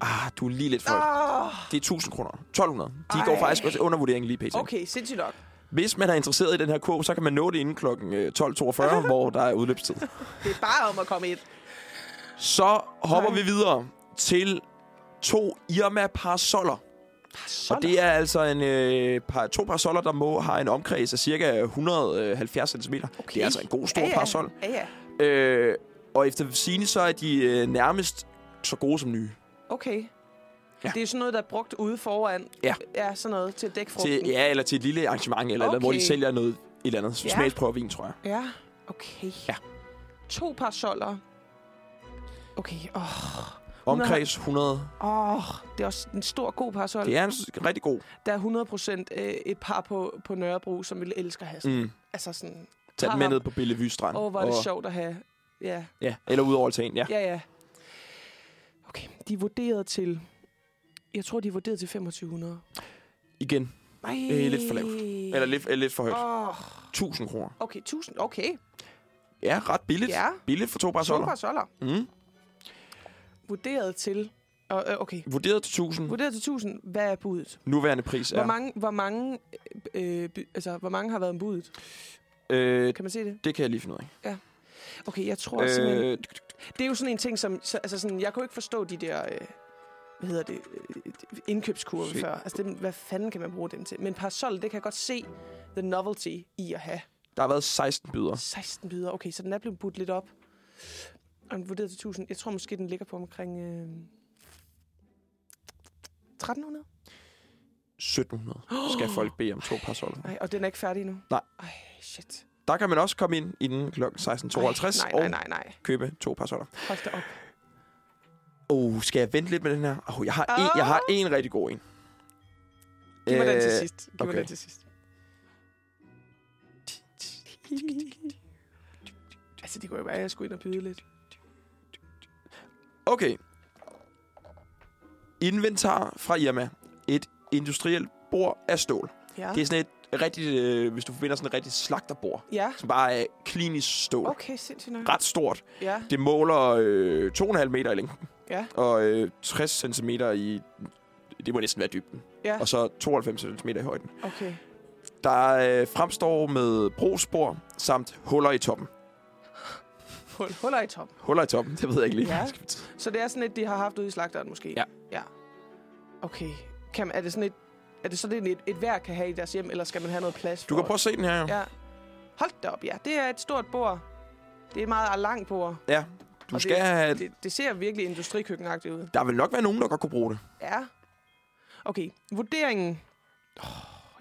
S1: Ah, du er lige lidt for højt.
S2: Oh,
S1: Det er 1000 kroner. 1200. De Ej.
S2: Ej.
S1: går faktisk også under vurderingen lige pt. Okay.
S2: okay, sindssygt nok.
S1: Hvis man er interesseret i den her kurv, så kan man nå det inden kl. 12.42, hvor der er udløbstid.
S2: Det er bare om at komme ind.
S1: Så hopper
S2: Ej.
S1: Ej. vi videre til to Irma parasoller. Og det er altså en, øh, par, to parasoller, der må har en omkreds af cirka 170 cm. Okay. Det er altså en god stor
S2: ja,
S1: ja,
S2: ja.
S1: parasol.
S2: Ja, ja.
S1: Øh, og efter sigende, så er de øh, nærmest så gode som nye.
S2: Okay. Ja.
S1: Ja.
S2: Det er sådan noget, der er brugt ude foran.
S1: Ja.
S2: Ja, sådan noget til at dække frugten.
S1: Til, ja, eller til et lille arrangement, eller, okay. eller hvor
S2: Okay.
S1: de sælger noget et eller andet.
S2: Ja.
S1: Ja. Smagsprøver vin, tror jeg.
S2: Ja, okay.
S1: Ja.
S2: To parasoller. Okay, åh,
S1: Omkreds 100.
S2: oh, åh, oh, det er også en stor, god parasol.
S1: Det er en s- rigtig god.
S2: Der er 100 procent øh, et par på, på Nørrebro, som ville elske at have sådan.
S1: Mm.
S2: Altså sådan,
S1: Tag den
S2: Har
S1: med
S2: ham.
S1: ned på Bellevue Strand.
S2: åh, oh, hvor er det sjovt at have. Ja,
S1: Ja, eller ud over altan, ja. ja.
S2: ja, ja. Okay, de er vurderet til... Jeg tror, de er vurderet til 2500.
S1: Igen.
S2: Nej.
S1: Øh, lidt for lavt. Eller lidt, øh, lidt for højt.
S2: Åh,
S1: 1000 kroner.
S2: okay, 1000. Okay,
S1: Ja, ret billigt.
S2: Ja.
S1: Billigt for to
S2: to
S1: parasoller.
S2: parasoller.
S1: Mm.
S2: Vurderet til... Og, øh, okay,
S1: Vurderet til 1000.
S2: vurderet til 1000. Hvad er budet?
S1: Nuværende pris
S2: Hvor
S1: er...
S2: mange, hvor mange, øh, by- altså, hvor mange har været om budet?
S1: Øh,
S2: Kan man se det?
S1: det kan jeg lige finde ud af.
S2: Okay, jeg tror øh, simpelthen...
S1: Øh,
S2: Det er jo sådan en ting, som... Så, altså sådan, jeg kunne ikke forstå de der... Øh, hvad hedder det? øh, Indkøbskurve
S1: Se.
S2: før. Altså, dem, hvad fanden kan man bruge dem til? Men parasol, det kan jeg godt se the novelty i at have.
S1: der har været 16 byder.
S2: 16 videre. Okay, så den er blevet budt lidt op. Og den er vurderet til 1000. Jeg tror måske, den ligger på omkring... Øh, 1300?
S1: 1700 skal folk bede om to parasoller.
S2: Nej, og den er ikke færdig endnu.
S1: Nej.
S2: Ej, shit.
S1: Der kan man også komme ind inden kl. 16.52
S2: Ej, nej, nej,
S1: og
S2: nej, nej.
S1: købe to parasoller.
S2: Hold da op.
S1: Oh, skal jeg vente lidt med den her? Oh, jeg, har
S2: Åh.
S1: en, jeg har en rigtig god en.
S2: Ah. Giv mig den til
S1: Øh,
S2: sidst. Giv mig
S1: okay.
S2: den til sidst. Altså, det kunne jo være, at jeg skulle ind og byde lidt.
S1: Okay. Inventar fra Irma. Et industrielt bord af stål.
S2: Ja.
S1: Det er sådan et rigtigt, øh, hvis du forbinder sådan et rigtigt slagterbord,
S2: Ja.
S1: som bare er klinisk stål. Okay.
S2: Okay, sindssygt nok.
S1: Ret stort.
S2: Ja,
S1: Det måler øh, 2,5 meter i længden
S2: ja,
S1: og øh, 60 cm i... Det må næsten være dybden.
S2: Ja.
S1: Og så 92 cm i højden.
S2: okay.
S1: Der øh, fremstår med brospor samt huller i toppen.
S2: Hul, huller i top.
S1: Huller i toppen, det ved jeg ikke lige.
S2: Ja.
S1: hvad det skal betyde.
S2: Så det er sådan et, de har haft ude i slagteren måske?
S1: Ja.
S2: Ja. Okay. Kan, er det sådan et, er det sådan et, et hver kan have i deres hjem, eller skal man have noget plads
S1: Du
S2: for
S1: kan prøve at se den her. jo.
S2: Ja. Hold da op, ja. Det er et stort bord. Det er et meget langt bord.
S1: ja. Du
S2: Og
S1: skal
S2: det,
S1: have...
S2: det, det ser virkelig industrikøkkenagtigt ud.
S1: Der vil nok være nogen, der godt kunne bruge det.
S2: Ja. Okay, vurderingen. Oh,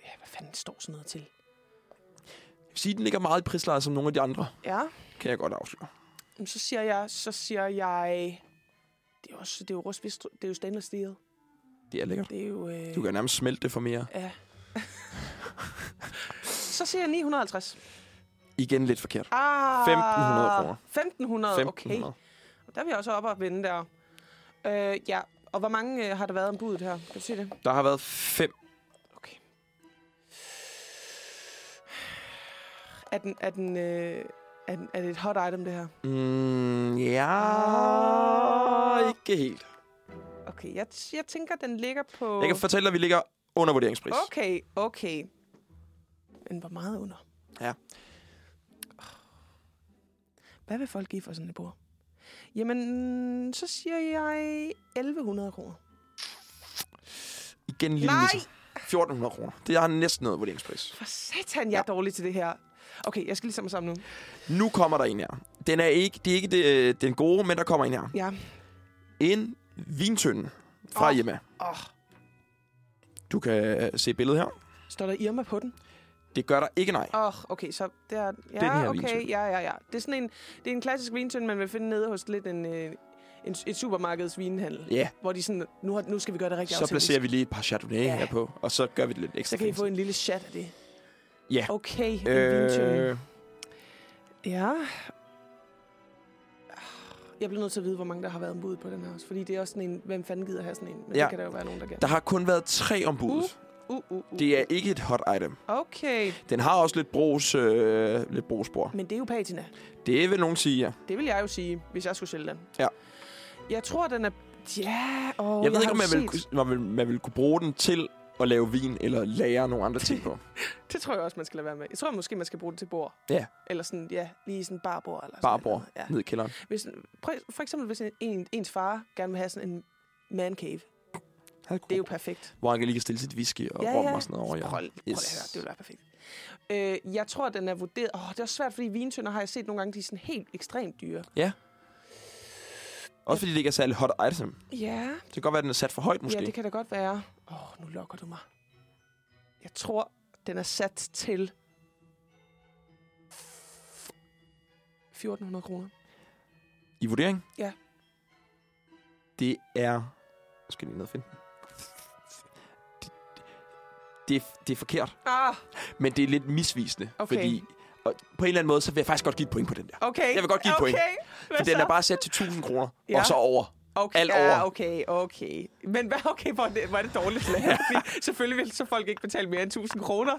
S2: ja, hvad fanden står sådan noget til?
S1: Jeg vil sige, den ligger meget i prislaget som nogle af de andre.
S2: Ja,
S1: Kan jeg godt afsløre.
S2: Jamen, så siger jeg, så siger jeg... Det er, også, det er jo rustvis, det er jo stainless steel.
S1: Det er lækkert.
S2: Det er jo... Øh,
S1: Du kan nærmest smelte det for mere.
S2: ja. så siger jeg 950.
S1: Igen lidt forkert.
S2: Ah,
S1: 1500 kroner.
S2: 1500, okay.
S1: 1500.
S2: Der er vi også oppe og vende der. Øh, ja, og hvor mange øh, har der været om budet her? Kan du se det?
S1: Der har været fem.
S2: Okay. Er, den, er, den, øh, er, den, er det et hot item, det her?
S1: Mm, ja,
S2: Ah.
S1: ikke helt.
S2: Okay, jeg, jeg tænker, den ligger på...
S1: Jeg kan fortælle dig, at vi ligger under vurderingspris.
S2: Okay, okay. Men hvor meget under?
S1: Ja.
S2: Hvad vil folk give for sådan et bord? Jamen, så siger jeg 1100 kroner.
S1: Igen en lille
S2: Nej!
S1: misser. 1400 kroner. Det har næsten noget vurderingspris.
S2: For satan, jeg er dårlig til det her. Okay, jeg skal lige sammen sammen nu.
S1: Nu kommer der en her. Den er ikke, det er ikke det, den gode, men der kommer en her.
S2: Ja.
S1: En vintønde fra
S2: Åh.
S1: oh. Irma.
S2: Åh,
S1: Du kan øh, se billedet her.
S2: står der Irma på den?
S1: Det gør der ikke nej.
S2: Åh, oh, okay, så det er... Ja,
S1: Den her
S2: okay,
S1: vintønde.
S2: ja, ja, ja. Det er sådan en, det er en klassisk vintønde, man vil finde nede hos lidt en, øh, en, et supermarkeds vinhandel.
S1: Ja,
S2: Hvor de sådan, nu, har, nu skal vi gøre det rigtig
S1: så
S2: autentisk.
S1: placerer vi lige et par chardonnay
S2: Ja.
S1: ja. her på, og så gør vi det lidt ekstra.
S2: Så kan I
S1: fancy.
S2: få en lille chat af det.
S1: Ja.
S2: Okay, en vintønde.
S1: øh,
S2: Ja. Jeg bliver nødt til at vide, hvor mange der har været ombud på den her også. Fordi det er også sådan en, hvem fanden gider have sådan en? Men ja.
S1: Ja.
S2: det kan der jo være nogen, der gør.
S1: der har kun været tre ombud.
S2: Uh. Uh, uh, uh.
S1: Det er ikke et hot item.
S2: Okay,
S1: Den har også lidt bros, øh, lidt brosbor.
S2: men det er jo patina.
S1: Det vil nogen sige, ja.
S2: Det vil jeg jo sige, hvis jeg skulle sælge den.
S1: Ja.
S2: Jeg tror, den er... Ja, og
S1: Jeg ved ikke, om man
S2: man
S1: vil, man, vil, man vil kunne bruge den til at lave vin eller lære nogle andre ting på.
S2: Det tror jeg også, man skal lade være med. Jeg tror måske, man skal bruge det til bord.
S1: Ja.
S2: Eller sådan, ja, lige sådan barbord. Eller sådan
S1: Barbord
S2: noget. Ja.
S1: ned i kælderen.
S2: Hvis, prøv, for eksempel, hvis en, en, ens far gerne vil have sådan en man cave. Det er jo perfekt.
S1: Hvor han kan lige stille sit whisky og ja, rom og sådan noget over. Ja.
S2: Prøv, prøv lige at høre, det ville være perfekt. Øh, jeg tror, den er vurderet... Åh, det er også svært, fordi vintønder har jeg set nogle gange, de er sådan helt ekstremt dyre.
S1: Også fordi det ikke er særlig hot item.
S2: Ja,
S1: Det kan godt være, at den er sat for højt måske.
S2: ja det kan da godt være. Åh, nu lokker du mig. Jeg tror, den er sat til... 1400 kroner.
S1: I vurdering?
S2: Ja.
S1: Det er... Nu skal jeg lige ned og finde den. Det, det, det er forkert,
S2: Ah,
S1: men det er lidt misvisende.
S2: Okay.
S1: Fordi og på en eller anden måde, så vil jeg faktisk godt give et point på den der.
S2: okay.
S1: Jeg vil godt give et
S2: okay.
S1: point.
S2: Hvad
S1: For den
S2: så?
S1: er bare sat til 1000 kroner,
S2: Ja.
S1: og så over.
S2: Okay,
S1: alt
S2: ja,
S1: over.
S2: okay, okay. Men hvad, okay, hvor er det, hvor er det dårligt lavet? Fordi selvfølgelig vil så folk ikke betale mere end 1000 kroner.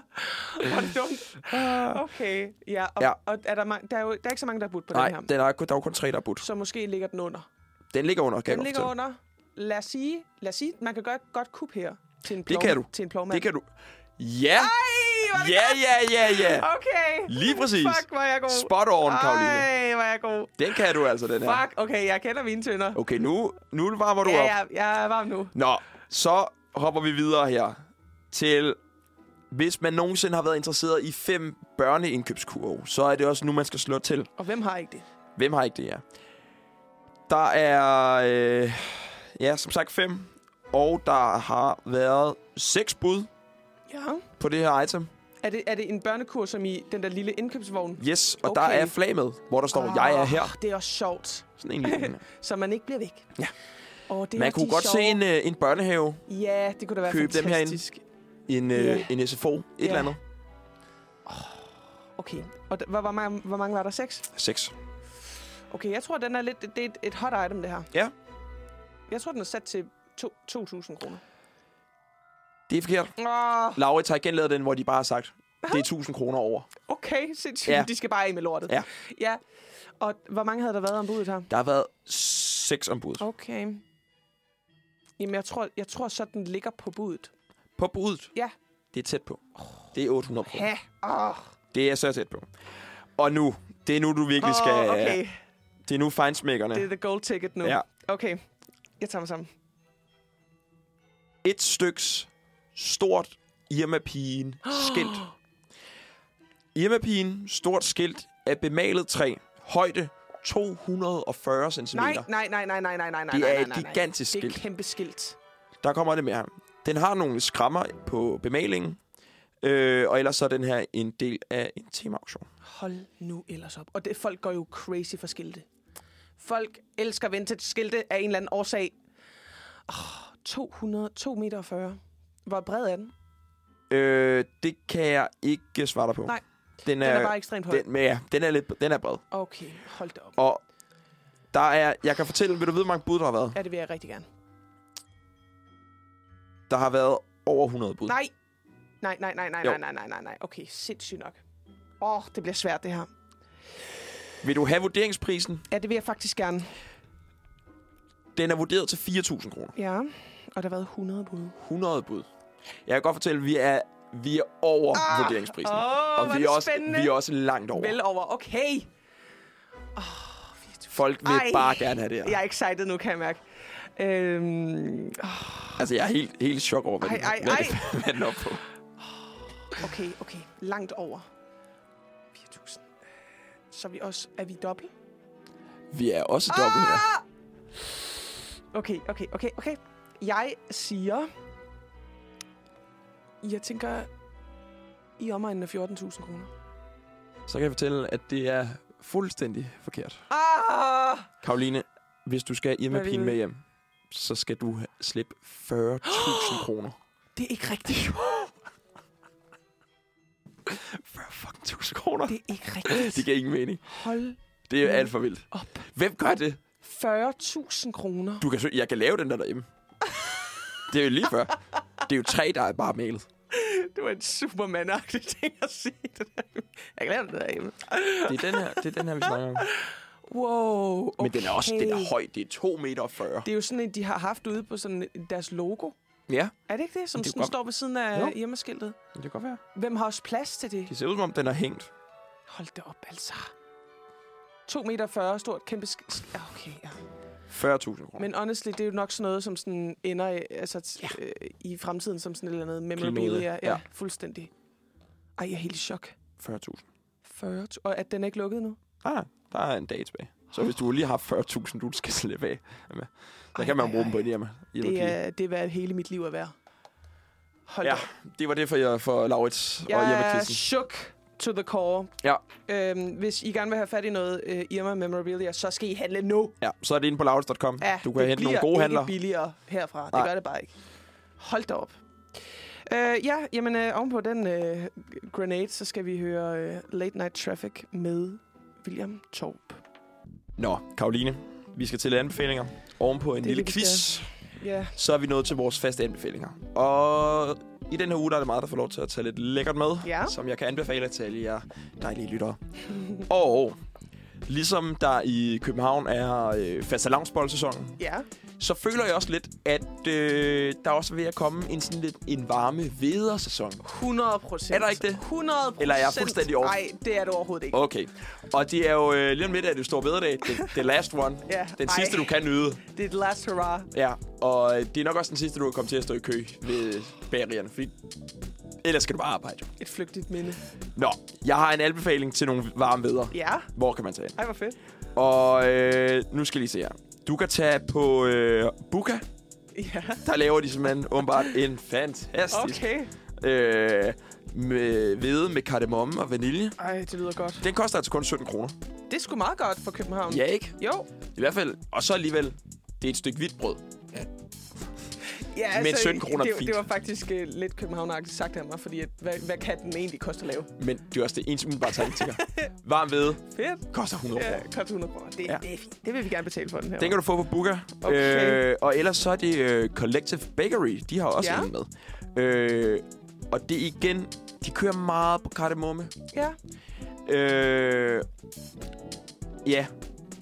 S2: Hvor er det dumt. Okay, ja. Og,
S1: Ja.
S2: og er der, mange, der, er jo, der er ikke så mange, der har budt på
S1: Nej,
S2: den her.
S1: den er, kun- der er jo kun tre, der er budt.
S2: Så måske ligger den under.
S1: Den ligger under, kan jeg
S2: den ligger
S1: godt fortælle.
S2: under. Lad os sige, lad os sige man kan gøre et godt kup her til en, plov,
S1: kan du.
S2: Til en plovmand.
S1: Det kan du. Ja!
S2: Ej, hvor er det
S1: Ja, ja, ja, ja.
S2: godt. Okay.
S1: Lige præcis.
S2: Fuck, hvor er jeg god.
S1: Spot on, Karoline.
S2: Ej, hvor er jeg god.
S1: Den kan du altså, den her.
S2: Fuck, okay, jeg kender mine tønder.
S1: Okay, nu, nu varmer du
S2: Ja,
S1: op.
S2: jeg, jeg er varm nu.
S1: Nå, så hopper vi videre her til... Hvis man nogensinde har været interesseret i fem børneindkøbskurve, så er det også nu, man skal slå til.
S2: Og hvem har ikke det?
S1: Hvem har ikke det, ja? Der er, øh, ja, som sagt fem. Og der har været seks bud
S2: Ja.
S1: på det her item.
S2: Er det, er det en børnekur, som i den der lille indkøbsvogn?
S1: Yes, og okay. der
S2: Okay.
S1: er flag med, hvor der står, jeg er her.
S2: Åh, Det er også sjovt,
S1: Sådan en lille en her.
S2: så man ikke bliver væk.
S1: Ja.
S2: Oh, det er
S1: Man
S2: også
S1: kunne
S2: de
S1: godt se
S2: sjove.
S1: en, øh, en børnehave,
S2: Ja, det kunne da være
S1: købe dem herinde.
S2: fantastisk.
S1: en,
S2: Ja.
S1: øh, en SFO, et
S2: Ja.
S1: eller andet.
S2: Okay, og d- hvor, hvor, mange, hvor mange var der? Seks?
S1: Seks.
S2: Okay, jeg tror, den er lidt, det er et, et hot item, det her.
S1: Ja.
S2: Jeg tror, den er sat til to- 2.000 kroner.
S1: Det er forkert.
S2: Åh,
S1: Laurits har igen lavet den, hvor de bare har sagt, det er 1000 kroner over.
S2: okay, sindssygt. Ja.
S1: Ja.
S2: De skal bare af med lortet.
S1: Ja.
S2: ja. Og hvor mange havde der været ombudet her?
S1: Der har været seks ombud. Okay.
S2: Okay. Jamen, jeg tror, jeg tror så, den ligger på budet.
S1: På budet?
S2: Ja.
S1: Det er tæt på. Det er 800 kroner.
S2: Ja. Åh,
S1: Det er så tæt på. Og nu, det er nu, du virkelig skal...
S2: oh, okay.
S1: Det er nu fejnsmækkerne.
S2: Det er the gold ticket nu.
S1: Ja.
S2: Okay, jeg tager mig sammen.
S1: Et styks stort Irma-pigen skilt. Irma-pigen, stort skilt af bemalet træ. Højde 240 cm.
S2: Nej, nej, nej, nej, nej, nej, nej, nej,
S1: Det
S2: nej,
S1: er
S2: nej,
S1: et
S2: nej.
S1: gigantisk
S2: Det er et
S1: skilt.
S2: kæmpe skilt.
S1: Der kommer det med her. Den har nogle skrammer på bemalingen. Øh, og ellers så er den her en del af en temaauktion.
S2: Hold nu ellers op. Og det, folk går jo crazy for skilte. Folk elsker vintage skilte af en eller anden årsag. Oh, 200, 2 meter 40. Hvor bred er den?
S1: Øh, det kan jeg ikke svare dig på.
S2: Nej,
S1: den
S2: Den er bare ekstremt høj.
S1: den, men ja, den er, lidt, den er bred.
S2: Okay, hold da op.
S1: Og der er, jeg kan fortælle, vil du vide, hvor mange bud der har været?
S2: Ja, det vil jeg rigtig gerne.
S1: Der har været over 100 bud.
S2: Nej. Nej, nej, nej, nej,
S1: Jo.
S2: nej, nej, nej, nej, nej. Okay, sindssygt nok. Åh, oh, det bliver svært det her.
S1: Vil du have vurderingsprisen?
S2: Ja, det vil jeg faktisk gerne.
S1: Den er vurderet til 4.000 kroner.
S2: Ja, og der har været 100 bud.
S1: 100 bud. Jeg kan godt fortælle, at vi er, vi er over ah, vurderingsprisen.
S2: åh, hvor
S1: og
S2: er
S1: vi
S2: det
S1: er, også,
S2: spændende.
S1: vi er også langt over.
S2: Vel over, okay.
S1: Folk vil
S2: Ej.
S1: Ej. bare gerne have det her.
S2: Jeg er excited nu, kan jeg mærke. Øhm,
S1: Altså, jeg er helt, helt i chok over, hvad,
S2: Ej,
S1: den,
S2: ej,
S1: hvad,
S2: ej.
S1: Det, hvad den er oppe på.
S2: oh, Okay, okay. Langt over. 4.000. Så er vi også... Er vi dobbelt?
S1: Vi er også dobbelt
S2: Ah!
S1: her.
S2: Okay, okay, okay, okay. Jeg siger... Jeg tænker... I omegnen af 14.000 kroner.
S1: Så kan jeg fortælle, at det er fuldstændig forkert.
S2: Ah!
S1: Karoline, hvis du skal Irma
S2: Hvad vil
S1: Pien
S2: du?
S1: med hjem, så skal du ha- slippe 40.000 kroner.
S2: Det er ikke rigtigt.
S1: 40.000 kroner?
S2: Det er ikke rigtigt.
S1: Det giver ingen mening.
S2: Hold
S1: Det er alt for vildt.
S2: op.
S1: Hvem gør det?
S2: 40.000 kroner.
S1: Du kan, sø- jeg kan lave den der derhjemme. Det er jo lige før. Det er jo tre, der er bare malet.
S2: Det var en superman ting at sige. Det der. Jeg kan lave det derhjemme.
S1: Det er den her, det er den her vi snakker om. Men
S2: Wow, okay.
S1: den er også den er høj. Det er 2,40 meter.
S2: Det er jo sådan en, de har haft ude på sådan deres logo.
S1: Ja,
S2: Er det ikke det, som
S1: Det
S2: det
S1: er
S2: sådan
S1: godt.
S2: står ved siden af
S1: Jo.
S2: hjemmeskiltet?
S1: det kan godt være.
S2: Hvem har også plads til det?
S1: Det ser ud som om, den er hængt.
S2: Hold da op, altså. 2 meter 40 stort, kæmpe... Sk- sk- Ja, okay, ja.
S1: 40.000 kroner.
S2: Men honestly, det er jo nok sådan noget, som sådan ender i, altså, t-
S1: Ja.
S2: øh, i fremtiden som sådan et eller andet
S1: Klimode,
S2: memorabilia. Ja, ja,
S1: ja.
S2: fuldstændig. Ej, jeg er helt i chok.
S1: 40.000.
S2: 40... t- Og at den er ikke lukket nu?
S1: Nej, nej. Der er en dag tilbage. Så hvis du lige har 40.000, du skal slippe af med,
S2: Ej,
S1: så kan man
S2: ej,
S1: bruge dem
S2: ej.
S1: på en hjemme.
S2: Det er, det er, hvad hele mit liv er værd. Hold
S1: Ja,
S2: da op.
S1: det var det for, jer, for Laurits og Irma
S2: Jeg er
S1: Kirsten.
S2: shook to the core.
S1: Ja.
S2: Øhm, hvis I gerne vil have fat i noget øh, Irma Memorabilia, så skal I handle nu.
S1: Ja, så er det inde på laurits.com.
S2: Ja,
S1: du kan
S2: det
S1: hente nogle
S2: bliver
S1: gode
S2: ikke
S1: handler.
S2: billigere herfra. Det
S1: Nej.
S2: gør det bare ikke. Hold da op. Øh, ja, jamen øh, ovenpå den øh, grenade, så skal vi høre øh, Late Night Traffic med William Torp.
S1: Nå, Karoline, vi skal til anbefalinger. Ovenpå en
S2: Det er
S1: lille
S2: det, vi
S1: quiz,
S2: Ja,
S1: så er vi nået til vores faste anbefalinger. Og i den her uge, der er det meget, der får lov til at tage lidt lækkert med,
S2: Ja.
S1: som jeg kan anbefale til alle jer dejlige lyttere. og ligesom der i København er øh, fastelavnsboldsæsonen,
S2: ja.
S1: så føler jeg også lidt, at øh, der også er ved at komme en sådan lidt en varme vedersæson.
S2: 100 procent.
S1: Er der ikke det?
S2: 100 procent.
S1: Eller er jeg fuldstændig over-
S2: Nej, det er du overhovedet ikke.
S1: Okay. Og det er jo øh, lige om lidt, at det står bedre dag. The, the last one.
S2: Ja,
S1: Den
S2: ej.
S1: sidste, du kan nyde.
S2: Det er the last hurrah.
S1: Ja. Og øh, det er nok også den sidste, du kan komme til at stå i kø ved bagerierne. Fordi ellers skal du bare arbejde. jo.
S2: Et flygtigt minde.
S1: Nå, jeg har en anbefaling til nogle varme veder.
S2: Ja.
S1: Hvor kan man tage hen?
S2: Ej, hvor fedt.
S1: Og øh, nu skal jeg lige se her. Du kan tage på øh, Buka.
S2: Ja,
S1: Der laver de simpelthen åbenbart en fantastisk
S2: okay.
S1: øh, med hvede med kardemomme og vanilje.
S2: Ej, det lyder godt.
S1: Den koster altså kun 17 kroner.
S2: Det er sgu meget godt for København.
S1: Ja, ikke?
S2: Jo.
S1: I hvert fald. Og så alligevel, det er et stykke hvidt brød.
S2: Ja, altså,
S1: Men 17 kroner er
S2: det,
S1: fint.
S2: det var faktisk uh, lidt københavnagtigt sagt af mig, fordi at, hvad, hvad kan den egentlig koste at lave?
S1: Men det er også det eneste, man bare tænker. Varm hvede
S2: Fedt.
S1: koster 100
S2: Ja,
S1: kroner.
S2: koster 100 kroner. Det,
S1: Ja.
S2: ja. det er fint. Det vil vi gerne betale for den her.
S1: Den kan du få på Booker.
S2: Okay.
S1: Øh, og ellers så er det øh, Collective Bakery. De har også
S2: Ja.
S1: en med. Øh, og det er igen, de kører meget på kardemomme.
S2: Ja.
S1: Øh, ja,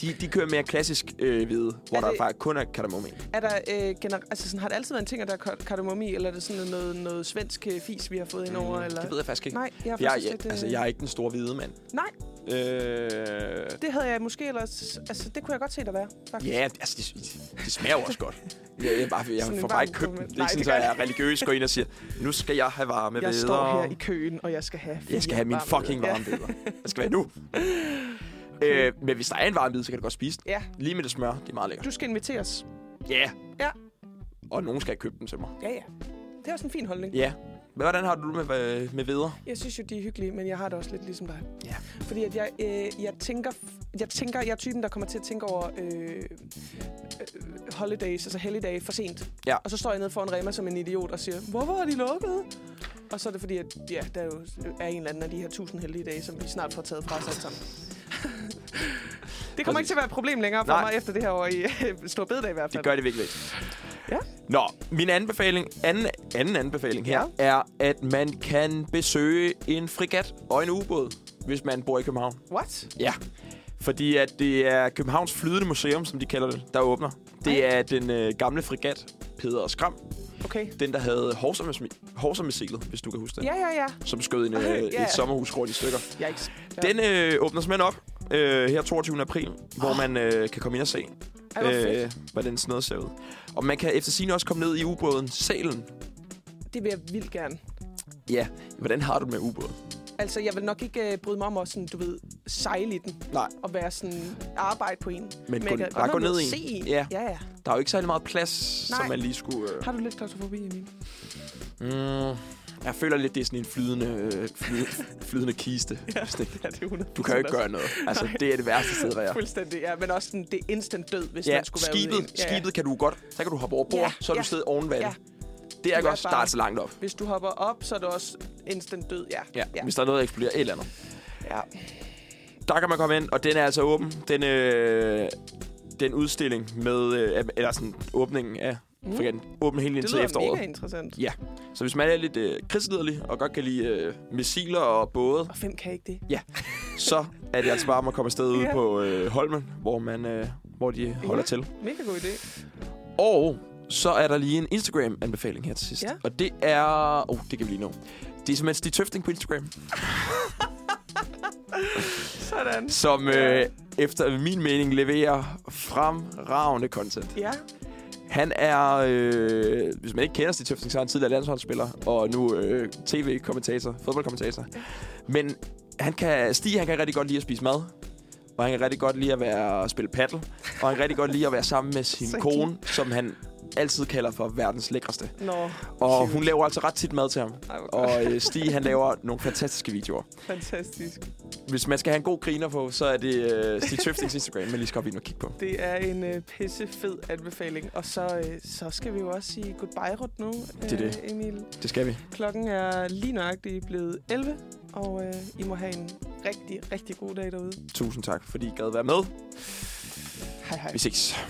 S1: de, de kører mere klassisk øh, hvide, hvor
S2: Er
S1: der
S2: det-
S1: faktisk kun er kardemomme i.
S2: Er der, øh, gener- altså, sådan, har det altid været en ting, at der er kar- kardemomme i, eller er det sådan noget, noget svensk øh, fis, vi har fået ind over?
S1: Mm,
S2: Eller?
S1: Det ved jeg faktisk ikke.
S2: Nej, jeg er
S1: jeg,
S2: faktisk
S1: jeg,
S2: lidt... øh,
S1: altså, jeg er ikke den store hvide mand.
S2: Nej,
S1: Øh,
S2: det havde jeg måske ellers... Altså, det kunne jeg godt se dig være, faktisk.
S1: ja, altså, det, det smager jo også godt. Jeg, jeg, bare,
S2: Sådan
S1: jeg får
S2: en
S1: bare ikke
S2: varm
S1: købt den. Det
S2: moment.
S1: er ikke
S2: Nej,
S1: sådan,
S2: det
S1: så
S2: gør
S1: jeg
S2: det.
S1: religiøst går ind og siger, nu skal jeg have varme
S2: Jeg
S1: bedre.
S2: står her i køen, og jeg skal have...
S1: jeg skal have min fucking
S2: varme.
S1: varme bedre. Det skal være nu. Øh, men hvis der er en varm bid, så kan du godt spise den.
S2: Ja,
S1: Lige med det smør, det er meget lækkert.
S2: du skal inviteres.
S1: Ja.
S2: Ja.
S1: Og nogen skal købe den til mig.
S2: Ja, ja. Det er også en fin holdning.
S1: Ja. Men hvordan har du det med, øh, med veder?
S2: Jeg synes jo, de er hyggelige, men jeg har det også lidt ligesom dig.
S1: Ja.
S2: Fordi at jeg, øh, jeg, tænker, jeg tænker, jeg er typen, der kommer til at tænke over øh, øh, holidays, altså helligdage, for sent.
S1: Ja.
S2: Og så står jeg nede foran Rema som en idiot og siger, hvorfor har de lukket? Og så er det fordi, at ja, der jo er en eller anden af de her tusind heldige dage, som vi snart får taget fra os alle sammen. det kommer ikke til at være et problem længere for
S1: Nej.
S2: Nej. mig efter det her år i Stor Bededag i hvert
S1: Det
S2: fald.
S1: gør det virkelig ikke.
S2: Ja.
S1: Nå, min anbefaling, anden, anden anbefaling her, ja. er, at man kan besøge en frigat og en ubåd, hvis man bor i København.
S2: What?
S1: Ja. Fordi at det er Københavns Flydende Museum, som de kalder det, der åbner. Det
S2: Ej.
S1: er den øh, gamle frigat Peder og Skram.
S2: Okay.
S1: Den, der havde Horsamis- Horsamis-siglet, hvis du kan huske det.
S2: Ja, ja, ja.
S1: Som skød en, øh,
S2: Ej, ja.
S1: et sommerhus rundt i stykker.
S2: Yikes. Ja.
S1: Den øh, åbner simpelthen op øh, her 22. april, oh. hvor man øh, kan komme ind og se, øh,
S2: Ej, hvor fedt.
S1: hvordan sådan noget ser ud. Og man kan efter sigende også komme ned i ubåden Salen.
S2: Det vil jeg vildt gerne.
S1: Ja, hvordan har du det med ubåden?
S2: Altså, jeg vil nok ikke øh, bryde mig om at sådan, du ved, sejle i den
S1: Nej,
S2: og være sådan, arbejde på en.
S1: men,
S2: jeg
S1: kun,
S2: kan
S1: bare
S2: godt
S1: gå
S2: lide
S1: ned
S2: at
S1: i.
S2: Se en.
S1: Ja,
S2: ja, ja.
S1: der er jo ikke særlig meget plads, Nej.
S2: Nej.
S1: som man lige skulle... Øh,
S2: Har du lidt klaustrofobi, Emil?
S1: mm, jeg føler lidt, det er sådan en flydende, øh, flydende, flydende kiste. Ja.
S2: Ja, det er 100.
S1: Du kan jo ikke gøre noget. Altså,
S2: Nej.
S1: det er det værste sted, der er.
S2: Fuldstændig, ja. Men også sådan, det er instant død, hvis
S1: Ja,
S2: man skulle være ude i
S1: skibet,
S2: en-
S1: ja, skibet kan du godt. Så kan du hoppe over bord,
S2: Ja,
S1: ja, så er du
S2: ja.
S1: stedet oven vandet.
S2: Ja.
S1: Ja. Det er
S2: er
S1: godt
S2: bare-
S1: starte så langt op.
S2: Hvis du hopper op, så er det også instant død, ja.
S1: Ja,
S2: ja.
S1: ja. hvis der er noget, der eksploderer et eller andet.
S2: ja.
S1: Der kan man komme ind, og den er altså åben. Den, øh, den udstilling med, øh, eller sådan åbningen af mm. frigatten, åben helt
S2: Det
S1: indtil
S2: lyder
S1: efteråret.
S2: mega interessant.
S1: Ja, så hvis man er lidt øh, krigslederlig og godt kan lide øh, missiler og både,
S2: Og fem kan ikke det.
S1: ja, så er det altså bare om at komme afsted ud
S2: Ja.
S1: på øh, Holmen, hvor, man, øh, hvor de holder
S2: Ja.
S1: ja. til.
S2: Mega god idé.
S1: Og så er der lige en Instagram-anbefaling her til sidst.
S2: Ja.
S1: Ja. Og det er... Oh, det kan vi lige nå. Det er simpelthen Stig Tøfting på Instagram,
S2: Sådan.
S1: som øh, efter min mening leverer fremragende content.
S2: Ja,
S1: Han er, øh, hvis man ikke kender Stig Tøfting, så er han tidligere landsholdsspiller, og nu øh, tv-kommentator, fodboldkommentator. Men han kan, Stig, han kan rigtig godt lide at spise mad, og han kan rigtig godt lide at være at spille paddle, og han kan rigtig godt lide at være sammen med sin
S2: Så
S1: kone, som han altid kalder for verdens lækreste.
S2: nå,
S1: Og hun laver altså ret tit mad til ham.
S2: Ej, hvor
S1: Og øh, Stig, han laver nogle fantastiske videoer.
S2: fantastisk.
S1: Hvis man skal have en god griner på, så er det øh, Stig Tøftings Instagram, man lige skal op ind og kigge på.
S2: Det er en øh, pissefed anbefaling. Og så, øh, så skal vi jo også sige goodbye nu, øh,
S1: Det er det.
S2: Emil.
S1: Det skal vi.
S2: Klokken er lige nøjagtigt blevet 11, og øh, I må have en rigtig, rigtig god dag derude.
S1: Tusind tak, fordi I gad være med.
S2: Hej hej.
S1: Vi ses.